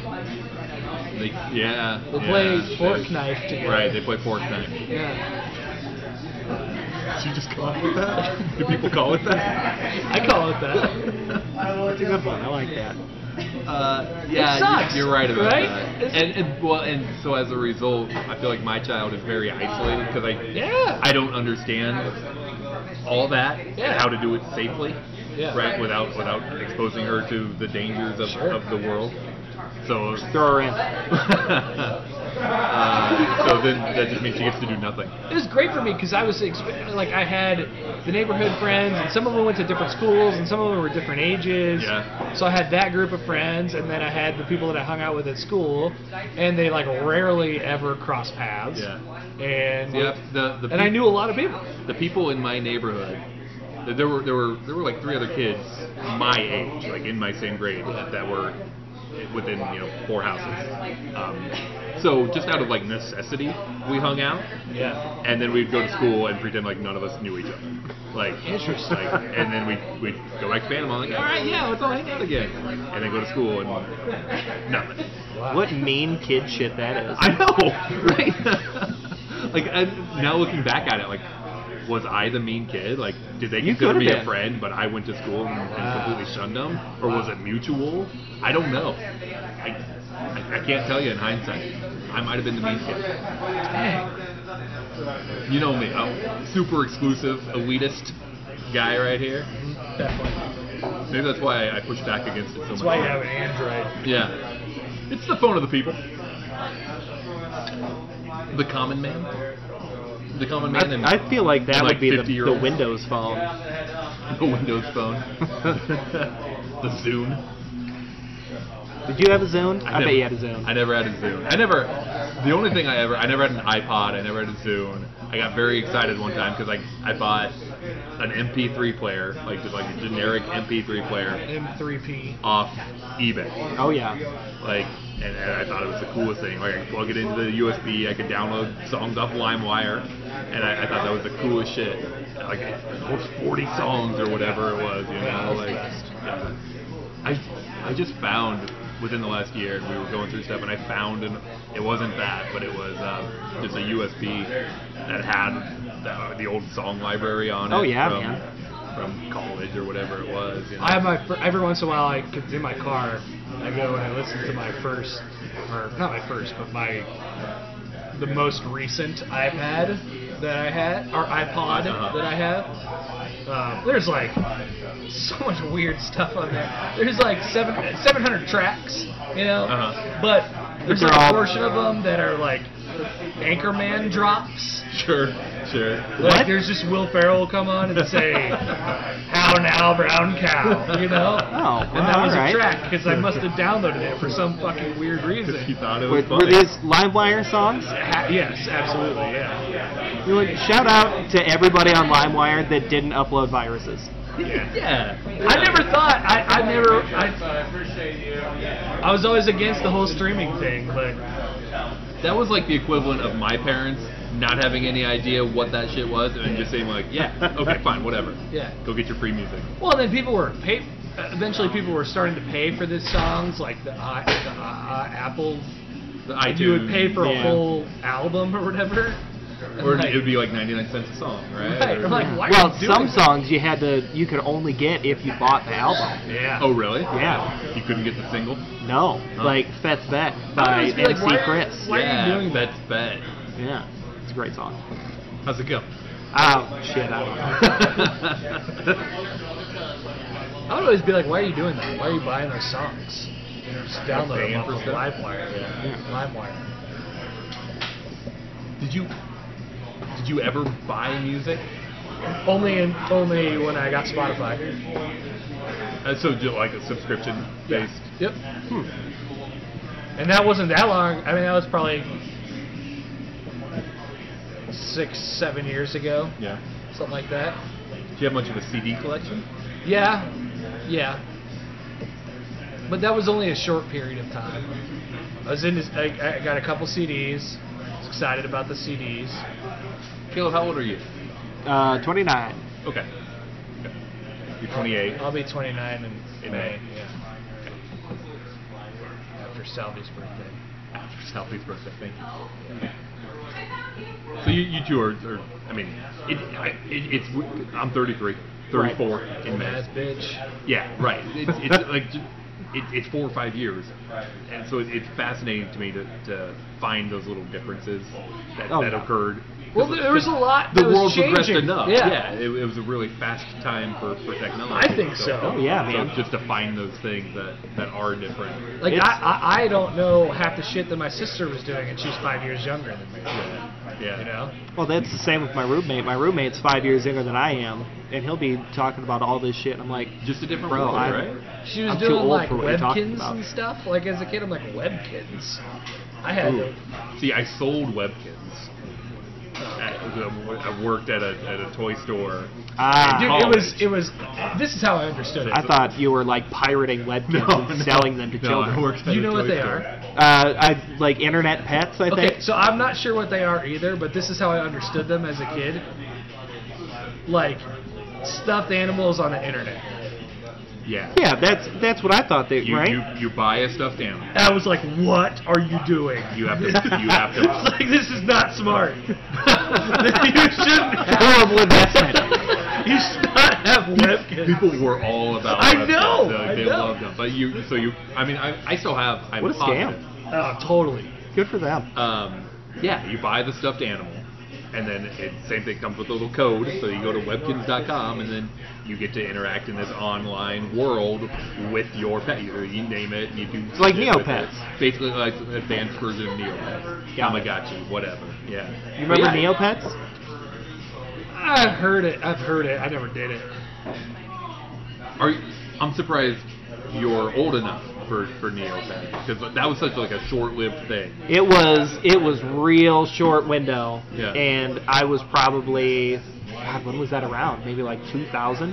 Speaker 4: They, yeah.
Speaker 3: They
Speaker 4: yeah.
Speaker 3: play
Speaker 4: They-
Speaker 3: fork knife together.
Speaker 4: Right. They play fork knife.
Speaker 3: [LAUGHS] Yeah,
Speaker 4: Did you just call it that? Do people call it
Speaker 3: [LAUGHS]
Speaker 4: that?
Speaker 3: I call it that.
Speaker 5: That's a good one. I like that.
Speaker 4: Uh, yeah,
Speaker 3: It sucks,
Speaker 4: you're right about
Speaker 3: right?
Speaker 4: that. And, and well, and so as a result, I feel like my child is very isolated because I
Speaker 3: Yeah.
Speaker 4: I don't understand all that and
Speaker 3: Yeah.
Speaker 4: how to do it safely,
Speaker 3: Yeah.
Speaker 4: right? Without without exposing her to the dangers of,
Speaker 3: Sure.
Speaker 4: of the world. So
Speaker 5: Throw her
Speaker 4: [LAUGHS]
Speaker 5: in.
Speaker 4: uh, so then that just means she gets to do nothing.
Speaker 3: It was great for me because I was exp- like I had the neighborhood friends, and some of them went to different schools, and some of them were different ages.
Speaker 4: Yeah.
Speaker 3: So I had that group of friends, and then I had the people that I hung out with at school, and they like rarely ever cross paths.
Speaker 4: Yeah.
Speaker 3: And
Speaker 4: Yep. The, the
Speaker 3: and I
Speaker 4: peop-
Speaker 3: knew a lot of people.
Speaker 4: the people in my neighborhood. th- There were there were there were like three other kids my age, like in my same grade, that were within you know four houses. Um, so just out of like necessity, we hung out,
Speaker 3: Yeah.
Speaker 4: and then we'd go to school and pretend like none of us knew each other. Like
Speaker 3: Interesting.
Speaker 4: Like, and then we would go back to Panama. Like, all right, yeah, let's all hang out again, and then go to school and nothing.
Speaker 5: What mean kid shit that is.
Speaker 4: [LAUGHS] I know, right? [LAUGHS] like i now looking back at it, like was I the mean kid? Like did they
Speaker 5: You
Speaker 4: consider
Speaker 5: could've
Speaker 4: me
Speaker 5: been.
Speaker 4: a friend, but I went to school and, and
Speaker 3: Wow.
Speaker 4: completely shunned them, or was it mutual? I don't know. I, I I can't tell you in hindsight. I might have been the mean kid. You know me, I'm super exclusive, elitist guy right here.
Speaker 3: Mm-hmm. Definitely.
Speaker 4: Maybe that's why I push back against it so
Speaker 3: That's
Speaker 4: much.
Speaker 3: why you have an Android.
Speaker 4: Yeah. It's the phone of the people. The common man. The common man and
Speaker 5: I, I feel like that
Speaker 4: and,
Speaker 5: would be the,
Speaker 4: 50-year-old.
Speaker 5: the Windows phone.
Speaker 4: [LAUGHS] The Windows phone. [LAUGHS] the Zune.
Speaker 5: Did you have a Zune? I, bet
Speaker 4: never-
Speaker 5: you had a Zune.
Speaker 4: I never had a Zune. I never. The only thing I ever. I never had an iPod. I never had a Zune. I got very excited one time because I I bought an MP3 player, like just like a generic MP3 player,
Speaker 3: M3P.
Speaker 4: off eBay.
Speaker 5: oh yeah.
Speaker 4: like and, and I thought it was the coolest thing. Like I could plug it into the USB, I could download songs off LimeWire, and I, I thought that was the coolest shit. Like it was 40 songs or whatever it was, you know. Like yeah. I I just found within the last year, we were going through stuff, and I found an it wasn't that, but it was um, just a USB that had the, the old song library on it.
Speaker 5: Oh, yeah,
Speaker 4: from,
Speaker 5: man.
Speaker 4: From college or whatever it was. You know?
Speaker 3: I have my fir- every once in a while I could in my car I go and I listen to my first or not my first but my the most recent iPad that I had or iPod
Speaker 4: Uh-huh.
Speaker 3: that I have. Um, there's like so much weird stuff on there. There's like seven 700 tracks, you know,
Speaker 4: Uh-huh.
Speaker 3: but there's
Speaker 5: They're
Speaker 3: like a
Speaker 5: all-
Speaker 3: portion of them that are like Anchorman drops.
Speaker 4: [LAUGHS] sure, sure.
Speaker 3: Like there's just Will Ferrell will come on and say, "How now, brown cow," you know?
Speaker 5: Oh,
Speaker 3: and that
Speaker 5: wow,
Speaker 3: was
Speaker 5: alright.
Speaker 3: a track because I must have downloaded it for some fucking weird reason.
Speaker 4: He thought it
Speaker 5: Were,
Speaker 4: was
Speaker 5: were
Speaker 4: funny.
Speaker 5: these LimeWire songs?
Speaker 3: Ha- yes, absolutely, yeah.
Speaker 5: You know, shout out to everybody on LimeWire that didn't upload viruses.
Speaker 4: Yeah.
Speaker 3: I never thought I, I never I, I was always against the whole streaming thing, but
Speaker 4: That was like the equivalent of my parents not having any idea what that shit was and just saying like, yeah,
Speaker 3: [LAUGHS]
Speaker 4: okay, fine, whatever.
Speaker 3: yeah.
Speaker 4: Go get your free music.
Speaker 3: Well, then people were pay. Eventually, people were starting to pay for these songs, like the, i the uh, Apple.
Speaker 4: The
Speaker 3: And you would pay for a
Speaker 5: yeah.
Speaker 3: whole album or whatever. [LAUGHS]
Speaker 4: or it would be like 99 cents a song, right?
Speaker 3: Right,
Speaker 4: Or-
Speaker 3: like, why
Speaker 5: well,
Speaker 3: are you doing
Speaker 5: some
Speaker 3: that?
Speaker 5: songs you had to, you could only get if you bought the album.
Speaker 3: Yeah.
Speaker 4: oh really?
Speaker 5: Yeah.
Speaker 4: You couldn't get the single.
Speaker 5: No,
Speaker 4: Huh.
Speaker 5: like Fet's Bet
Speaker 3: I
Speaker 5: by
Speaker 3: always
Speaker 5: MC
Speaker 3: feel like, why are-
Speaker 5: Chris.
Speaker 3: Why are you
Speaker 4: yeah,
Speaker 3: doing that?
Speaker 4: That's bad.
Speaker 5: Yeah, it's a great song.
Speaker 3: [LAUGHS]
Speaker 4: How's it go?
Speaker 5: Oh shit, I don't know.
Speaker 3: [LAUGHS] I would always be like, why are you doing that? Why are you buying those songs? You know, just download
Speaker 4: Paying
Speaker 3: them off
Speaker 4: for
Speaker 3: of
Speaker 4: stuff?
Speaker 3: LimeWire.
Speaker 4: Yeah.
Speaker 3: LimeWire.
Speaker 4: did you did you ever buy music?
Speaker 3: Only in, only when I got Spotify.
Speaker 4: Uh, so do- like a Hmm. subscription based.
Speaker 3: Yep. And that wasn't that long. I mean, that was probably six, seven years ago,
Speaker 4: Yeah.
Speaker 3: something like that.
Speaker 4: Do you have much of a CD collection?
Speaker 3: Yeah, yeah. But that was only a short period of time. I was in this. I, I got a couple CDs. Was excited about the CDs.
Speaker 4: Caleb, how old are you?
Speaker 5: Uh, 29.
Speaker 4: Okay. You're 28.
Speaker 3: I'll be 29 in,
Speaker 4: In
Speaker 3: in May.
Speaker 4: May.
Speaker 3: Yeah. After Salvi's birthday.
Speaker 4: After Sally's birthday, thank you. So you, you two are, are I mean, it, I, it, it's I'm 33, 34 in
Speaker 3: Old
Speaker 4: May.
Speaker 3: ass bitch.
Speaker 4: Yeah, right. It's, it's like ju- it, it's four or five years, and so it, it's fascinating to me to, to find those little differences that,
Speaker 5: Oh,
Speaker 4: that
Speaker 5: yeah.
Speaker 4: occurred.
Speaker 3: Well, there was a lot.
Speaker 4: The
Speaker 3: that was
Speaker 4: world progressed
Speaker 3: changing.
Speaker 4: enough.
Speaker 3: Yeah.
Speaker 4: it, it was a really fast time for, for technology.
Speaker 3: I think so.
Speaker 5: Oh yeah, man.
Speaker 4: So just to find those things that, that are different.
Speaker 3: Like I,
Speaker 5: It's-
Speaker 3: I, I don't know half the shit that my sister was doing, and she's five years younger than me.
Speaker 4: Yeah.
Speaker 3: You know.
Speaker 5: Well, that's the same with my roommate. My roommate's five years younger than I am, and he'll be talking about all this shit. And I'm like,
Speaker 4: Just a different
Speaker 5: Bro,
Speaker 4: world,
Speaker 5: I'm-
Speaker 4: right?
Speaker 3: She was
Speaker 5: I'm too
Speaker 3: doing
Speaker 5: old
Speaker 3: like
Speaker 5: for what you're talking
Speaker 3: webkins
Speaker 5: about.
Speaker 3: and stuff. Like as a kid, I'm like webkins. I had
Speaker 4: Ooh.
Speaker 3: to.
Speaker 4: See, I sold Webkins. I um, I worked at a, at a toy
Speaker 5: [LAUGHS]
Speaker 4: store.
Speaker 5: Ah,
Speaker 3: Dude, it
Speaker 4: college.
Speaker 3: was it was. This is how I understood it.
Speaker 5: I thought you were like pirating Webkins and Oh, selling them to
Speaker 4: no, I
Speaker 5: children.
Speaker 4: worked
Speaker 3: Do
Speaker 4: at
Speaker 3: you
Speaker 4: a
Speaker 3: know what
Speaker 4: toy
Speaker 3: they
Speaker 4: store.
Speaker 3: are?
Speaker 5: Uh, I like internet pets. I
Speaker 3: Okay,
Speaker 5: think.
Speaker 3: so I'm not sure what they are either, but this is how I understood them as a kid. Like stuffed animals on the internet.
Speaker 4: Yeah.
Speaker 5: Yeah, that's that's what I thought they
Speaker 4: You,
Speaker 5: right. [LAUGHS]
Speaker 4: you, you buy a stuffed animal.
Speaker 3: I was like, "What are you doing? [LAUGHS]
Speaker 4: You
Speaker 5: [LAUGHS]
Speaker 4: have to. You have to.
Speaker 3: It's like this is not smart. [LAUGHS] [LAUGHS] you
Speaker 5: [LAUGHS]
Speaker 3: shouldn't. Have,
Speaker 5: Horrible investment.
Speaker 3: you should not have
Speaker 5: [LAUGHS]
Speaker 3: Lipkin.
Speaker 4: People were all about.
Speaker 3: I
Speaker 4: Leftovers.
Speaker 3: know,
Speaker 4: They,
Speaker 3: I
Speaker 4: they
Speaker 3: know.
Speaker 4: loved them. But you. So you. I mean, I, I still have. I'm
Speaker 5: What a
Speaker 4: positive.
Speaker 5: scam.
Speaker 3: Oh, totally.
Speaker 5: Good for them.
Speaker 4: Um, yeah, you buy the stuffed animal, and then it same thing comes with a little code. So you go to webkins.com, and then you get to interact in this online world with your pet. You, you name it, you do.
Speaker 5: like
Speaker 4: shit with
Speaker 5: Neopets.
Speaker 4: it. basically like an advanced version of Neopets,
Speaker 5: Got it.
Speaker 4: Tamagotchi, whatever. Yeah.
Speaker 5: You remember
Speaker 4: yeah.
Speaker 5: Neopets?
Speaker 3: I've heard it. I've heard it. I never did it.
Speaker 4: Are you, I'm surprised you're old enough for for Neopets because that was such like a short-lived thing.
Speaker 5: It was it was real short window,
Speaker 4: Yeah.
Speaker 5: and I was probably God, when was that around? Maybe like 2000.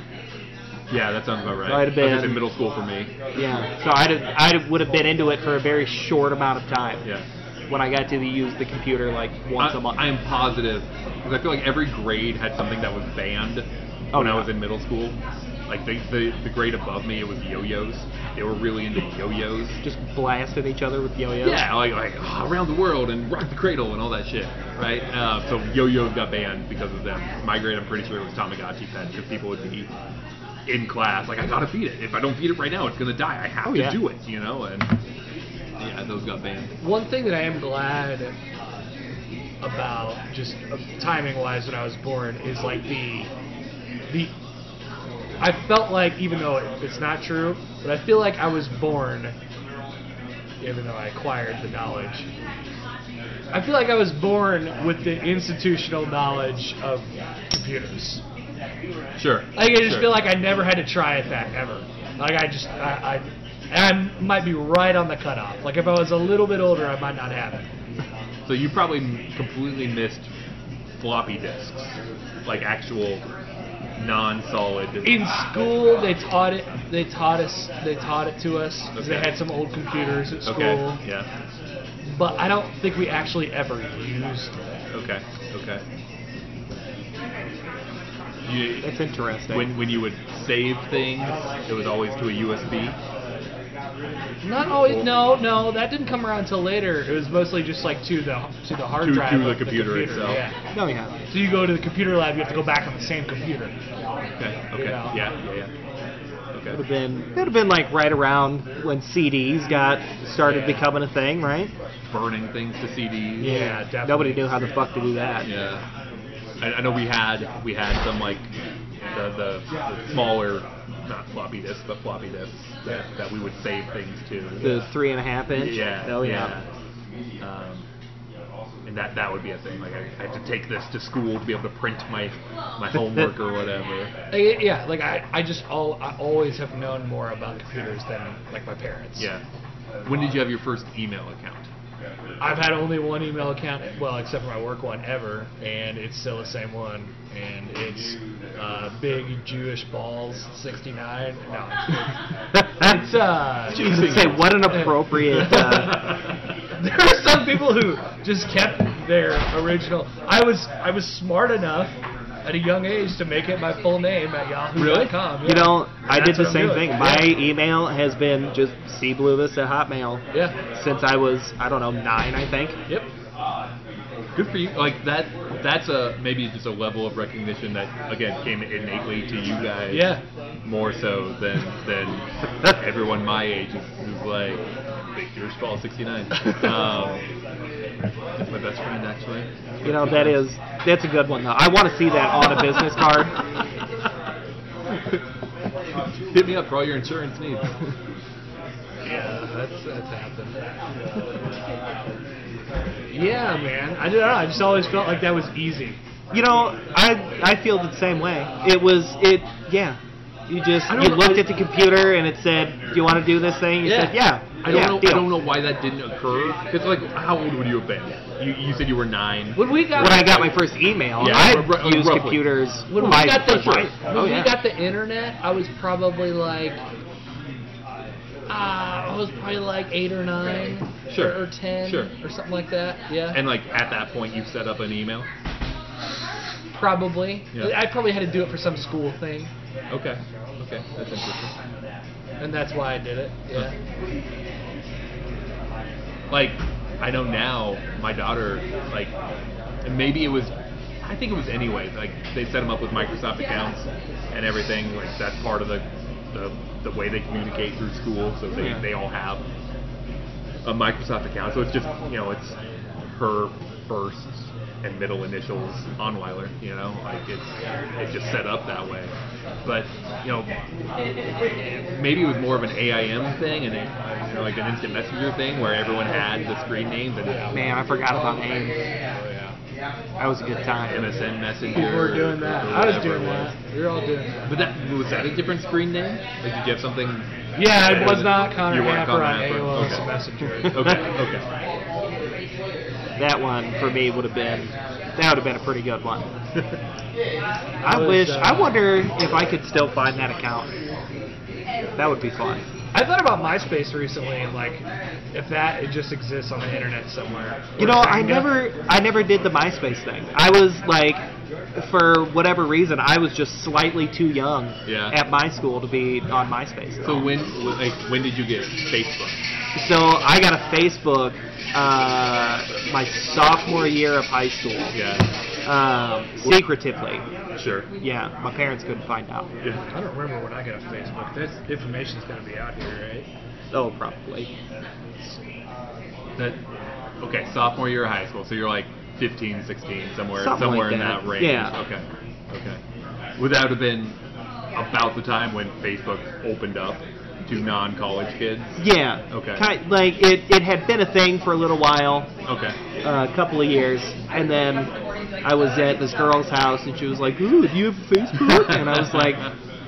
Speaker 4: Yeah, that sounds about right.
Speaker 5: Might have
Speaker 4: That was
Speaker 5: been.
Speaker 4: in middle school for me.
Speaker 5: Yeah. So I'd have, I would have been into it for a very short amount of time.
Speaker 4: Yeah. Uh,
Speaker 5: When I got to use the computer like once
Speaker 4: I,
Speaker 5: a month.
Speaker 4: I am positive because I feel like every grade had something that was banned
Speaker 5: Oh,
Speaker 4: when I
Speaker 5: yeah.
Speaker 4: was in middle school. Like the, the the grade above me, it was yo-yos. They were really into yo-yos.
Speaker 5: just blasted each other with yo-yos.
Speaker 4: Yeah, like, like "Ah, around the world and rock the cradle and all that shit, right? Uh, so yo-yos got banned because of them. My grade, I'm pretty sure it was Tamagotchi pets because people would be in class like, I gotta feed it. If I don't feed it right now, it's gonna die. I have
Speaker 5: Oh,
Speaker 4: to
Speaker 5: yeah.
Speaker 4: do it, you know? And yeah, those got banned.
Speaker 3: One thing that I am glad about, just timing wise, when I was born, is like the the. I felt like, even though it, it's not true, but I feel like I was born, even though I acquired the knowledge. I feel like I was born with the institutional knowledge of computers.
Speaker 4: Sure.
Speaker 3: Like I just
Speaker 4: sure.
Speaker 3: feel like I never had to try at that ever. Like I just I, I and I might be right on the cutoff. Like if I was a little bit older, I might not have it.
Speaker 4: So you probably m- completely missed floppy disks, like actual non-solid.
Speaker 3: In school, they taught it. They taught us. They taught it to us. 'cause They
Speaker 4: Okay.
Speaker 3: had some old computers at school,
Speaker 4: okay. Yeah.
Speaker 3: but I don't think we actually ever used them.
Speaker 4: Okay. Okay. You,
Speaker 5: That's interesting.
Speaker 4: when when you would save things, it was always to a USB.
Speaker 3: Not always. No, no, that didn't come around until later. It was mostly just like to the to the hard
Speaker 4: To- to
Speaker 3: drive.
Speaker 4: the
Speaker 3: of
Speaker 4: computer itself.
Speaker 3: Yeah.
Speaker 5: No, Oh, yeah.
Speaker 3: So you go to the computer lab, you have to go back on the same computer.
Speaker 4: Okay. Okay.
Speaker 3: Yeah.
Speaker 4: Yeah. Yeah. yeah.
Speaker 5: It would have
Speaker 4: Okay.
Speaker 5: been it would have been like right around when CDs got started
Speaker 3: Yeah.
Speaker 5: becoming a thing, right?
Speaker 4: Burning things to CDs.
Speaker 3: Yeah, definitely.
Speaker 5: Nobody knew how the fuck to do that.
Speaker 4: Yeah, I, I know we had we had some like the, the, the smaller, not floppy disks, but floppy disks that, that we would save things to.
Speaker 5: The three and a half inch.
Speaker 4: yeah,
Speaker 5: Oh
Speaker 4: yeah. Um, and that that would be a thing. Like I, I had to take this to school to be able to print my my homework or
Speaker 3: [LAUGHS]
Speaker 4: whatever.
Speaker 3: Like, it- yeah, like I, I just all I always have known more about computers than like my parents.
Speaker 4: Yeah. When did you have your first email account?
Speaker 3: I've had only one email account, well, except for my work one ever, and it's still the same one, and it's uh, big Jewish balls sixty nine. No, it's uh.
Speaker 5: [LAUGHS] You could say what an appropriate. Uh,
Speaker 3: [LAUGHS] There are some people who just kept their original. I was I was smart enough at a young age to make it my full name at Yahoo.com.
Speaker 4: Really?
Speaker 3: Yeah.
Speaker 5: you know, I
Speaker 3: That's
Speaker 5: did the
Speaker 3: what I'm
Speaker 5: same
Speaker 3: doing.
Speaker 5: thing. My email has been just cbluvis at hotmail
Speaker 3: yeah.
Speaker 5: since I was I don't know nine I think.
Speaker 3: yeah. Yep.
Speaker 4: Good for you. Like that. That's a maybe just a level of recognition that again came innately to you guys.
Speaker 3: Yeah.
Speaker 4: More so than than everyone my age is, is like. Big Jewish Ball 69. Um, that's my best friend actually.
Speaker 5: You know that is that's a good one though. I want to see that on a business card.
Speaker 3: [LAUGHS]
Speaker 4: Hit me up for all your insurance needs.
Speaker 3: Yeah, that's that's happened. yeah, man. I don't know. I just always felt like that was easy.
Speaker 5: You know, I I feel the same way. It was it yeah. You just
Speaker 4: I don't
Speaker 5: you
Speaker 4: know-
Speaker 5: looked at the computer and it said, "Do you want to do this thing?" You said, "Yeah."
Speaker 4: I don't
Speaker 5: yeah,
Speaker 4: know.
Speaker 5: Deal.
Speaker 4: I don't know why that didn't occur. It's like, how old would you have been? You, you said you were nine.
Speaker 3: When we got
Speaker 5: When I got my first email,
Speaker 4: Yeah,
Speaker 5: I
Speaker 4: r- r-
Speaker 5: used
Speaker 4: roughly.
Speaker 5: computers.
Speaker 3: when we
Speaker 5: my
Speaker 3: got the
Speaker 5: first life.
Speaker 3: when
Speaker 5: Oh,
Speaker 3: we
Speaker 5: yeah.
Speaker 3: got the internet, I was probably like uh, I was probably like eight or nine
Speaker 4: Sure.
Speaker 3: or, or ten
Speaker 4: Sure.
Speaker 3: or something like that. Yeah,
Speaker 4: And like at that point, you set up an email.
Speaker 3: probably
Speaker 4: Yeah.
Speaker 3: I probably had to do it for some school thing,
Speaker 4: Okay. Okay. That's interesting.
Speaker 3: and that's why I did it. Yeah.
Speaker 4: Like, I know now my daughter like, and maybe it was. I think it was anyway. Like they set them up with Microsoft accounts and everything. Like that's part of the the, the way they communicate through school. So they,
Speaker 5: Yeah.
Speaker 4: they all have a Microsoft account. So it's just you know it's her first and middle initials Onweiler. You know, like it's it's just set up that way. But you know, maybe it was more of an AIM thing and it, you know, like an instant messenger thing where everyone had the screen name, but Oh,
Speaker 5: Man, I forgot about names. That was a good time.
Speaker 4: MSN Messenger.
Speaker 3: People were doing that.
Speaker 4: or
Speaker 3: I was
Speaker 4: whatever
Speaker 3: doing
Speaker 4: it was.
Speaker 3: that. We were all doing that.
Speaker 4: But that was that a different screen name? Like, did you have something?
Speaker 3: Yeah,
Speaker 4: Or
Speaker 3: it was not
Speaker 4: it-
Speaker 3: Connor
Speaker 4: you weren't
Speaker 3: Happer
Speaker 4: Connor
Speaker 3: on
Speaker 4: Happer.
Speaker 3: AOL
Speaker 4: Okay.
Speaker 3: Messenger.
Speaker 4: Okay. Okay.
Speaker 5: That one for me would have been that would have been a pretty good
Speaker 4: [LAUGHS]
Speaker 3: [LAUGHS]
Speaker 5: one. I
Speaker 3: was,
Speaker 5: wish.
Speaker 3: uh,
Speaker 5: I wonder if I could still find that account. That would be fun.
Speaker 3: I thought about MySpace recently, and like, if that it just exists on the internet somewhere.
Speaker 5: You know,
Speaker 3: Or
Speaker 5: I
Speaker 3: can go-
Speaker 5: never, I never did the MySpace thing. I was like, for whatever reason, I was just slightly too young
Speaker 4: Yeah.
Speaker 5: at my school to be on MySpace.
Speaker 4: So when, like, when did you get Facebook?
Speaker 5: So I got a Facebook uh, my sophomore year of high school,
Speaker 4: Yeah.
Speaker 5: um, secretively.
Speaker 4: Sure.
Speaker 5: Yeah, my parents couldn't find out.
Speaker 4: Yeah.
Speaker 3: I don't remember when I got on Facebook. That information's gonna be out here, right?
Speaker 5: Oh, probably.
Speaker 4: That, okay, sophomore year of high school. So you're like 15, 16, somewhere,
Speaker 5: Something
Speaker 4: somewhere
Speaker 5: like
Speaker 4: in
Speaker 5: that.
Speaker 4: that range.
Speaker 5: Yeah.
Speaker 4: Okay. Okay. Would that have been about the time when Facebook opened up to non-college kids?
Speaker 5: Yeah.
Speaker 4: Okay.
Speaker 5: Ki- like it, it had been a thing for a little while, uh,
Speaker 4: Okay.
Speaker 5: a couple of years, and then I was at this girl's house, and she was like, "Ooh, do you have Facebook?" and I
Speaker 3: [LAUGHS]
Speaker 5: was like,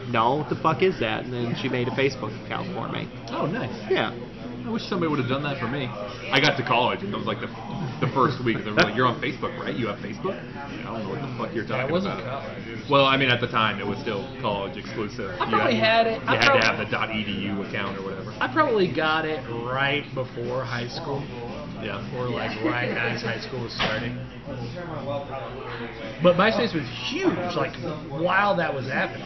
Speaker 5: "No, what the fuck is that?" And then she made a Facebook account for me.
Speaker 4: Oh, nice.
Speaker 5: Yeah.
Speaker 4: I wish somebody would have done that for me. I got to college and it was like the, the first week. They were like, "You're on Facebook, right? You have Facebook?" I don't know what the fuck you're talking
Speaker 3: wasn't
Speaker 4: about.
Speaker 3: college.
Speaker 4: Well, I mean, at the time it was still college exclusive.
Speaker 3: I probably had it.
Speaker 4: You
Speaker 3: I
Speaker 4: had
Speaker 3: probably-
Speaker 4: to have the .edu account or whatever.
Speaker 3: I probably got it right before high school,
Speaker 4: Yeah.
Speaker 3: or like right as high school was starting. But MySpace was huge. Like while that was happening,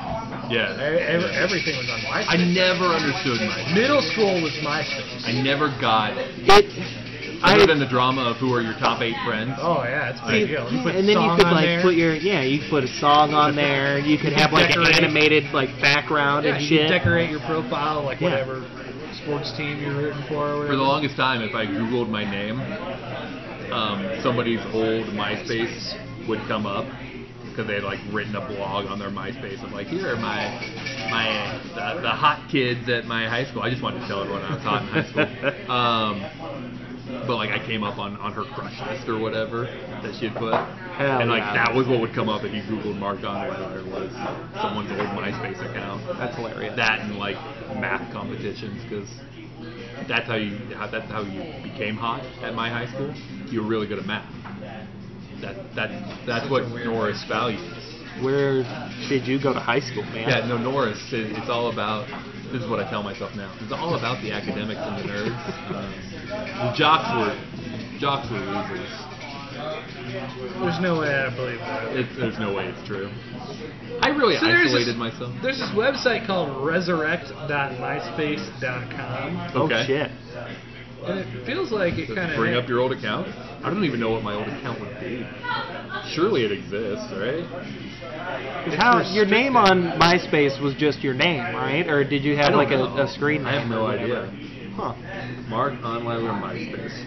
Speaker 3: E-
Speaker 4: Yeah.
Speaker 3: ev- everything was on MySpace.
Speaker 4: I never understood my.
Speaker 3: Middle school was MySpace.
Speaker 4: I never got
Speaker 5: It.
Speaker 4: other
Speaker 5: I-
Speaker 4: than the drama of who are your top eight friends.
Speaker 3: Oh yeah, it's a big deal. You put
Speaker 5: and then you
Speaker 3: song
Speaker 5: could
Speaker 3: on
Speaker 5: like
Speaker 3: there.
Speaker 5: put your yeah, you could put a song on there. You could have like an
Speaker 3: Decorate.
Speaker 5: animated like background
Speaker 3: yeah,
Speaker 5: and
Speaker 3: you
Speaker 5: shit.
Speaker 3: could decorate your profile like
Speaker 5: Yeah.
Speaker 3: whatever sports team you're rooting for. Or
Speaker 4: For
Speaker 3: whatever.
Speaker 4: the longest time, if I Googled my name, um, somebody's old MySpace would come up because they had like written a blog on their MySpace of like, here are my my the, the hot kids at my high school. I just wanted to tell everyone I was hot in high
Speaker 5: [LAUGHS]
Speaker 4: school. Um, but like I came up on, on her crush list or whatever that she had put,
Speaker 5: Hell
Speaker 4: and like
Speaker 5: yeah.
Speaker 4: that was what would come up if you Googled Mark Donner was someone's old MySpace account
Speaker 5: That's hilarious.
Speaker 4: that and like math competitions because that's how you how, that's how you became hot at my high school. You were really good at math. That that that's what Norris values.
Speaker 5: Where did you go to high school, man?
Speaker 4: Yeah, no Norris. It, it's all about. This is what I tell myself now. It's all about the academics and the nerds. Um, the jocks were jocks were losers.
Speaker 3: There's no way I believe that.
Speaker 4: It's, there's no way it's true. I really
Speaker 3: So there's
Speaker 4: isolated
Speaker 3: this-
Speaker 4: myself.
Speaker 3: There's this website called resurrect.myspace.com,
Speaker 5: Oh
Speaker 4: okay.
Speaker 5: shit.
Speaker 3: and it feels like it
Speaker 4: Does it
Speaker 3: kind of
Speaker 4: bring up your old account? I don't even know what my old account would be. Surely it exists, right?
Speaker 5: How your name on MySpace was just your name, right? Or did you have
Speaker 4: don't
Speaker 5: like a,
Speaker 4: know.
Speaker 5: a screen
Speaker 4: I have
Speaker 5: name or
Speaker 4: no
Speaker 5: whatever?
Speaker 4: idea.
Speaker 5: Huh.
Speaker 4: Mark online or MySpace.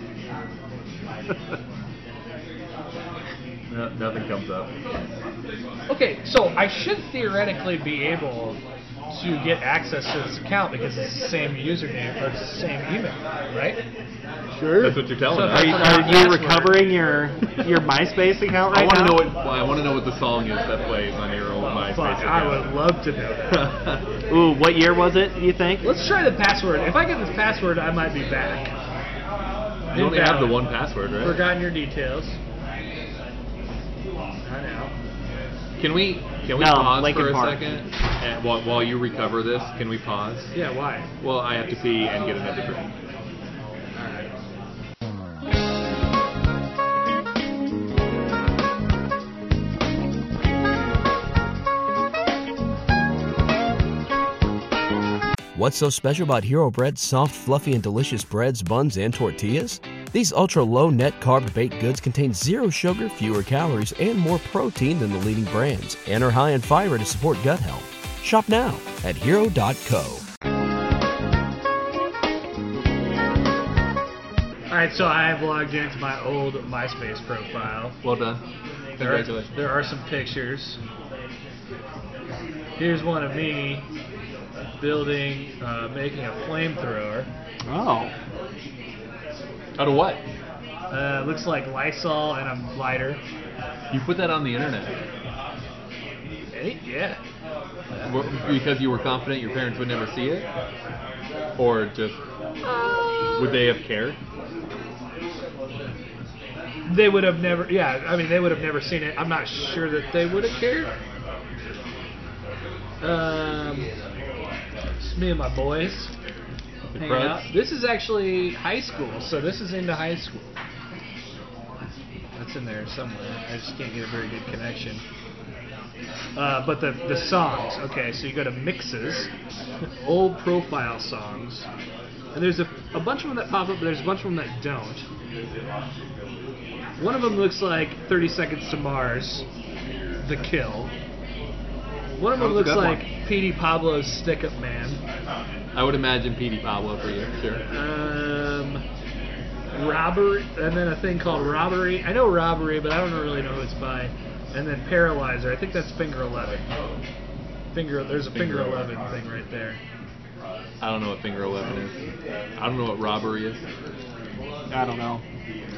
Speaker 4: no, nothing comes up.
Speaker 3: Okay, so I should theoretically be able to get access to this account because it's the same username or it's the same email, right?
Speaker 5: Sure.
Speaker 4: That's what you're telling
Speaker 3: So
Speaker 4: us.
Speaker 5: Are you, are you recovering your your MySpace account
Speaker 4: I
Speaker 5: right
Speaker 4: want to
Speaker 5: now?
Speaker 4: know what well, I want to know what the song is that plays on your old
Speaker 3: Fuck, I would love to know that.
Speaker 4: [LAUGHS]
Speaker 5: Ooh, what year was it? You think?
Speaker 3: Let's try the password. If I get this password, I might be back.
Speaker 4: you only have the
Speaker 3: Invalid.
Speaker 4: one password, right?
Speaker 3: Forgotten your details. I know.
Speaker 4: Can we can we
Speaker 5: No,
Speaker 4: pause
Speaker 5: Lincoln
Speaker 4: for a
Speaker 5: Park.
Speaker 4: second and while, while you recover this? Can we pause?
Speaker 3: Yeah, why?
Speaker 4: Well, I have to pee and get another drink.
Speaker 2: What's so special about Hero Bread's soft, fluffy, and delicious breads, buns, and tortillas? These ultra low net carb baked goods contain zero sugar, fewer calories, and more protein than the leading brands, and are high in fiber to support gut health. Shop now at hero.co.
Speaker 3: All right, so I have logged into my old MySpace profile.
Speaker 4: Well done.
Speaker 3: There are,
Speaker 4: Congratulations.
Speaker 3: there are some pictures. Here's one of me building, uh, making a flamethrower.
Speaker 5: Oh,
Speaker 4: Out of what?
Speaker 3: Uh, looks like Lysol and a lighter.
Speaker 4: You put that on the internet
Speaker 3: Eh, yeah.
Speaker 4: W- because you were confident your parents would never see it, or just would they have cared?
Speaker 3: They would have never. Yeah, I mean, they would have never seen it. I'm not sure that they would have cared. Um, it's me and my boys.
Speaker 4: The
Speaker 3: hanging
Speaker 4: cruds?
Speaker 3: out. This is actually high school, so this is into high school. That's in there somewhere. I just can't get a very good connection. Uh, but the, the songs, okay, so you go to mixes, [LAUGHS] old profile songs, and there's a, a bunch of them that pop up, but there's a bunch of them that don't. One of them looks like 30 Seconds to Mars, The Kill. One of them
Speaker 4: That was
Speaker 3: looks
Speaker 4: a good
Speaker 3: like
Speaker 4: one.
Speaker 3: P.D. Pablo's Stick Up Man.
Speaker 4: I would imagine Petey Pablo for you, sure.
Speaker 3: Um, robbery, and then a thing called Robbery. I know Robbery, but I don't really know who it's by. And then Paralyzer. I think that's Finger 11. Finger, there's a Finger,
Speaker 4: Finger
Speaker 3: 11 thing right there.
Speaker 4: I don't know what finger eleven is. I don't know what robbery is.
Speaker 5: I don't know.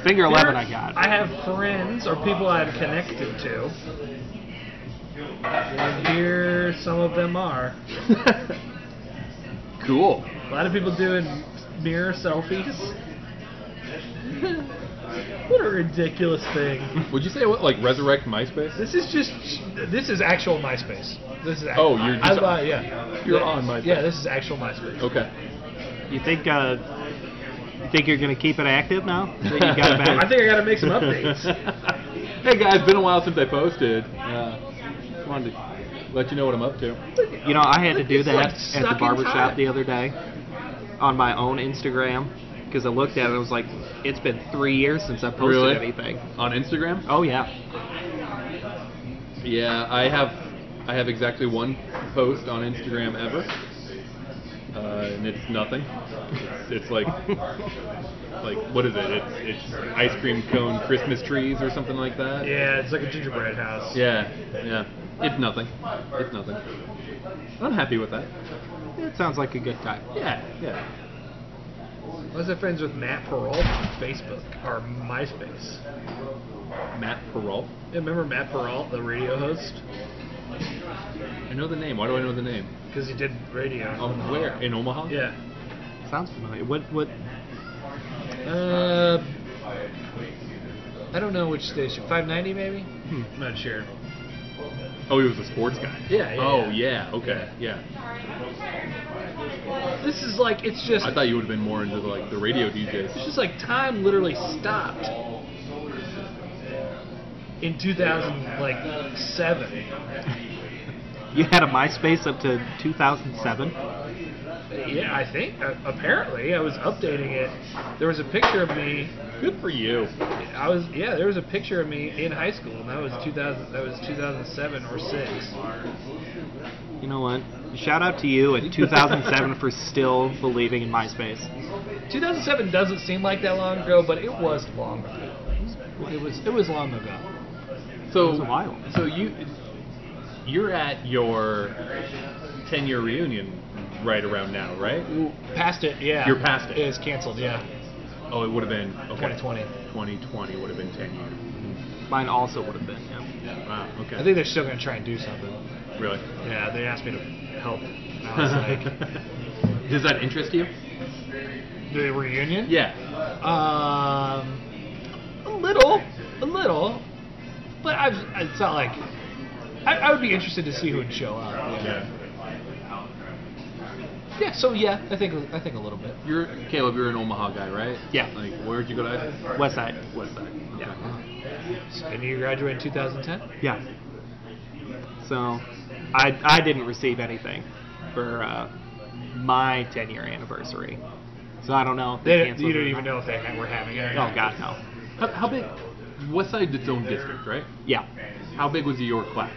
Speaker 5: Finger eleven, I got.
Speaker 3: I have friends or people I'm connected to. And here some of them are.
Speaker 4: Cool.
Speaker 3: A lot of people doing mirror selfies. [LAUGHS] what a ridiculous thing.
Speaker 4: Would you say what like resurrect MySpace?
Speaker 3: This is just this is actual MySpace. This is
Speaker 4: Oh, you're
Speaker 3: I,
Speaker 4: just-
Speaker 3: I, yeah.
Speaker 4: you're
Speaker 3: Yeah.
Speaker 4: on MySpace. Oh.
Speaker 3: Yeah, this is actual MySpace.
Speaker 4: Okay.
Speaker 5: You think? Uh, you think you're gonna keep it active now? Think you
Speaker 4: [LAUGHS]
Speaker 5: got it back?
Speaker 3: I think I got to make some updates.
Speaker 4: hey guys, been a while since I posted. Uh, wanted to let you know what I'm up to.
Speaker 5: You know, I had to do
Speaker 3: It's like
Speaker 5: that at
Speaker 3: stuck
Speaker 5: the
Speaker 3: in
Speaker 5: barber shop
Speaker 3: time.
Speaker 5: the other day on my own Instagram because I looked at it and I was like, it's been three years since I posted
Speaker 4: Really?
Speaker 5: anything.
Speaker 4: On Instagram?
Speaker 5: Oh, yeah.
Speaker 4: Yeah, I have I have exactly one post on Instagram ever, uh, and it's nothing. It's, it's like like what is it? It's, it's ice cream cone Christmas trees or something like that.
Speaker 3: Yeah, it's like a gingerbread house.
Speaker 4: Yeah, yeah. It's nothing. It's nothing. I'm happy with that.
Speaker 5: It sounds like a good time.
Speaker 4: Yeah, yeah.
Speaker 3: I was friends with Matt Peralta on Facebook or MySpace.
Speaker 4: Matt Peralt.
Speaker 3: Yeah, Remember Matt Peralta, the radio host?
Speaker 4: I know the name. Why do I know the name?
Speaker 3: Because he did radio.
Speaker 4: Um, where? In Omaha?
Speaker 3: Yeah.
Speaker 5: Sounds familiar. What? What?
Speaker 3: Uh, I don't know which station. 590 maybe? I'm not sure.
Speaker 4: Hmm. Oh, he was a sports guy.
Speaker 3: Yeah, yeah,
Speaker 4: Oh,
Speaker 3: yeah.
Speaker 4: yeah. Okay. Yeah.
Speaker 3: This is like it's just
Speaker 4: I thought you would have been more into the, like the radio
Speaker 3: it's
Speaker 4: DJs.
Speaker 3: just like time literally stopped in 2007.
Speaker 5: You had a MySpace up to 2007?
Speaker 3: Yeah, I think uh, apparently I was updating it. There was a picture of me.
Speaker 4: Good for you.
Speaker 3: I was yeah. There was a picture of me in high school, and that was 2000. That was 2007 or six.
Speaker 5: You know what? Shout out to you in 2007 for still believing in MySpace.
Speaker 3: 2007 doesn't seem like that long ago, but it was long ago. It was it was long ago.
Speaker 4: So
Speaker 5: It was a while.
Speaker 4: So you you're at your 10 year reunion right around now, right?
Speaker 3: Ooh, Past it, yeah.
Speaker 4: You're past it.
Speaker 3: It is canceled, yeah.
Speaker 4: Oh, it would have been okay.
Speaker 3: 2020.
Speaker 4: 2020 would have been 10 years.
Speaker 5: Mine also would have been. Yeah.
Speaker 4: Wow. Okay.
Speaker 3: I think they're still gonna try and do something.
Speaker 4: Really?
Speaker 3: Yeah, they asked me to help. And I was like,
Speaker 4: [LAUGHS] Does that interest you?
Speaker 3: the reunion?
Speaker 4: Yeah.
Speaker 3: Um, a little, a little, but I've, it's not like I, I would be interested to see who would show up. Yeah, so yeah, I think I think a little bit.
Speaker 4: You're Caleb. You're an Omaha guy, right?
Speaker 5: Yeah.
Speaker 4: Like, where'd you go to? high school?
Speaker 5: West Side.
Speaker 4: West Side. Yeah.
Speaker 3: And you graduated in 2010.
Speaker 5: Yeah. So, I I didn't receive anything for uh, my 10 year anniversary. So I don't know. If
Speaker 3: They,
Speaker 5: canceled
Speaker 3: you don't
Speaker 5: or
Speaker 3: even
Speaker 5: not.
Speaker 3: know if they were having it. or
Speaker 5: Oh
Speaker 3: not.
Speaker 5: God, no.
Speaker 4: How, how big? West Side's its own district, right?
Speaker 5: Yeah,
Speaker 4: How big was your class?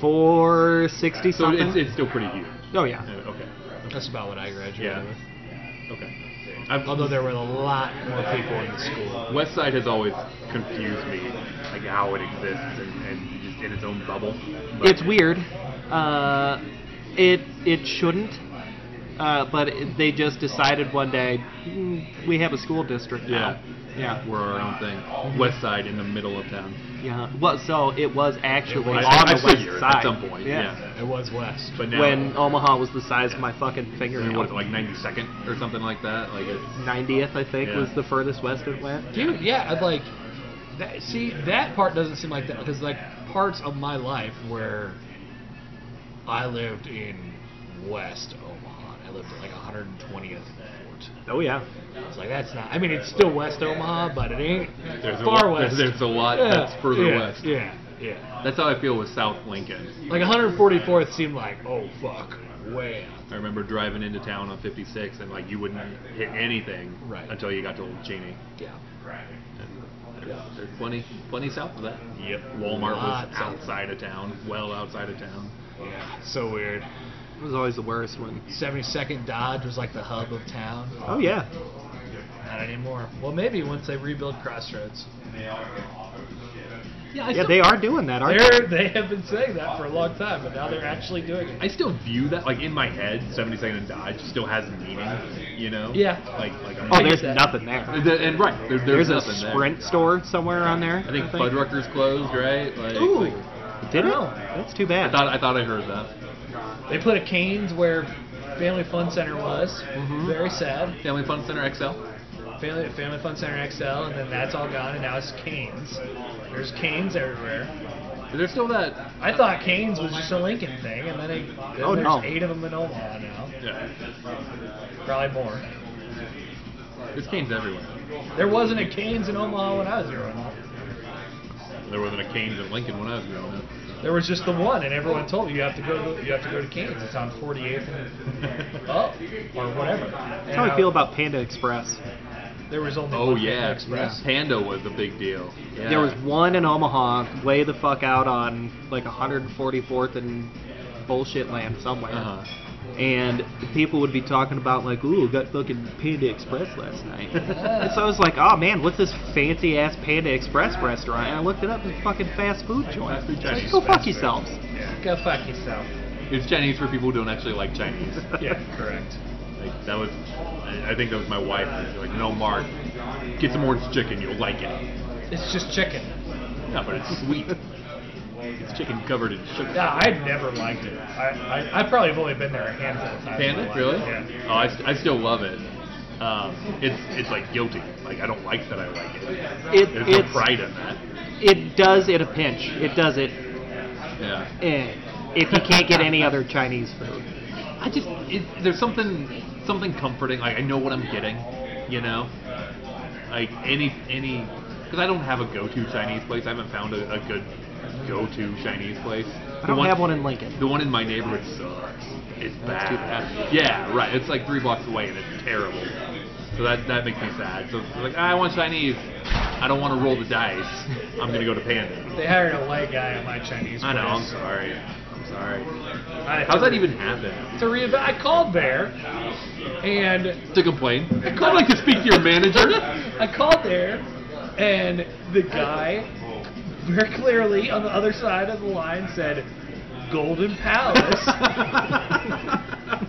Speaker 5: 460
Speaker 4: So
Speaker 5: something.
Speaker 4: it's, it's still pretty huge.
Speaker 5: oh
Speaker 4: Uh,
Speaker 5: yeah.
Speaker 4: Okay.
Speaker 3: That's about what I graduated
Speaker 4: Yeah.
Speaker 3: with.
Speaker 4: Okay.
Speaker 3: Although there were a lot more people in the school.
Speaker 4: West Side has always confused me, like how it exists and, and just in its own bubble. But-
Speaker 5: It's weird. Uh, it it shouldn't. Uh, but it, they just decided one day "Mm, we have a school district now. Yeah.
Speaker 4: We're our own thing. West Side in the middle of town.
Speaker 5: Yeah. Well, so it was actually
Speaker 4: I-
Speaker 5: on
Speaker 4: I- I
Speaker 5: the west
Speaker 4: figured
Speaker 5: side
Speaker 4: at some point. Yeah.
Speaker 3: It was West.
Speaker 4: But now,
Speaker 5: When Omaha was the size of my fucking
Speaker 4: I mean,
Speaker 5: fingernail.
Speaker 4: what is it, like 92nd or something like that? Like it's
Speaker 5: 90th, I think,
Speaker 4: Yeah.
Speaker 5: was the furthest west it went.
Speaker 3: Dude, yeah, I'd like. That, see, that part doesn't seem like that because like parts of my life where I lived in West Omaha, I lived at like 120th Fort.
Speaker 5: Oh yeah.
Speaker 3: It's like that's not. I mean, it's still West Omaha, but it ain't
Speaker 4: There's a
Speaker 3: far
Speaker 4: lot-
Speaker 3: west.
Speaker 4: there's a lot
Speaker 3: Yeah,
Speaker 4: that's further
Speaker 3: yeah,
Speaker 4: west.
Speaker 3: Yeah, yeah.
Speaker 4: that's how I feel with South Lincoln.
Speaker 3: Like 144th seemed like oh fuck, way out.
Speaker 4: I remember driving into town on 56 and like you wouldn't hit anything
Speaker 3: Right.
Speaker 4: until you got to Old Cheney.
Speaker 3: Yeah.
Speaker 4: And there's, there's plenty, plenty south of that.
Speaker 3: Yep.
Speaker 4: Walmart was
Speaker 3: Lots of-
Speaker 4: outside of town, well outside of town.
Speaker 3: Yeah. So weird.
Speaker 5: It was always the worst one.
Speaker 3: 72nd Dodge was like the hub of town.
Speaker 5: Oh yeah.
Speaker 3: Not anymore. Well, maybe once they rebuild Crossroads.
Speaker 4: Yeah, I
Speaker 5: Yeah,
Speaker 4: still-
Speaker 5: they are doing that, aren't
Speaker 3: They're, they have been saying that for a long time, but now they're actually doing it.
Speaker 4: I still view that like in my head, 72nd and Dodge still has meaning, you know?
Speaker 3: Yeah.
Speaker 4: Like like I'm
Speaker 5: Oh,
Speaker 4: like-
Speaker 5: there's nothing there.
Speaker 4: The- and right there,
Speaker 5: There's,
Speaker 4: there's,
Speaker 5: a
Speaker 4: nothing there.
Speaker 5: Sprint store somewhere on there.
Speaker 4: I think Fuddruckers closed, right? Like,
Speaker 3: Ooh,
Speaker 5: Did it?
Speaker 3: No.
Speaker 5: That's too bad.
Speaker 4: I thought I thought I heard that.
Speaker 3: they put a Canes where Family Fun Center was.
Speaker 5: Mm-hmm.
Speaker 3: Very sad.
Speaker 4: Family Fun Center XL.
Speaker 3: Family Family Fun Center XL, and then that's all gone, and now it's Canes. There's Canes everywhere.
Speaker 4: Is there still that?
Speaker 3: I thought Canes was just a Lincoln thing, and then, it, then
Speaker 5: Oh,
Speaker 3: there's
Speaker 5: no.
Speaker 3: eight of them in Omaha now.
Speaker 4: Yeah.
Speaker 3: Probably more.
Speaker 4: There's canes everywhere.
Speaker 3: There wasn't a Canes in Omaha when I was growing up.
Speaker 4: There wasn't a canes in Lincoln when I was growing up.
Speaker 3: There was just the one, and everyone told me you have to go. To, you have to go to Canes. It's on 48th
Speaker 4: [LAUGHS]
Speaker 3: and
Speaker 5: Oh.
Speaker 3: up or whatever. And
Speaker 5: That's how I feel about Panda Express.
Speaker 3: There was only
Speaker 4: Oh
Speaker 3: one
Speaker 4: yeah,
Speaker 3: Express.
Speaker 4: Panda was a big deal. Yeah.
Speaker 5: There was one in Omaha, way the fuck out on like 144th and bullshit land somewhere.
Speaker 4: Uh-huh.
Speaker 5: And people would be talking about like, ooh, got fucking Panda Express last
Speaker 4: [LAUGHS]
Speaker 5: night. and so I was like, oh man, what's this fancy ass Panda Express restaurant? And I looked it up, it's a fucking fast food joint.
Speaker 4: Fast food
Speaker 5: It's like,
Speaker 4: Chinese
Speaker 5: Go
Speaker 4: fast
Speaker 5: fuck
Speaker 4: food.
Speaker 5: yourselves.
Speaker 3: Go fuck yourself.
Speaker 5: [LAUGHS]
Speaker 4: It's Chinese for people who don't actually like Chinese.
Speaker 3: Yeah, correct.
Speaker 4: Like that was, I I think that was my wife. She was like, no, Mark, get some orange chicken, you'll like it.
Speaker 3: It's just chicken.
Speaker 4: No, but it's sweet. it's chicken covered in sugar.
Speaker 3: Yeah, I never liked it. I, I, I probably have only been there a handful of times. in my
Speaker 4: Panda,
Speaker 3: life.
Speaker 4: really?
Speaker 3: Yeah.
Speaker 4: Oh, I, st- I still love it. Um, it's it's like guilty. Like I don't like that I like it.
Speaker 5: It,
Speaker 4: There's no
Speaker 5: it's,
Speaker 4: pride in that.
Speaker 5: it does it a pinch. It does it
Speaker 4: Yeah.
Speaker 5: eh, if you can't get any other Chinese food.
Speaker 4: I just it, there's something something comforting. Like I know what I'm getting. You know, like any any because I don't have a go-to Chinese place. I haven't found a, a good go-to Chinese place.
Speaker 5: I don't have one in Lincoln.
Speaker 4: The one in my neighborhood sucks. It's
Speaker 5: That's
Speaker 4: bad.
Speaker 5: too bad.
Speaker 4: Yeah, right. It's like three blocks away and it's terrible. So that that makes me sad. So it's like "Ah, I want Chinese. I don't want to roll the dice. I'm gonna go to Panda.
Speaker 3: They hired a white guy at my Chinese.
Speaker 4: I know. I'm
Speaker 3: place.
Speaker 4: sorry. I'm sorry.
Speaker 3: I had
Speaker 4: How's
Speaker 3: to-
Speaker 4: that even happen?
Speaker 3: To re- I called there, and
Speaker 4: To complain? I'd like to speak to your manager.
Speaker 3: I called there, and the guy very clearly on the other side of the line said, Golden
Speaker 4: [LAUGHS]
Speaker 3: Palace.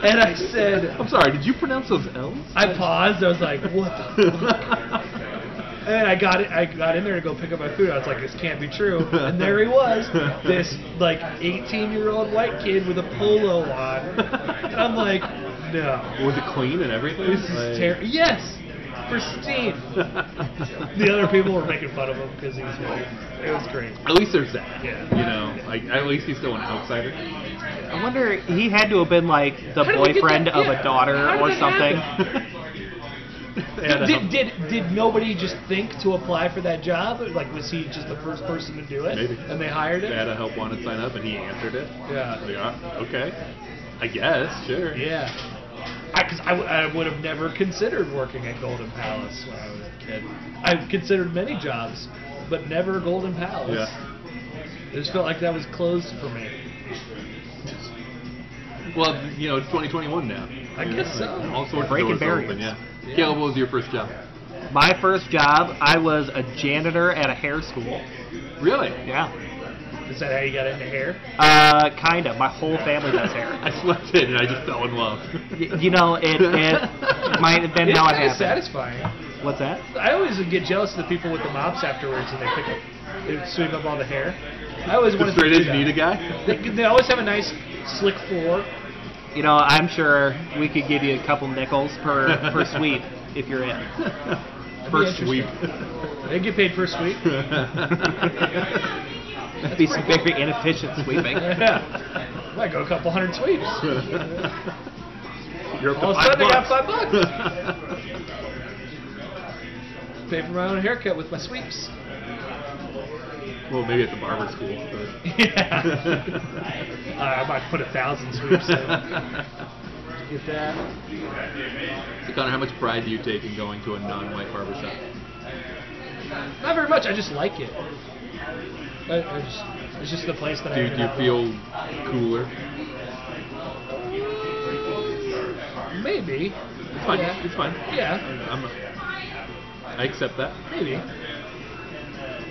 Speaker 3: and I said,
Speaker 4: I'm sorry, did you pronounce those L's?
Speaker 3: I paused. I was like, what the fuck? And I got it. I got in there to go pick up my food. I was like, this can't be true. And there he was, this like 18 year old white kid with a polo on. And I'm like, no,
Speaker 4: [LAUGHS] Was it clean and everything?
Speaker 3: this is terrible.
Speaker 4: [LAUGHS]
Speaker 3: Yes, pristine. The other people were making fun of him because he was white. It was great.
Speaker 4: At least there's that.
Speaker 3: Yeah.
Speaker 4: You know, like at least he's still an
Speaker 3: [LAUGHS]
Speaker 4: outsider.
Speaker 5: I wonder, he had to have been like the
Speaker 3: How did we get
Speaker 5: boyfriend
Speaker 3: that-
Speaker 5: of
Speaker 3: yeah,
Speaker 5: a daughter
Speaker 3: how did
Speaker 5: or
Speaker 3: that
Speaker 5: something.
Speaker 4: And,
Speaker 3: Did,
Speaker 4: um,
Speaker 3: did did nobody just think to apply for that job? Like, was he just the first person to do it?
Speaker 4: Maybe.
Speaker 3: And they hired
Speaker 4: they
Speaker 3: him.
Speaker 4: had a help wanted sign up, and he answered it.
Speaker 3: Yeah.
Speaker 4: Like, ah, okay, I guess, sure.
Speaker 3: Yeah. Because I, w- I would have never considered working at Golden Palace when I was a kid. I considered many jobs, but never Golden Palace.
Speaker 4: Yeah.
Speaker 3: It just felt like that was closed for me.
Speaker 4: Well, you know, it's 2021 now.
Speaker 3: I
Speaker 4: You
Speaker 3: guess
Speaker 4: know, like,
Speaker 3: so.
Speaker 4: All sorts of
Speaker 5: Breaking
Speaker 4: doors are open,
Speaker 5: barriers.
Speaker 4: yeah. Caleb, what was your first job?
Speaker 5: My first job, I was a janitor at a hair school.
Speaker 4: Really?
Speaker 5: Yeah.
Speaker 3: Is that how you got into hair?
Speaker 5: Uh, kinda. My whole family does
Speaker 4: [LAUGHS]
Speaker 5: hair.
Speaker 3: [LAUGHS]
Speaker 4: I slept in and I just fell in love.
Speaker 5: Y- You know, it, it might have
Speaker 4: [LAUGHS]
Speaker 5: been
Speaker 3: it's
Speaker 5: how it
Speaker 3: kinda
Speaker 5: happened.
Speaker 3: satisfying.
Speaker 5: What's that?
Speaker 3: I always would get jealous of the people with the mops afterwards, and they pick up, they would sweep up all the hair. I always
Speaker 4: the
Speaker 3: wanted
Speaker 4: straight
Speaker 3: to do
Speaker 4: edge
Speaker 3: that.
Speaker 4: Nita
Speaker 5: [LAUGHS]
Speaker 4: guy?
Speaker 3: They, they always have a nice slick floor.
Speaker 5: You know, I'm sure we could give you a couple nickels per
Speaker 3: [LAUGHS]
Speaker 5: per sweep if you're in.
Speaker 4: First
Speaker 3: interesting.
Speaker 4: week.
Speaker 3: They get paid per sweep.
Speaker 4: [LAUGHS]
Speaker 5: That'd be some very inefficient
Speaker 3: [LAUGHS]
Speaker 5: sweeping.
Speaker 3: Yeah. Might go a couple hundred sweeps.
Speaker 4: [LAUGHS] You're up to
Speaker 3: All of a sudden
Speaker 4: five
Speaker 3: I got
Speaker 4: bucks.
Speaker 3: five bucks. Pay for my own haircut with my
Speaker 4: [LAUGHS]
Speaker 3: sweeps.
Speaker 4: [LAUGHS] well, maybe at the barber school. but-
Speaker 3: Yeah. Uh, I might put a thousand
Speaker 4: [LAUGHS]
Speaker 5: [LAUGHS]
Speaker 3: sweeps in. Get that.
Speaker 4: so Connor, how much pride do you take in going to a non-white barbershop?
Speaker 3: Not very much. I just like it. I, I just, it's just the place that I.
Speaker 4: Do, do
Speaker 3: ended
Speaker 4: you
Speaker 3: up
Speaker 4: feel cooler?
Speaker 3: in. Maybe.
Speaker 4: It's fine.
Speaker 3: Yeah.
Speaker 4: It's fine.
Speaker 3: Yeah,
Speaker 4: I'm, I accept that.
Speaker 3: maybe.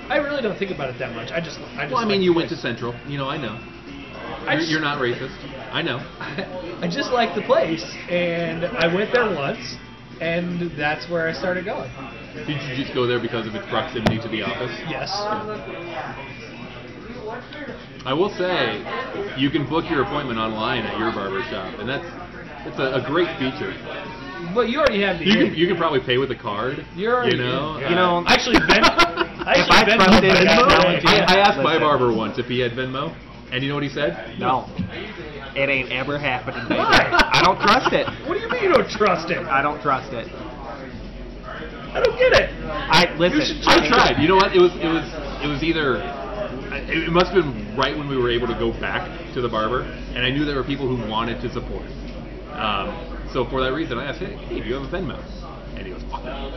Speaker 3: I really don't think about it that much. I just. I just
Speaker 4: Well, I mean,
Speaker 3: like
Speaker 4: you
Speaker 3: the
Speaker 4: went to
Speaker 3: place.
Speaker 4: Central. You know, I know.
Speaker 3: I
Speaker 4: You're,
Speaker 3: just-
Speaker 4: you're not racist. I know.
Speaker 3: [LAUGHS] I just like the place, and I went there once, and that's where I started going.
Speaker 4: Did you just go there because of its proximity to the office?
Speaker 3: Yes.
Speaker 4: I will say, you can book your appointment online at your barber shop, and that's it's a, a great feature.
Speaker 3: But you already have the.
Speaker 4: You can you can probably pay with a card.
Speaker 3: You're already
Speaker 4: you know.
Speaker 3: in.
Speaker 5: You know,
Speaker 3: I actually
Speaker 5: [LAUGHS]
Speaker 3: been. I
Speaker 5: If I
Speaker 3: actually been
Speaker 5: trusted
Speaker 4: I,
Speaker 5: technology-
Speaker 4: I asked my
Speaker 5: Listen.
Speaker 4: barber once if he had Venmo, and you know what he said?
Speaker 5: No, it ain't ever happening.
Speaker 3: [LAUGHS]
Speaker 5: Baby.
Speaker 3: Why?
Speaker 5: I don't trust it.
Speaker 3: What do you mean you don't trust it?
Speaker 5: I don't trust it.
Speaker 3: I don't get it.
Speaker 5: I listen.
Speaker 3: should try
Speaker 4: I tried. You know what? It was it was it was either it it must have been right when we were able to go back to the barber, and I knew there were people who wanted to support. Um, so for that reason, I asked, hey, hey, do you have a Venmo? And he goes, fuck no.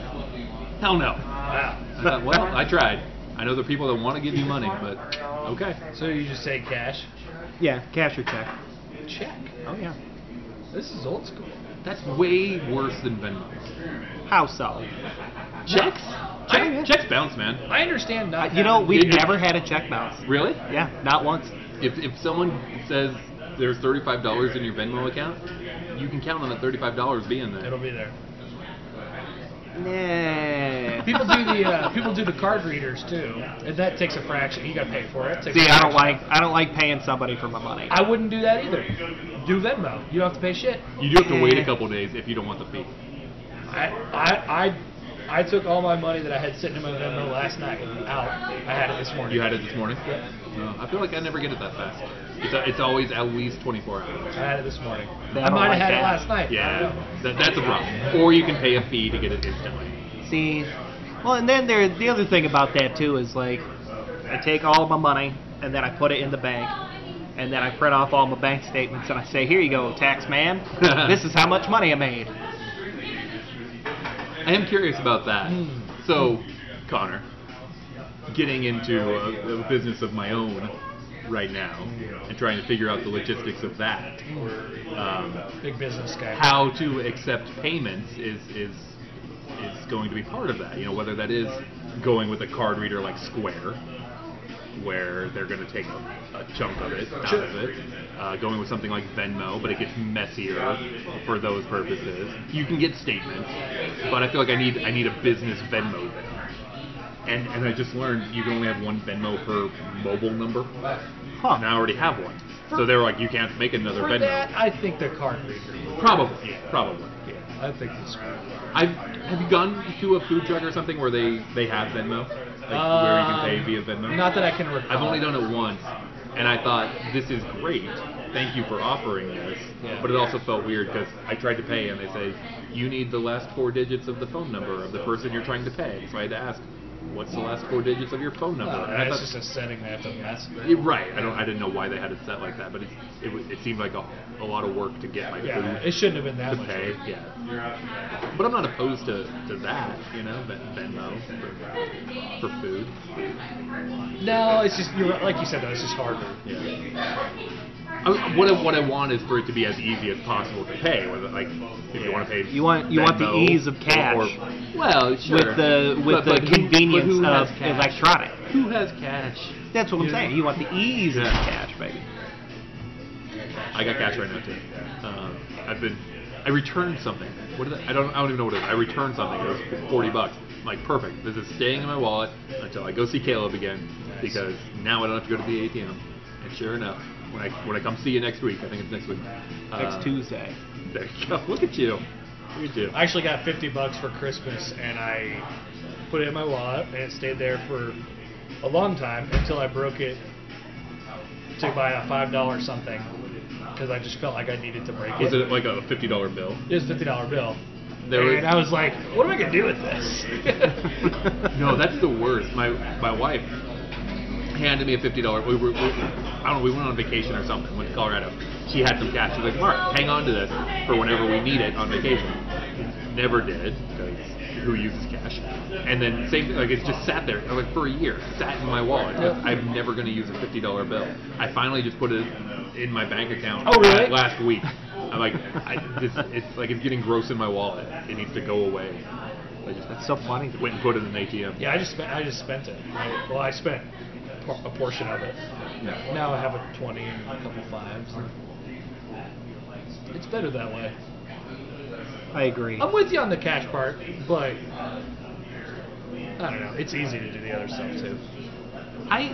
Speaker 4: Hell no. I thought, well, I tried. I know the people that want to give you money, but okay.
Speaker 3: So you just say cash?
Speaker 5: Yeah, cash or check.
Speaker 3: Check.
Speaker 5: Oh yeah.
Speaker 3: This is old school.
Speaker 4: That's way worse than Venmo.
Speaker 5: How so?
Speaker 4: Checks?
Speaker 3: Oh, yeah.
Speaker 4: Check, checks bounce, man.
Speaker 3: I understand not.
Speaker 5: Uh, you know,
Speaker 3: having-
Speaker 5: we've
Speaker 4: Did you-
Speaker 5: never had a check bounce.
Speaker 4: Really?
Speaker 5: Yeah, not once.
Speaker 4: If, if someone says there's $35 in your Venmo account, you can count on that $35 being there.
Speaker 3: It'll be there.
Speaker 5: Nah.
Speaker 3: People do the uh, people do the card readers too, and that takes a fraction. You got to pay for it. It takes a
Speaker 5: [LAUGHS] See, I don't
Speaker 3: fraction.
Speaker 5: like I don't like paying somebody for my money.
Speaker 3: I wouldn't do that either. Do Venmo. You don't have to pay shit.
Speaker 4: You do have to wait a couple days if you don't want the fee.
Speaker 3: I, I, I, I took all my money that I had sitting in my Venmo last night out. I had it this morning.
Speaker 4: You had it this morning? No, I feel like I never get it that fast. It's, a, it's always at least 24 hours.
Speaker 3: I had it this morning.
Speaker 5: They
Speaker 3: I
Speaker 5: don't
Speaker 3: might
Speaker 5: like
Speaker 3: have had
Speaker 5: that.
Speaker 3: it last night. I
Speaker 4: Yeah,
Speaker 3: don't know.
Speaker 4: that, that's a problem. Or you can pay a fee to get it instantly.
Speaker 5: See, well, and then there the other thing about that too is like, I take all of my money and then I put it in the bank, and then I print off all my bank statements and I say, here you go, tax
Speaker 4: [LAUGHS]
Speaker 5: man, this is how much money I made.
Speaker 4: I am curious about that. So, Connor, getting into a, a business of my own right now and trying to figure out the logistics of that, um,
Speaker 3: Big business guy.
Speaker 4: how to accept payments is is is going to be part of that. You know, whether that is going with a card reader like Square, where they're going to take a, a chunk of it out of it, uh, going with something like Venmo, but it gets messier for those purposes. You can get statements, but I feel like I need I need a business Venmo. Then. And and I just learned you can only have one Venmo per mobile number,
Speaker 5: Huh.
Speaker 4: and I already have one. So they were like, you can't make another
Speaker 3: For that,
Speaker 4: Venmo.
Speaker 3: I think they're card reader.
Speaker 4: Probably, probably.
Speaker 3: Yeah, I think it's
Speaker 4: I've, have you gone to a food truck or something where they, they have Venmo? Like where you can pay via Venmo?
Speaker 3: Um, Not that I can recall.
Speaker 4: I've only done it once, and I thought, this is great. Thank you for offering this.
Speaker 3: Yeah.
Speaker 4: But it also felt weird because I tried to pay, and they say, you need the last four digits of the phone number of the person you're trying to pay. So I had to ask, what's the last four digits of your phone number?
Speaker 3: No,
Speaker 4: and I
Speaker 3: that's
Speaker 4: thought,
Speaker 3: just a setting they have to mess with.
Speaker 4: Yeah, right. I don't. I didn't know why they had it set like that, but it it, was, it seemed like a, a lot of work to get my
Speaker 3: Yeah,
Speaker 4: food
Speaker 3: it shouldn't have been that
Speaker 4: to
Speaker 3: much.
Speaker 4: pay. Yeah. But I'm not opposed to, to that, you know, Ven- Venmo for, for food.
Speaker 3: No, it's just you're like you said though, it's just harder.
Speaker 4: Yeah. I, what I what I want is for it to be as easy as possible to pay. Whether like if you want to pay,
Speaker 5: You want- you want the
Speaker 4: Venmo
Speaker 5: ease of
Speaker 4: or-
Speaker 5: cash.
Speaker 4: or- well, sure.
Speaker 5: with the with
Speaker 4: But-
Speaker 5: the
Speaker 4: but who- but
Speaker 5: convenience
Speaker 4: who
Speaker 5: of
Speaker 4: has cash?
Speaker 5: electronic.
Speaker 4: Who has cash?
Speaker 5: That's what I'm
Speaker 4: Yeah.
Speaker 5: saying. You want the ease of
Speaker 4: Yeah.
Speaker 5: cash, baby.
Speaker 4: I got cash right now too. Um, I've been. I returned something. What did I, I don't. I don't even know what it is. I returned something. It was forty bucks. I'm like perfect. This is staying in my wallet until I go see Caleb again because now I don't have to go to the ATM. And sure enough, when I when I come see you next week, I think it's next week. uh,
Speaker 5: Next Tuesday.
Speaker 4: There you go. [LAUGHS] Look at you. Look at you.
Speaker 3: I actually got 50 bucks for Christmas, and I put it in my wallet, and it stayed there for a long time until I broke it to buy a five dollar something because I just felt like I needed to break
Speaker 4: Was
Speaker 3: it.
Speaker 4: it like a fifty dollar bill?
Speaker 3: It was a fifty dollar bill,
Speaker 4: There
Speaker 3: and
Speaker 4: was-
Speaker 3: I was like, "What am I gonna do with this?"
Speaker 4: [LAUGHS] No, that's the worst. My my wife handed me a fifty dollar. We were we, I don't know. We went on vacation or something. Went to Colorado. She had some cash. She's like, Mark, hang on to this for whenever we need it on vacation. Never did because who uses cash? And then same thing. Like it just sat there like for a year. Sat in my wallet. I'm never gonna use a fifty dollar bill. I finally just put it in my bank account.
Speaker 3: Oh, really?
Speaker 4: Last week. I'm like, I, this, it's like it's getting gross in my wallet. It needs to go away. I just
Speaker 5: That's so funny.
Speaker 4: went and put it in an ATM.
Speaker 3: yeah, I just spent. I just spent it. Well, I spent por- a portion of it.
Speaker 4: Yeah.
Speaker 3: Now I have a twenty and a couple fives. It's better that way.
Speaker 5: I agree.
Speaker 3: I'm with you on the cash part, but I don't know. It's easy to do the other stuff too.
Speaker 4: I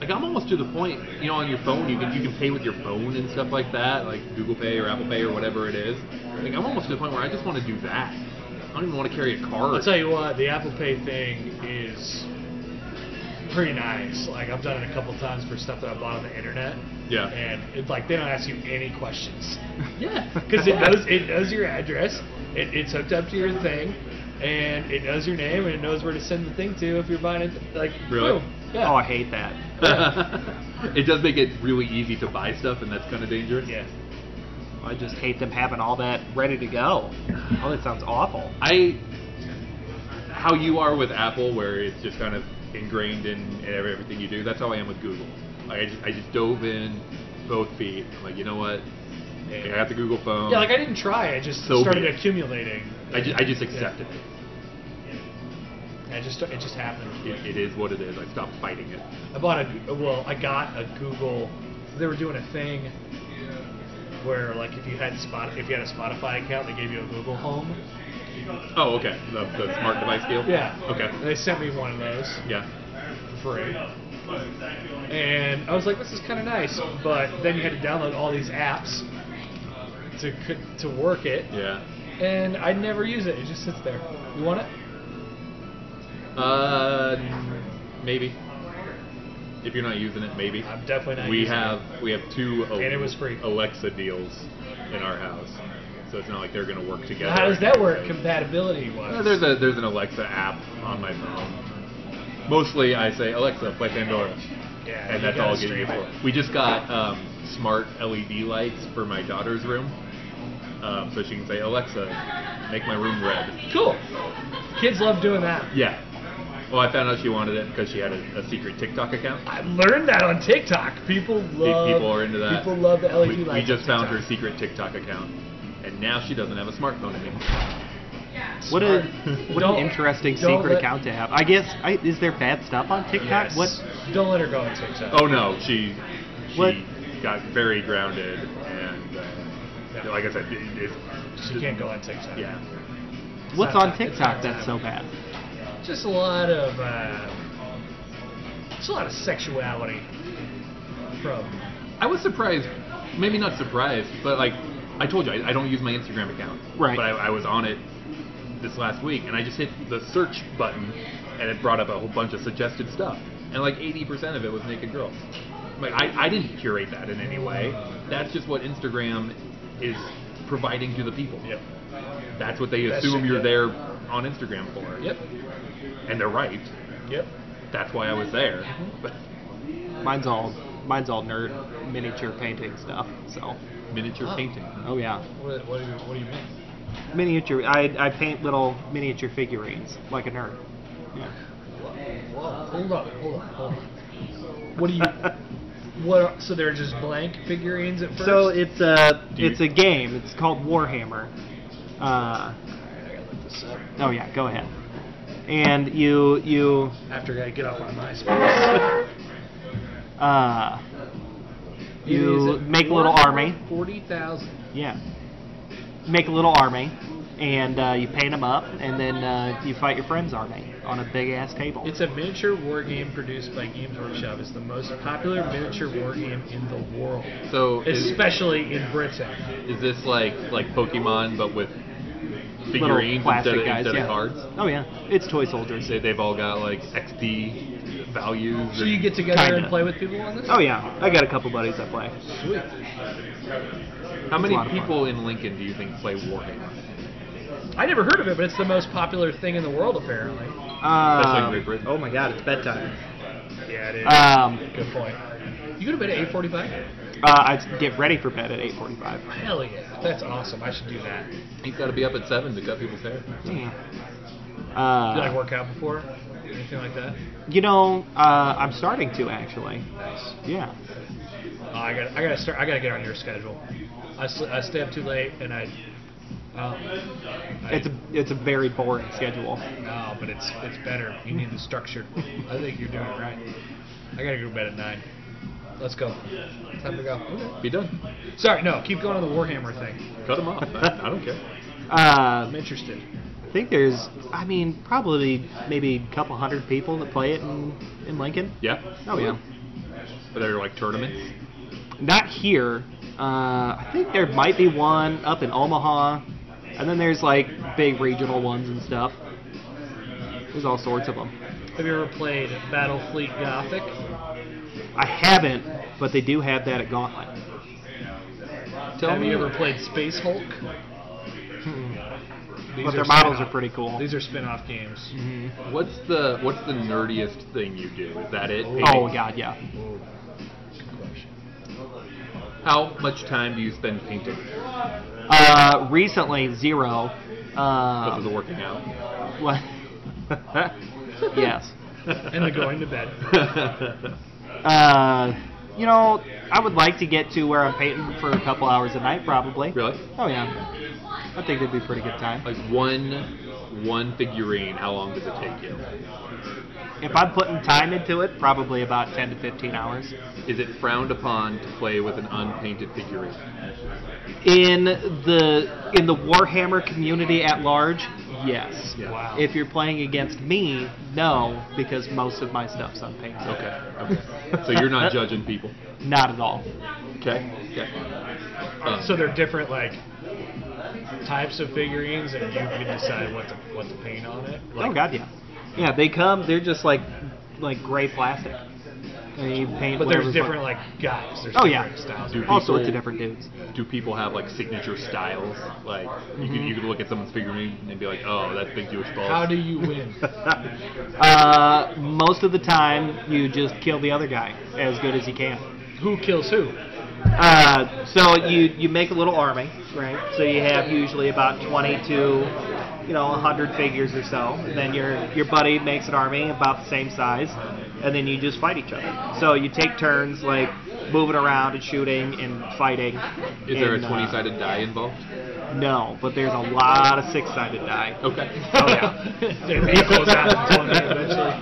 Speaker 4: like I'm almost to the point, you know, on your phone you can you can pay with your phone and stuff like that, like Google Pay or Apple Pay or whatever it is. Like I'm almost to the point where I just want to do that. I don't even want to carry a card.
Speaker 3: I'll tell
Speaker 4: [LAUGHS]
Speaker 3: you what, the Apple Pay thing is pretty nice. Like I've done it a couple times for stuff that I bought on the internet.
Speaker 4: Yeah.
Speaker 3: And it's like they don't ask you any questions
Speaker 4: yeah,
Speaker 3: because it knows it knows your address. It, it's hooked up to your thing, and it knows your name and it knows where to send the thing to if you're buying it. Like
Speaker 4: Really?
Speaker 3: boom. Yeah.
Speaker 5: Oh, I hate that.
Speaker 4: it does make it really easy to buy stuff, and that's kind of dangerous.
Speaker 3: yeah.
Speaker 5: I just hate them having all that ready to go. Oh, that sounds awful.
Speaker 4: I how you are with Apple, where it's just kind of ingrained in, in every- everything you do. That's how I am with Google. Like I just I just dove in both feet. I'm like, you know what? I got the Google phone.
Speaker 3: Yeah, like I didn't try. I just
Speaker 4: So
Speaker 3: started
Speaker 4: weird.
Speaker 3: accumulating.
Speaker 4: I just, I just accepted it.
Speaker 3: And it just it just happened.
Speaker 4: it. It is what it is. I stopped fighting it.
Speaker 3: I bought a well, I got a Google. They were doing a thing where like if you had spot if you had a Spotify account, they gave you a Google Home.
Speaker 4: Oh, okay. The, the smart device deal.
Speaker 3: Yeah.
Speaker 4: Okay.
Speaker 3: They sent me one of those
Speaker 4: Yeah.
Speaker 3: for free, and I was like, this is kind of nice. But then you had to download all these apps to c- to work it,
Speaker 4: Yeah.
Speaker 3: and I never use it. It just sits there. You want it?
Speaker 4: Uh, maybe. If you're not using it, maybe.
Speaker 3: I'm definitely not.
Speaker 4: we
Speaker 3: using
Speaker 4: have
Speaker 3: It.
Speaker 4: we have two Al-
Speaker 3: And it was free.
Speaker 4: Alexa deals in our house, so it's not like they're gonna work together.
Speaker 3: How does that work compatibility wise?
Speaker 4: Uh, There's a there's an Alexa app on my phone. Mostly, I say Alexa, play Pandora,
Speaker 3: yeah,
Speaker 4: and
Speaker 3: you
Speaker 4: that's all I'll
Speaker 3: gotta
Speaker 4: give you
Speaker 3: stream it.
Speaker 4: for. We just got um, smart LED lights for my daughter's room, um, so she can say Alexa, make my room red.
Speaker 3: Cool. Kids love doing that.
Speaker 4: Yeah. Well, I found out she wanted it because she had a, a secret TikTok account.
Speaker 3: I learned that on TikTok. People love
Speaker 4: people are into that.
Speaker 3: People love the LED
Speaker 4: we,
Speaker 3: lights.
Speaker 4: we just
Speaker 3: on
Speaker 4: found her
Speaker 3: TikTok.
Speaker 4: secret TikTok account, and now she doesn't have a smartphone anymore.
Speaker 5: What [LAUGHS] a
Speaker 4: Smart.
Speaker 5: what
Speaker 3: Don't-
Speaker 5: an interesting
Speaker 3: don't
Speaker 5: secret
Speaker 3: let-
Speaker 5: account to have. I guess I, is there bad stuff on TikTok?
Speaker 3: Yes.
Speaker 5: What?
Speaker 3: Don't let her go on TikTok.
Speaker 4: Oh no, she she
Speaker 5: What?
Speaker 4: got very grounded, and uh,
Speaker 3: Yeah.
Speaker 4: like I said, it, it,
Speaker 3: she can't go on TikTok.
Speaker 4: Yeah,
Speaker 5: What's
Speaker 3: not
Speaker 5: on
Speaker 3: bad. It's
Speaker 5: TikTok
Speaker 3: not
Speaker 5: that's so bad?
Speaker 3: just a lot of uh, just a lot of sexuality from
Speaker 4: I was surprised, maybe not surprised, but like I told you, I, I don't use my Instagram account.
Speaker 5: Right.
Speaker 4: But I, I was on it this last week, and I just hit the search button, and it brought up a whole bunch of suggested stuff, and like 80% of it was naked girls. Like I, I didn't curate that in any way. That's just what Instagram is providing to the people.
Speaker 3: Yep.
Speaker 4: That's what they
Speaker 3: That's
Speaker 4: assume
Speaker 3: it,
Speaker 4: you're
Speaker 3: yeah.
Speaker 4: there on Instagram for. Yep. And they're right.
Speaker 3: Yep.
Speaker 4: That's why I was there. [LAUGHS]
Speaker 5: Mine's all mine's all nerd miniature painting stuff. So,
Speaker 4: Miniature
Speaker 3: Oh.
Speaker 4: painting.
Speaker 5: oh yeah,
Speaker 3: What, what, do you, what do you mean?
Speaker 5: miniature. I I paint little miniature figurines like a nerd. Yeah.
Speaker 3: Whoa, hold up, hold up, hold up. What do
Speaker 5: [LAUGHS]
Speaker 3: you? [LAUGHS] What? Are, so they're just blank figurines at first.
Speaker 5: So it's a
Speaker 4: Do you-
Speaker 5: it's a game. It's called Warhammer. Uh, oh yeah, go ahead. And you you [LAUGHS]
Speaker 3: after I get off my MySpace.
Speaker 5: uh,
Speaker 3: It
Speaker 5: you
Speaker 3: is
Speaker 5: make a little army.
Speaker 3: Forty thousand.
Speaker 5: Yeah, make a little army, and uh, you paint them up, and then uh, you fight your friend's army on a big ass table.
Speaker 3: It's a miniature war game produced by Games Workshop. It's the most popular miniature war game in the world,
Speaker 4: So is-
Speaker 3: especially in Britain.
Speaker 4: Is this like like Pokemon but with figurines
Speaker 5: little
Speaker 4: instead
Speaker 5: plastic
Speaker 4: of,
Speaker 5: guys,
Speaker 4: instead
Speaker 5: yeah.
Speaker 4: of cards?
Speaker 5: Oh yeah, it's toy soldiers.
Speaker 4: They, they've all got like XD values.
Speaker 3: So
Speaker 4: and-
Speaker 3: you get together
Speaker 5: Kinda.
Speaker 3: and play with people on this?
Speaker 5: Oh yeah, I got a couple buddies that play.
Speaker 3: Sweet.
Speaker 4: How
Speaker 5: It's
Speaker 4: many
Speaker 5: a lot of fun.
Speaker 4: people in Lincoln do you think play Warhammer?
Speaker 3: I never heard of it, but it's the most popular thing in the world apparently.
Speaker 5: Um,
Speaker 4: Great Britain.
Speaker 5: oh my god, it's bedtime.
Speaker 3: Yeah, it is.
Speaker 5: Um,
Speaker 3: Uh, Good point. You go to bed at 8:45?
Speaker 5: uh, I get ready for bed at 8:45.
Speaker 3: Hell yeah, that's awesome. I should do that.
Speaker 4: He's got to be up at seven to cut people's hair.
Speaker 3: Do
Speaker 5: Yeah.
Speaker 3: you like
Speaker 5: Uh,
Speaker 3: work out before? Anything like that?
Speaker 5: you know, uh, I'm starting to actually.
Speaker 3: Nice.
Speaker 5: Yeah.
Speaker 3: Oh, I got. I got to start. I got to get on your schedule. I, sl- I stay up too late and I. Um, I
Speaker 5: It's a it's a very boring schedule.
Speaker 3: No, but it's it's better. You need the structure. I think you're doing it right. I gotta go to bed at nine. Let's go. Time to go.
Speaker 4: Be done.
Speaker 3: Sorry, no. Keep going on the Warhammer thing.
Speaker 4: Cut him off. I don't care.
Speaker 5: Uh,
Speaker 3: I'm interested.
Speaker 5: I think there's, I mean, probably maybe a couple hundred people that play it in in Lincoln.
Speaker 4: Yeah.
Speaker 5: Oh yeah.
Speaker 4: But they're like tournaments.
Speaker 5: Not here. Uh, I think there might be one up in Omaha, and then there's like big regional ones and stuff. There's all sorts of them.
Speaker 3: Have you ever played Battlefleet Gothic?
Speaker 5: I haven't, but they do have that at Gauntlet.
Speaker 4: Tell
Speaker 3: Have
Speaker 4: me.
Speaker 3: you ever played Space Hulk? These
Speaker 5: Hmm. But their models
Speaker 3: spin-off-
Speaker 5: are pretty cool. Mm-hmm.
Speaker 3: These are spin-off games.
Speaker 4: What's the what's the nerdiest thing you do? Is that it?
Speaker 5: Oh
Speaker 4: Painting?
Speaker 5: god, yeah.
Speaker 3: Good question.
Speaker 4: How much time do you spend painting?
Speaker 5: Uh, recently, zero.
Speaker 4: Because of the
Speaker 5: Uh,
Speaker 4: working out.
Speaker 5: [LAUGHS] what? [LAUGHS] yes.
Speaker 3: And the going to bed.
Speaker 5: Uh, you know, I would like to get to where I'm painting for a couple hours a night, probably.
Speaker 4: [LAUGHS] Really?
Speaker 5: Oh yeah. I think that'd be a pretty good time.
Speaker 4: Like one one figurine, how long does it take you?
Speaker 5: If I'm putting time into it, probably about 10 to 15 hours.
Speaker 4: Is it frowned upon to play with an unpainted figurine?
Speaker 5: In the in the Warhammer community at large, yes.
Speaker 4: Yeah.
Speaker 3: Wow.
Speaker 5: If you're playing against me, no, because most of my stuff's unpainted.
Speaker 4: Okay. Okay. So you're
Speaker 5: [LAUGHS]
Speaker 4: not judging people.
Speaker 5: Not at all.
Speaker 4: Okay. Okay. Um,
Speaker 3: So they're different, like types of figurines, and you can decide what to what to paint on it. Like,
Speaker 5: oh god, yeah. Yeah, they come. They're just like like gray plastic. And you paint
Speaker 3: But there's
Speaker 5: whatever's
Speaker 3: different
Speaker 5: what-
Speaker 3: like guys. There's
Speaker 5: Oh, yeah.
Speaker 3: different styles.
Speaker 4: Do
Speaker 3: right?
Speaker 5: all
Speaker 4: people-
Speaker 5: sorts of different dudes. [LAUGHS]
Speaker 4: do people have like signature styles? Like you could you could look at someone's figurine and be like, oh, that's big Jewish balls.
Speaker 3: How do you
Speaker 5: [LAUGHS]
Speaker 3: win?
Speaker 5: uh, most of the time, you just kill the other guy as good as you can.
Speaker 3: who kills who?
Speaker 5: Uh, so you you make a little army, right? So you have usually about 20 to you know 100 figures or so. And then your your buddy makes an army about the same size, and then you just fight each other. So you take turns like moving around and shooting and fighting.
Speaker 4: Is there a
Speaker 5: and, uh,
Speaker 4: twenty-sided die involved?
Speaker 5: No, but there's a lot of six-sided die.
Speaker 4: Okay.
Speaker 5: Oh,
Speaker 4: [LAUGHS]
Speaker 5: yeah.
Speaker 3: They're equals out to
Speaker 5: [LAUGHS]
Speaker 3: 20 eventually.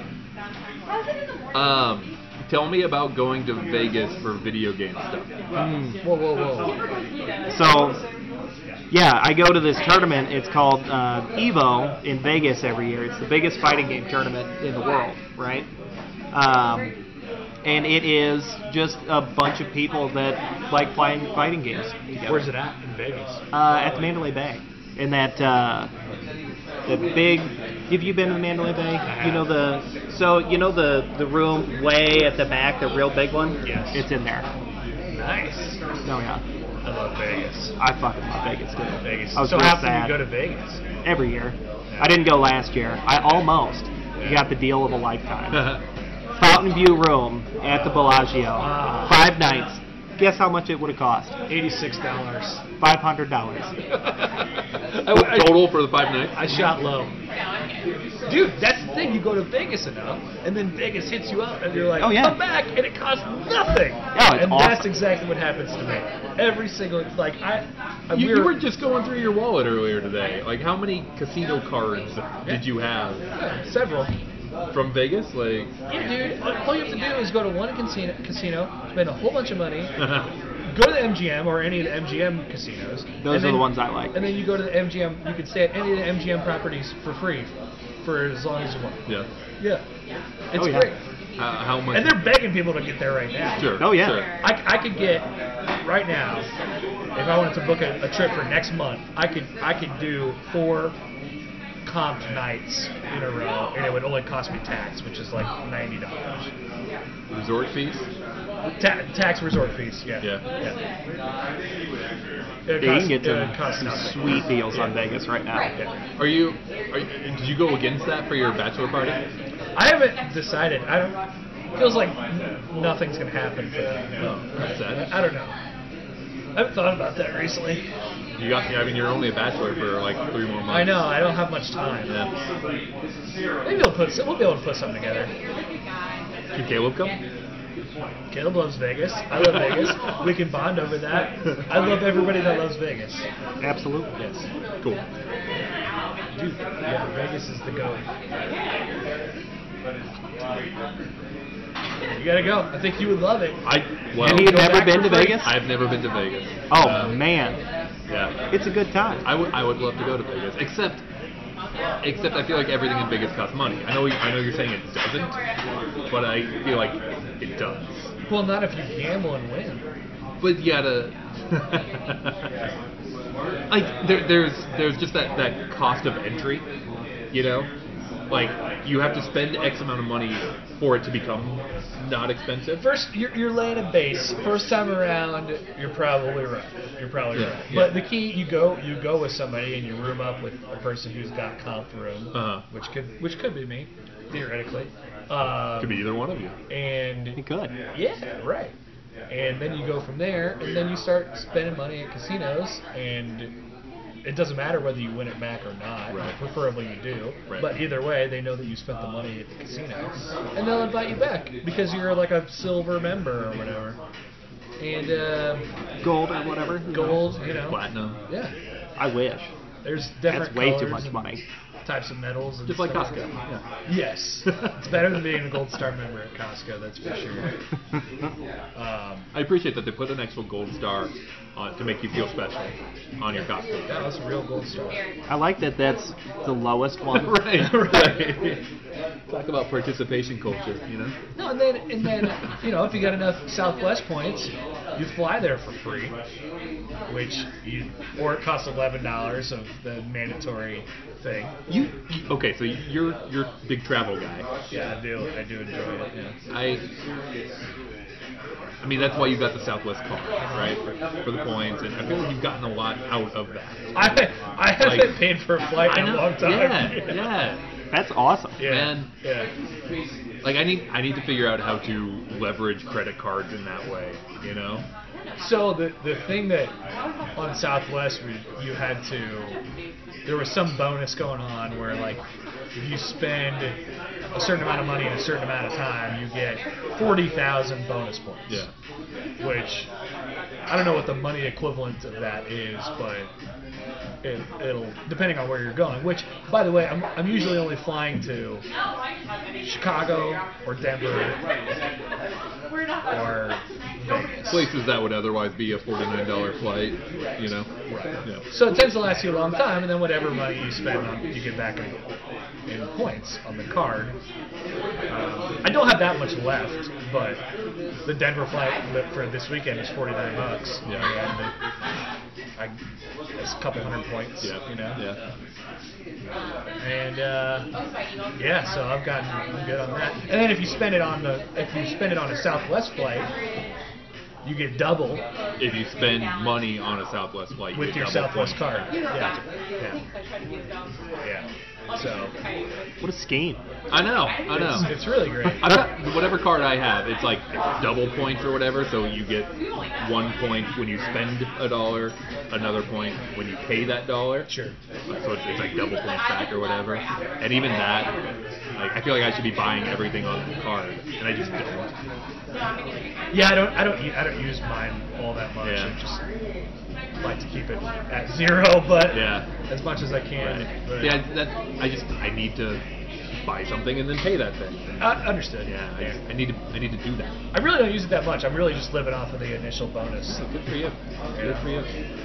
Speaker 4: Um, tell me about going to
Speaker 5: [LAUGHS]
Speaker 4: Vegas for video game stuff.
Speaker 3: Whoa, whoa, whoa.
Speaker 5: So yeah, I go to this tournament. It's called uh, Evo in Vegas every year. It's the biggest fighting game tournament in the world, right? Um, and it is just a bunch of people that like playing fighting games. together.
Speaker 3: Where's it at? In Vegas.
Speaker 5: Uh, at the Mandalay Bay, in that uh, the big. Have you been to the Mandalay Bay? You know the so you know the the room way at the back, the real big one.
Speaker 3: Yes.
Speaker 5: It's in there.
Speaker 3: Nice.
Speaker 5: Oh yeah.
Speaker 3: I love Vegas.
Speaker 5: I fucking love Vegas too.
Speaker 3: Vegas.
Speaker 5: I was
Speaker 3: so
Speaker 5: real
Speaker 3: how often
Speaker 5: sad.
Speaker 3: do you go to Vegas?
Speaker 5: every year. I didn't go last year. I almost got the deal of a lifetime.
Speaker 3: [LAUGHS]
Speaker 5: Fountain View room at the Bellagio,
Speaker 3: Ah.
Speaker 5: five nights. Guess how much it would have cost?
Speaker 3: Eighty-six dollars.
Speaker 5: Five hundred dollars.
Speaker 4: Total for the five nights.
Speaker 3: [LAUGHS] I shot low. Dude, that's the thing. You go to Vegas enough, and then Vegas hits you up, and you're like,
Speaker 5: Oh, yeah.
Speaker 3: come back, and it costs nothing.
Speaker 5: Yeah, it's
Speaker 3: and
Speaker 5: awesome.
Speaker 3: that's exactly what happens to me. Every single, like, I, I
Speaker 4: You,
Speaker 3: we
Speaker 4: you were just going through your wallet earlier today. Like, how many casino cards did you have
Speaker 3: several.
Speaker 4: from Vegas? Like, [LAUGHS]
Speaker 3: Yeah, dude. All you have to do is go to one casino, casino spend a whole bunch of money, go to the MGM or any of the MGM casinos. and
Speaker 5: Those are
Speaker 3: then-
Speaker 5: the ones I like.
Speaker 3: And then you go to the MGM. You can stay at any of the MGM properties for free, for as long as you want.
Speaker 4: yeah.
Speaker 3: Yeah, it's
Speaker 5: Oh, yeah.
Speaker 3: great.
Speaker 4: How, how much?
Speaker 3: And they're begging people to get there right now.
Speaker 4: Sure,
Speaker 5: Oh, yeah.
Speaker 4: sure.
Speaker 3: I, I could get right now if I wanted to book a, a trip for next month. I could I could do four comp nights in a row, and it would only cost me tax, which is like ninety dollars.
Speaker 4: Resort fees.
Speaker 3: Ta- tax resort fees. Yeah.
Speaker 4: Yeah.
Speaker 3: Yeah. It
Speaker 5: You
Speaker 3: costs-
Speaker 5: can get
Speaker 3: it
Speaker 5: some,
Speaker 3: costs
Speaker 5: some
Speaker 3: nothing.
Speaker 5: sweet deals on Vegas right now.
Speaker 3: Yeah.
Speaker 4: Are you, are you? Did you go against that for your bachelor party?
Speaker 3: I haven't decided. I don't. Feels like nothing's gonna happen. For that. No.
Speaker 4: That's sad.
Speaker 3: I don't know. I haven't thought about that recently.
Speaker 4: You got. I mean, you're only a bachelor for like three more months.
Speaker 3: I know. I don't have much time.
Speaker 4: Yeah.
Speaker 3: Maybe we'll put some, we'll be able to put something together.
Speaker 4: Can Caleb come?
Speaker 3: Caleb loves Vegas. I love Vegas. We can bond over that. I love everybody that loves Vegas.
Speaker 5: Absolutely.
Speaker 3: Yes.
Speaker 4: Cool.
Speaker 3: Dude, yeah, Vegas is the go. You gotta go. I think you would love it.
Speaker 4: I. Well,
Speaker 5: Have you never
Speaker 3: back
Speaker 5: been
Speaker 3: for
Speaker 5: to
Speaker 3: free.
Speaker 5: Vegas?
Speaker 4: I've never been to Vegas.
Speaker 5: Oh
Speaker 4: Uh,
Speaker 3: Um,
Speaker 5: man,
Speaker 4: yeah.
Speaker 5: it's a good time.
Speaker 4: I would. I would love to go to Vegas, except. Except I feel like everything in Vegas costs money. I know. you- I know you're saying it doesn't, but I feel like it does.
Speaker 3: Well, not if you gamble and win.
Speaker 4: But yeah, to. [LAUGHS] like there, there's there's just that that cost of entry, you know, like you have to spend X amount of money for it to become not expensive.
Speaker 3: First, you're, you're laying a base. First time around, you're probably right. You're probably
Speaker 4: Yeah,
Speaker 3: right.
Speaker 4: yeah.
Speaker 3: But the key, you go you go with somebody and you room up with a person who's got comp room,
Speaker 4: Uh-huh.
Speaker 3: which could which could be me, theoretically. Um,
Speaker 4: Could be either one of you.
Speaker 5: It
Speaker 3: And
Speaker 5: could.
Speaker 3: yeah, right. And then you go from there, and then you start spending money at casinos, and it doesn't matter whether you win at Mac or not.
Speaker 4: Right.
Speaker 3: Preferably you do,
Speaker 4: Right.
Speaker 3: but either way, they know that you spent the money at the casino, and they'll invite you back because you're like a silver member or whatever, and uh,
Speaker 5: Gold or whatever. you know.
Speaker 3: gold, you know.
Speaker 4: Platinum.
Speaker 3: Yeah,
Speaker 5: I wish.
Speaker 3: there's different.
Speaker 5: That's way too
Speaker 3: colors
Speaker 5: much
Speaker 3: and
Speaker 5: money. [LAUGHS]
Speaker 3: Types of metals. And
Speaker 4: Just like
Speaker 3: stuff.
Speaker 4: Costco.
Speaker 3: Yes, it's better than being a gold star member at Costco. That's for
Speaker 4: [LAUGHS]
Speaker 3: sure. Um,
Speaker 4: I appreciate that they put an actual gold star on, to make you feel special on your costume.
Speaker 3: That was a real gold star.
Speaker 5: I like that. That's the
Speaker 3: [LAUGHS]
Speaker 5: lowest
Speaker 4: [LAUGHS]
Speaker 5: one.
Speaker 4: right, right. Talk about participation culture, you know?
Speaker 3: No, and then and then you know if you got enough Southwest points, you fly there for free, which you or it costs eleven dollars of the mandatory thing.
Speaker 4: You okay? So you're you're a big travel guy.
Speaker 3: Yeah, I do. I do enjoy it. Yeah.
Speaker 4: I. I mean, that's why you got the Southwest card, right? For, for the points, and I feel like you've gotten a lot out of that.
Speaker 3: I I haven't
Speaker 4: Like-
Speaker 3: paid for a flight
Speaker 4: I
Speaker 3: in a
Speaker 4: know.
Speaker 3: long time.
Speaker 4: Yeah, yeah.
Speaker 5: That's awesome.
Speaker 3: Yeah.
Speaker 4: Man.
Speaker 3: yeah.
Speaker 4: Like I need I need to figure out how to leverage credit cards in that way, you know?
Speaker 3: So the the thing that on Southwest we, you had to there was some bonus going on where like if you spend a certain amount of money in a certain amount of time you get forty thousand bonus points.
Speaker 4: Yeah.
Speaker 3: Which I don't know what the money equivalent of that is, but it, it'll depending on where you're going. Which by the way, I'm I'm usually only flying to Chicago or Denver or Vegas.
Speaker 4: places that would otherwise be a forty-nine dollar flight. You know. Yeah.
Speaker 3: So it tends to last you a long time, and then whatever money you spend, on, you get back in, in points on the card. Um, I don't have that much left, but the Denver flight li- for this weekend is 49 bucks.
Speaker 4: Yeah.
Speaker 3: And I, that's a couple hundred points,
Speaker 4: Yeah.
Speaker 3: you know?
Speaker 4: Yeah.
Speaker 3: And uh, yeah, so I've gotten I'm good on that. And then if you spend it on the if you spend it on a Southwest flight, you get double
Speaker 4: If you spend money on a Southwest flight, you
Speaker 3: with
Speaker 4: get
Speaker 3: your
Speaker 4: double
Speaker 3: Southwest
Speaker 4: points.
Speaker 3: card. Yeah, yeah, yeah. So
Speaker 5: What a scheme.
Speaker 4: I know. I know.
Speaker 3: it's, it's really great.
Speaker 4: I've got whatever card I have, it's like double points or whatever, so you get one point when you spend a dollar, another point when you pay that dollar.
Speaker 3: Sure.
Speaker 4: So it's, it's like double points back or whatever. And even that, like, I feel like I should be buying everything on the card, and I just don't.
Speaker 3: Yeah, I don't I don't u- I don't use mine all that much.
Speaker 4: Yeah.
Speaker 3: I just like to keep it at zero, but
Speaker 4: Yeah.
Speaker 3: as much as I can. But,
Speaker 4: Yeah, that, I just, I need to buy something and then pay that thing.
Speaker 3: I, understood.
Speaker 4: Yeah, I, just, I need to, I need to do that.
Speaker 3: I really don't use it that much. I'm really just living off of the initial bonus.
Speaker 4: Good for you. Good for you.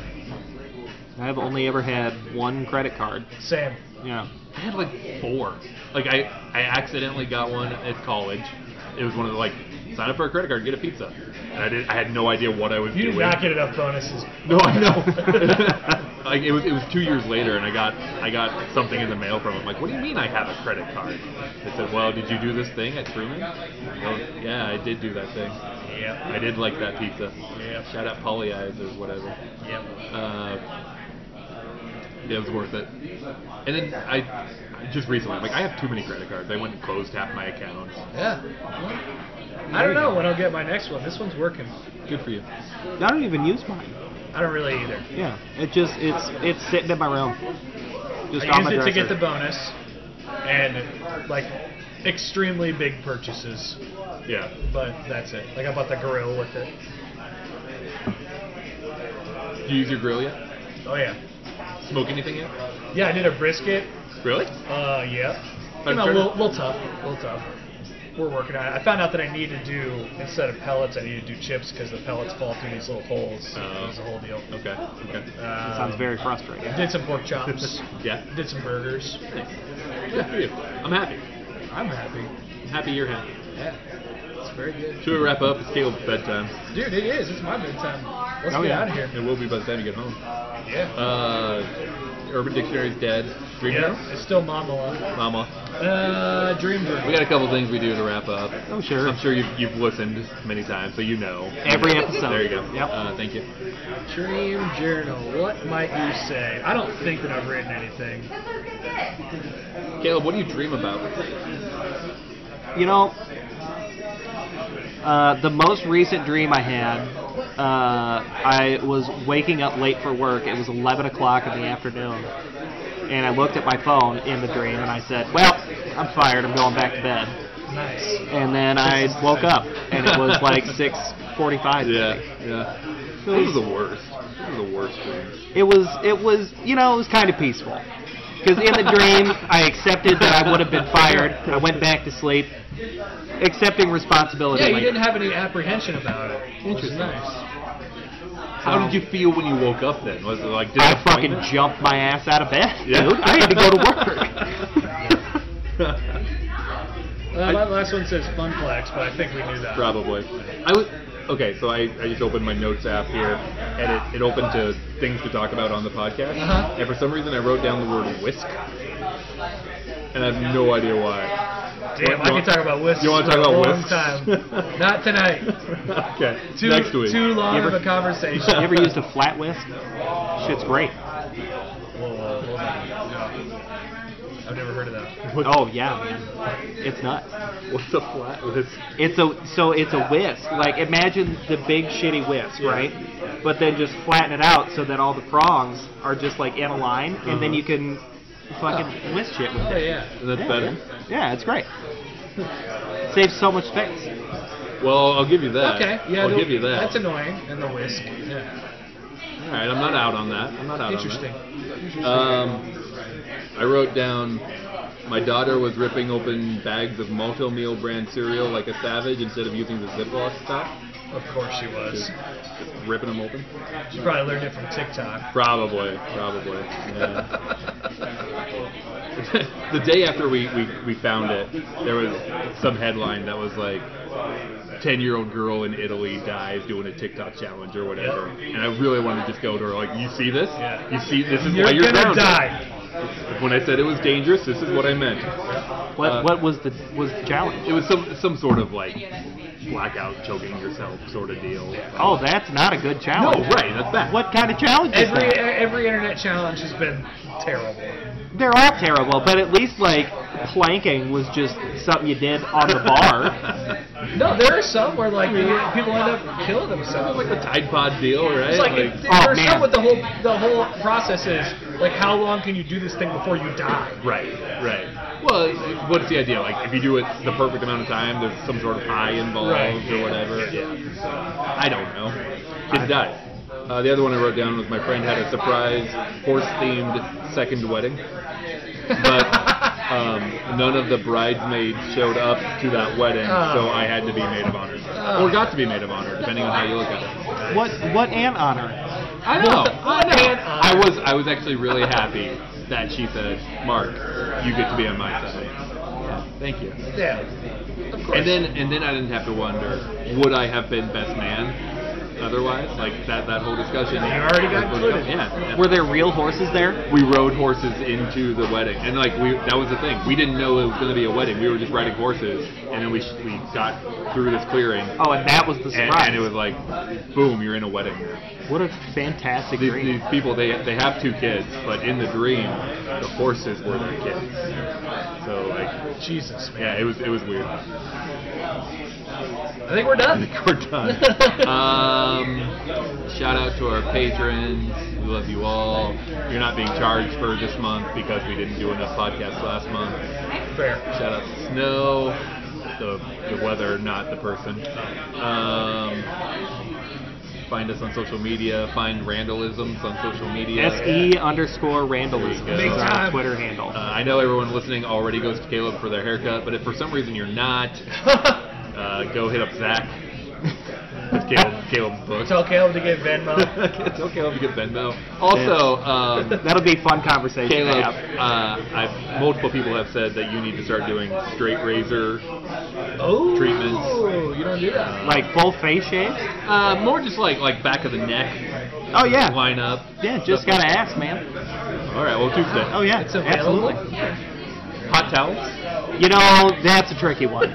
Speaker 5: I've only ever had one credit card.
Speaker 3: Same.
Speaker 5: Yeah.
Speaker 4: I had like four. Like I, I accidentally got one at college. It was one of the like sign up for a credit card, get a pizza. And I did. I had no idea what I was
Speaker 3: You
Speaker 4: doing.
Speaker 3: did not
Speaker 4: [LAUGHS]
Speaker 3: get enough bonuses.
Speaker 4: no, I know. [LAUGHS] like it was, it was two years later, and I got, I got something in the mail from him. Like, what do you mean I have a credit card? They said, well, did you do this thing at Truman? Well, yeah, I did do that thing.
Speaker 3: Yep.
Speaker 4: I did like that pizza.
Speaker 3: Yep.
Speaker 4: Shout out Polly Eyes or whatever.
Speaker 3: Yep.
Speaker 4: Uh, yeah, it was worth it. And then I just recently, I'm like, I have too many credit cards. I went and closed half my accounts.
Speaker 3: Yeah. I don't know when I'll get my next one. This one's working.
Speaker 4: Good for you.
Speaker 5: I don't even use mine.
Speaker 3: I don't really either.
Speaker 5: Yeah. It just it's it's sitting in my room. Just
Speaker 3: I
Speaker 5: on
Speaker 3: use
Speaker 5: my
Speaker 3: it
Speaker 5: dresser.
Speaker 3: to get the bonus and like extremely big purchases,
Speaker 4: Yeah.
Speaker 3: but that's it. Like I bought the grill with it.
Speaker 4: Do you use your grill yet?
Speaker 3: Oh yeah.
Speaker 4: Smoke anything yet?
Speaker 3: Yeah, I did a brisket.
Speaker 4: Really?
Speaker 3: Uh, yeah.
Speaker 4: I'm
Speaker 3: You know, a
Speaker 4: sure-
Speaker 3: little, little tough. A little tough. We're working on it. I found out that I need to do instead of pellets, I need to do chips because the pellets fall through these little holes.
Speaker 4: Oh.
Speaker 3: It's a whole deal.
Speaker 4: Okay. Okay.
Speaker 3: Um,
Speaker 5: Sounds very frustrating.
Speaker 3: Did some pork chops.
Speaker 4: Yeah.
Speaker 3: did some burgers.
Speaker 4: Good for you. I'm happy.
Speaker 3: I'm happy.
Speaker 4: I'm happy you're happy.
Speaker 3: Yeah, it's very good.
Speaker 4: Should we wrap up? It's Caleb's bedtime.
Speaker 3: Dude, it is. It's my bedtime. Let's
Speaker 5: Oh,
Speaker 3: get
Speaker 5: yeah.
Speaker 3: out of here.
Speaker 4: It will be by the time you get home.
Speaker 3: Yeah.
Speaker 4: Uh, Urban Dictionary's dead. Dream
Speaker 3: yeah.
Speaker 4: Girl?
Speaker 3: It's still Mom Malone.
Speaker 4: Mama.
Speaker 3: Uh, Dream Girl.
Speaker 4: We got a couple things we do to wrap up.
Speaker 5: Oh sure.
Speaker 4: I'm sure you've, you've listened many times, so you know.
Speaker 5: Every episode.
Speaker 4: There you go.
Speaker 5: Yep.
Speaker 4: Uh, thank you.
Speaker 3: Dream Journal. What might you say? I don't think that I've written anything.
Speaker 4: Caleb, what do you dream about?
Speaker 5: You know, uh, the most recent dream I had, uh, I was waking up late for work. It was 11 o'clock in the afternoon. And I looked at my phone in the dream and I said, Well, I'm fired. I'm going back to bed.
Speaker 3: Nice.
Speaker 5: And then
Speaker 3: [LAUGHS]
Speaker 5: I woke up and it was like 6:45.
Speaker 4: Yeah, yeah. This is the worst. This is the worst dream.
Speaker 5: It was it was you know it was kind of peaceful because in the dream I accepted that I would have been fired. I went back to sleep, accepting responsibility.
Speaker 3: Yeah, you
Speaker 5: later.
Speaker 3: didn't have any apprehension about it. Which is nice.
Speaker 4: How did you feel when you woke up then? Was it like
Speaker 5: I fucking
Speaker 4: disappointment?
Speaker 5: jumped my ass out of bed,
Speaker 4: Yeah.
Speaker 5: dude. I had to go to
Speaker 4: [LAUGHS]
Speaker 5: work. [LAUGHS]
Speaker 3: Uh, my last one says Funplex, but I think we knew that.
Speaker 4: Probably. I was okay. So I, I just opened my notes app here, and it, it opened to things to talk about on the podcast.
Speaker 3: Uh-huh.
Speaker 4: And for some reason, I wrote down the word whisk, and I have no idea why. [LAUGHS]
Speaker 3: Damn, I can talk about whisks
Speaker 4: You want to talk
Speaker 3: for a
Speaker 4: about
Speaker 3: long
Speaker 4: whisks? [LAUGHS]
Speaker 3: time. Not tonight.
Speaker 4: okay.
Speaker 3: Too,
Speaker 4: Next week.
Speaker 3: Too long
Speaker 5: You ever-
Speaker 3: of a
Speaker 4: [LAUGHS]
Speaker 3: conversation.
Speaker 5: you ever used a flat whisk? Shit's great.
Speaker 3: Whoa, whoa, hold on. No. I've never heard of that.
Speaker 5: Oh yeah, man. it's nuts.
Speaker 4: What's a flat whisk?
Speaker 5: It's a so it's a whisk. Like imagine the big shitty whisk, right? But then just flatten it out so that all the prongs are just like in a line, and
Speaker 4: Uh-huh.
Speaker 5: then you can fucking whisk shit with
Speaker 3: Yeah,
Speaker 5: it.
Speaker 3: yeah.
Speaker 4: That's better.
Speaker 5: Yeah, it's great. Saves so much space.
Speaker 4: Well, I'll give you that.
Speaker 3: Okay, yeah,
Speaker 4: I'll
Speaker 3: the-
Speaker 4: give you that.
Speaker 3: That's annoying, and the whisk. Yeah.
Speaker 4: All right, I'm not out on that. I'm not out
Speaker 3: Interesting.
Speaker 4: on that. Um, I wrote down my daughter was ripping open bags of multi meal brand cereal like a savage instead of using the Ziploc stuff.
Speaker 3: Of course she was.
Speaker 4: ripping them open.
Speaker 3: She probably learned it from TikTok.
Speaker 4: Probably, probably. Yeah. [LAUGHS] the day after we, we, we found it, there was some headline that was like, 10 year old girl in Italy dies doing a TikTok challenge or whatever. And I really wanted to just go to her, like, you see this?
Speaker 3: Yeah.
Speaker 4: You see, this is
Speaker 3: You're
Speaker 4: why you're
Speaker 3: gonna
Speaker 4: grounded."
Speaker 3: die.
Speaker 4: When I said it was dangerous, this is what I meant.
Speaker 5: What
Speaker 4: Uh,
Speaker 5: what was the was the challenge?
Speaker 4: It was some some sort of like blackout choking yourself sort of deal.
Speaker 5: Oh, that's not a good
Speaker 4: no,
Speaker 5: challenge.
Speaker 4: right, that's bad.
Speaker 5: What kind of challenge is
Speaker 4: [LAUGHS]
Speaker 3: Every
Speaker 5: that?
Speaker 3: every internet challenge has been terrible.
Speaker 5: They're all terrible, but at least like planking was just something you did on the
Speaker 4: [LAUGHS]
Speaker 5: bar.
Speaker 3: No, there are some where like people end up killing themselves.
Speaker 4: like the Tide Pod deal, right?
Speaker 3: It's like,
Speaker 4: Like-
Speaker 3: it-
Speaker 5: Oh,
Speaker 3: there's
Speaker 5: man.
Speaker 3: some what the whole the whole process is. Like, how long can you do this thing before you die?
Speaker 4: Right, right. Well, it- what's the idea? Like, if you do it the perfect amount of time, there's some sort of high involved
Speaker 3: Right.
Speaker 4: or whatever. Yeah. I don't know. Kid died. Uh, the other one I wrote down was my friend had a surprise horse-themed second wedding,
Speaker 3: [LAUGHS]
Speaker 4: but um, none of the bridesmaids showed up to that wedding, so I had to be maid of honor, or got to be maid of honor, depending on how you look at it.
Speaker 5: What what an honor.
Speaker 4: I know.
Speaker 3: What the- what an honor.
Speaker 4: I was I was actually really happy that she said, "Mark, you get to be on my side." Yeah, Thank you.
Speaker 3: Yeah.
Speaker 4: And then and then I didn't have to wonder would I have been best man otherwise like that that whole discussion.
Speaker 3: You already got included.
Speaker 4: Yeah.
Speaker 5: Were there real horses there?
Speaker 4: we rode horses into the wedding, and like we that was the thing. We didn't know it was going to be a wedding. We were just riding horses, and then we sh- we got through this clearing,
Speaker 5: Oh, and that was the
Speaker 4: and,
Speaker 5: surprise.
Speaker 4: and it was like, boom, you're in a wedding. now.
Speaker 5: what a fantastic
Speaker 4: These,
Speaker 5: dream.
Speaker 4: these people, they they have two kids, but in the dream, the horses were their kids. So like,
Speaker 3: Jesus, man.
Speaker 4: yeah, it was it was weird.
Speaker 3: I think we're
Speaker 4: [LAUGHS]
Speaker 3: done.
Speaker 4: We're
Speaker 3: [LAUGHS]
Speaker 4: done. um, shout out to our patrons. We love you all. You're not being charged for this month because we didn't do enough podcasts last month.
Speaker 3: Fair.
Speaker 4: Shout out to Snow, the, the weather, not the person. Um, find us on social media. Find Randallisms on social media.
Speaker 5: S E underscore Randallism
Speaker 4: Big
Speaker 5: is our
Speaker 3: time.
Speaker 5: Twitter handle.
Speaker 4: Uh, I know everyone listening already goes to Caleb for their haircut, but if for some reason you're not, uh, go hit up
Speaker 5: [LAUGHS]
Speaker 4: Zach. It's Caleb, Caleb's book.
Speaker 3: Tell Caleb to get Venmo.
Speaker 4: [LAUGHS] Tell Caleb to get Venmo. Also,
Speaker 5: [LAUGHS]
Speaker 4: um,
Speaker 5: That'll be a fun conversation to
Speaker 4: Caleb,
Speaker 5: have.
Speaker 4: uh, I've, multiple people have said that you need to start doing straight razor.
Speaker 3: Oh.
Speaker 4: Treatments.
Speaker 3: You don't do that.
Speaker 5: Like full face shaves?
Speaker 4: Uh, more just like like back of the neck
Speaker 5: Oh yeah.
Speaker 4: line up.
Speaker 5: Yeah, just gotta ask, man.
Speaker 4: All right, well Tuesday.
Speaker 5: Oh yeah,
Speaker 3: It's available.
Speaker 5: absolutely.
Speaker 4: Hot towels.
Speaker 5: You know, that's a
Speaker 3: [LAUGHS]
Speaker 5: tricky one.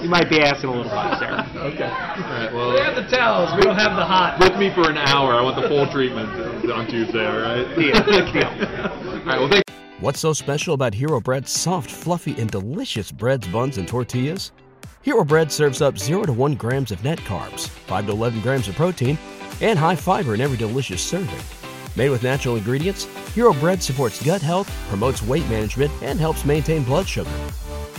Speaker 5: You might be asking a little much there.
Speaker 4: All right,
Speaker 3: We have
Speaker 4: well.
Speaker 3: the towels. We don't have the hot.
Speaker 4: With me for an hour. I want the full treatment on Tuesday, all right? [LAUGHS]
Speaker 5: Deal. Deal.
Speaker 4: All right, well, thank
Speaker 2: What's so special about Hero Bread's soft, fluffy, and delicious breads, buns, and tortillas? Hero Bread serves up 0 to 1 grams of net carbs, 5 to 11 grams of protein, and high fiber in every delicious serving. Made with natural ingredients, Hero Bread supports gut health, promotes weight management, and helps maintain blood sugar.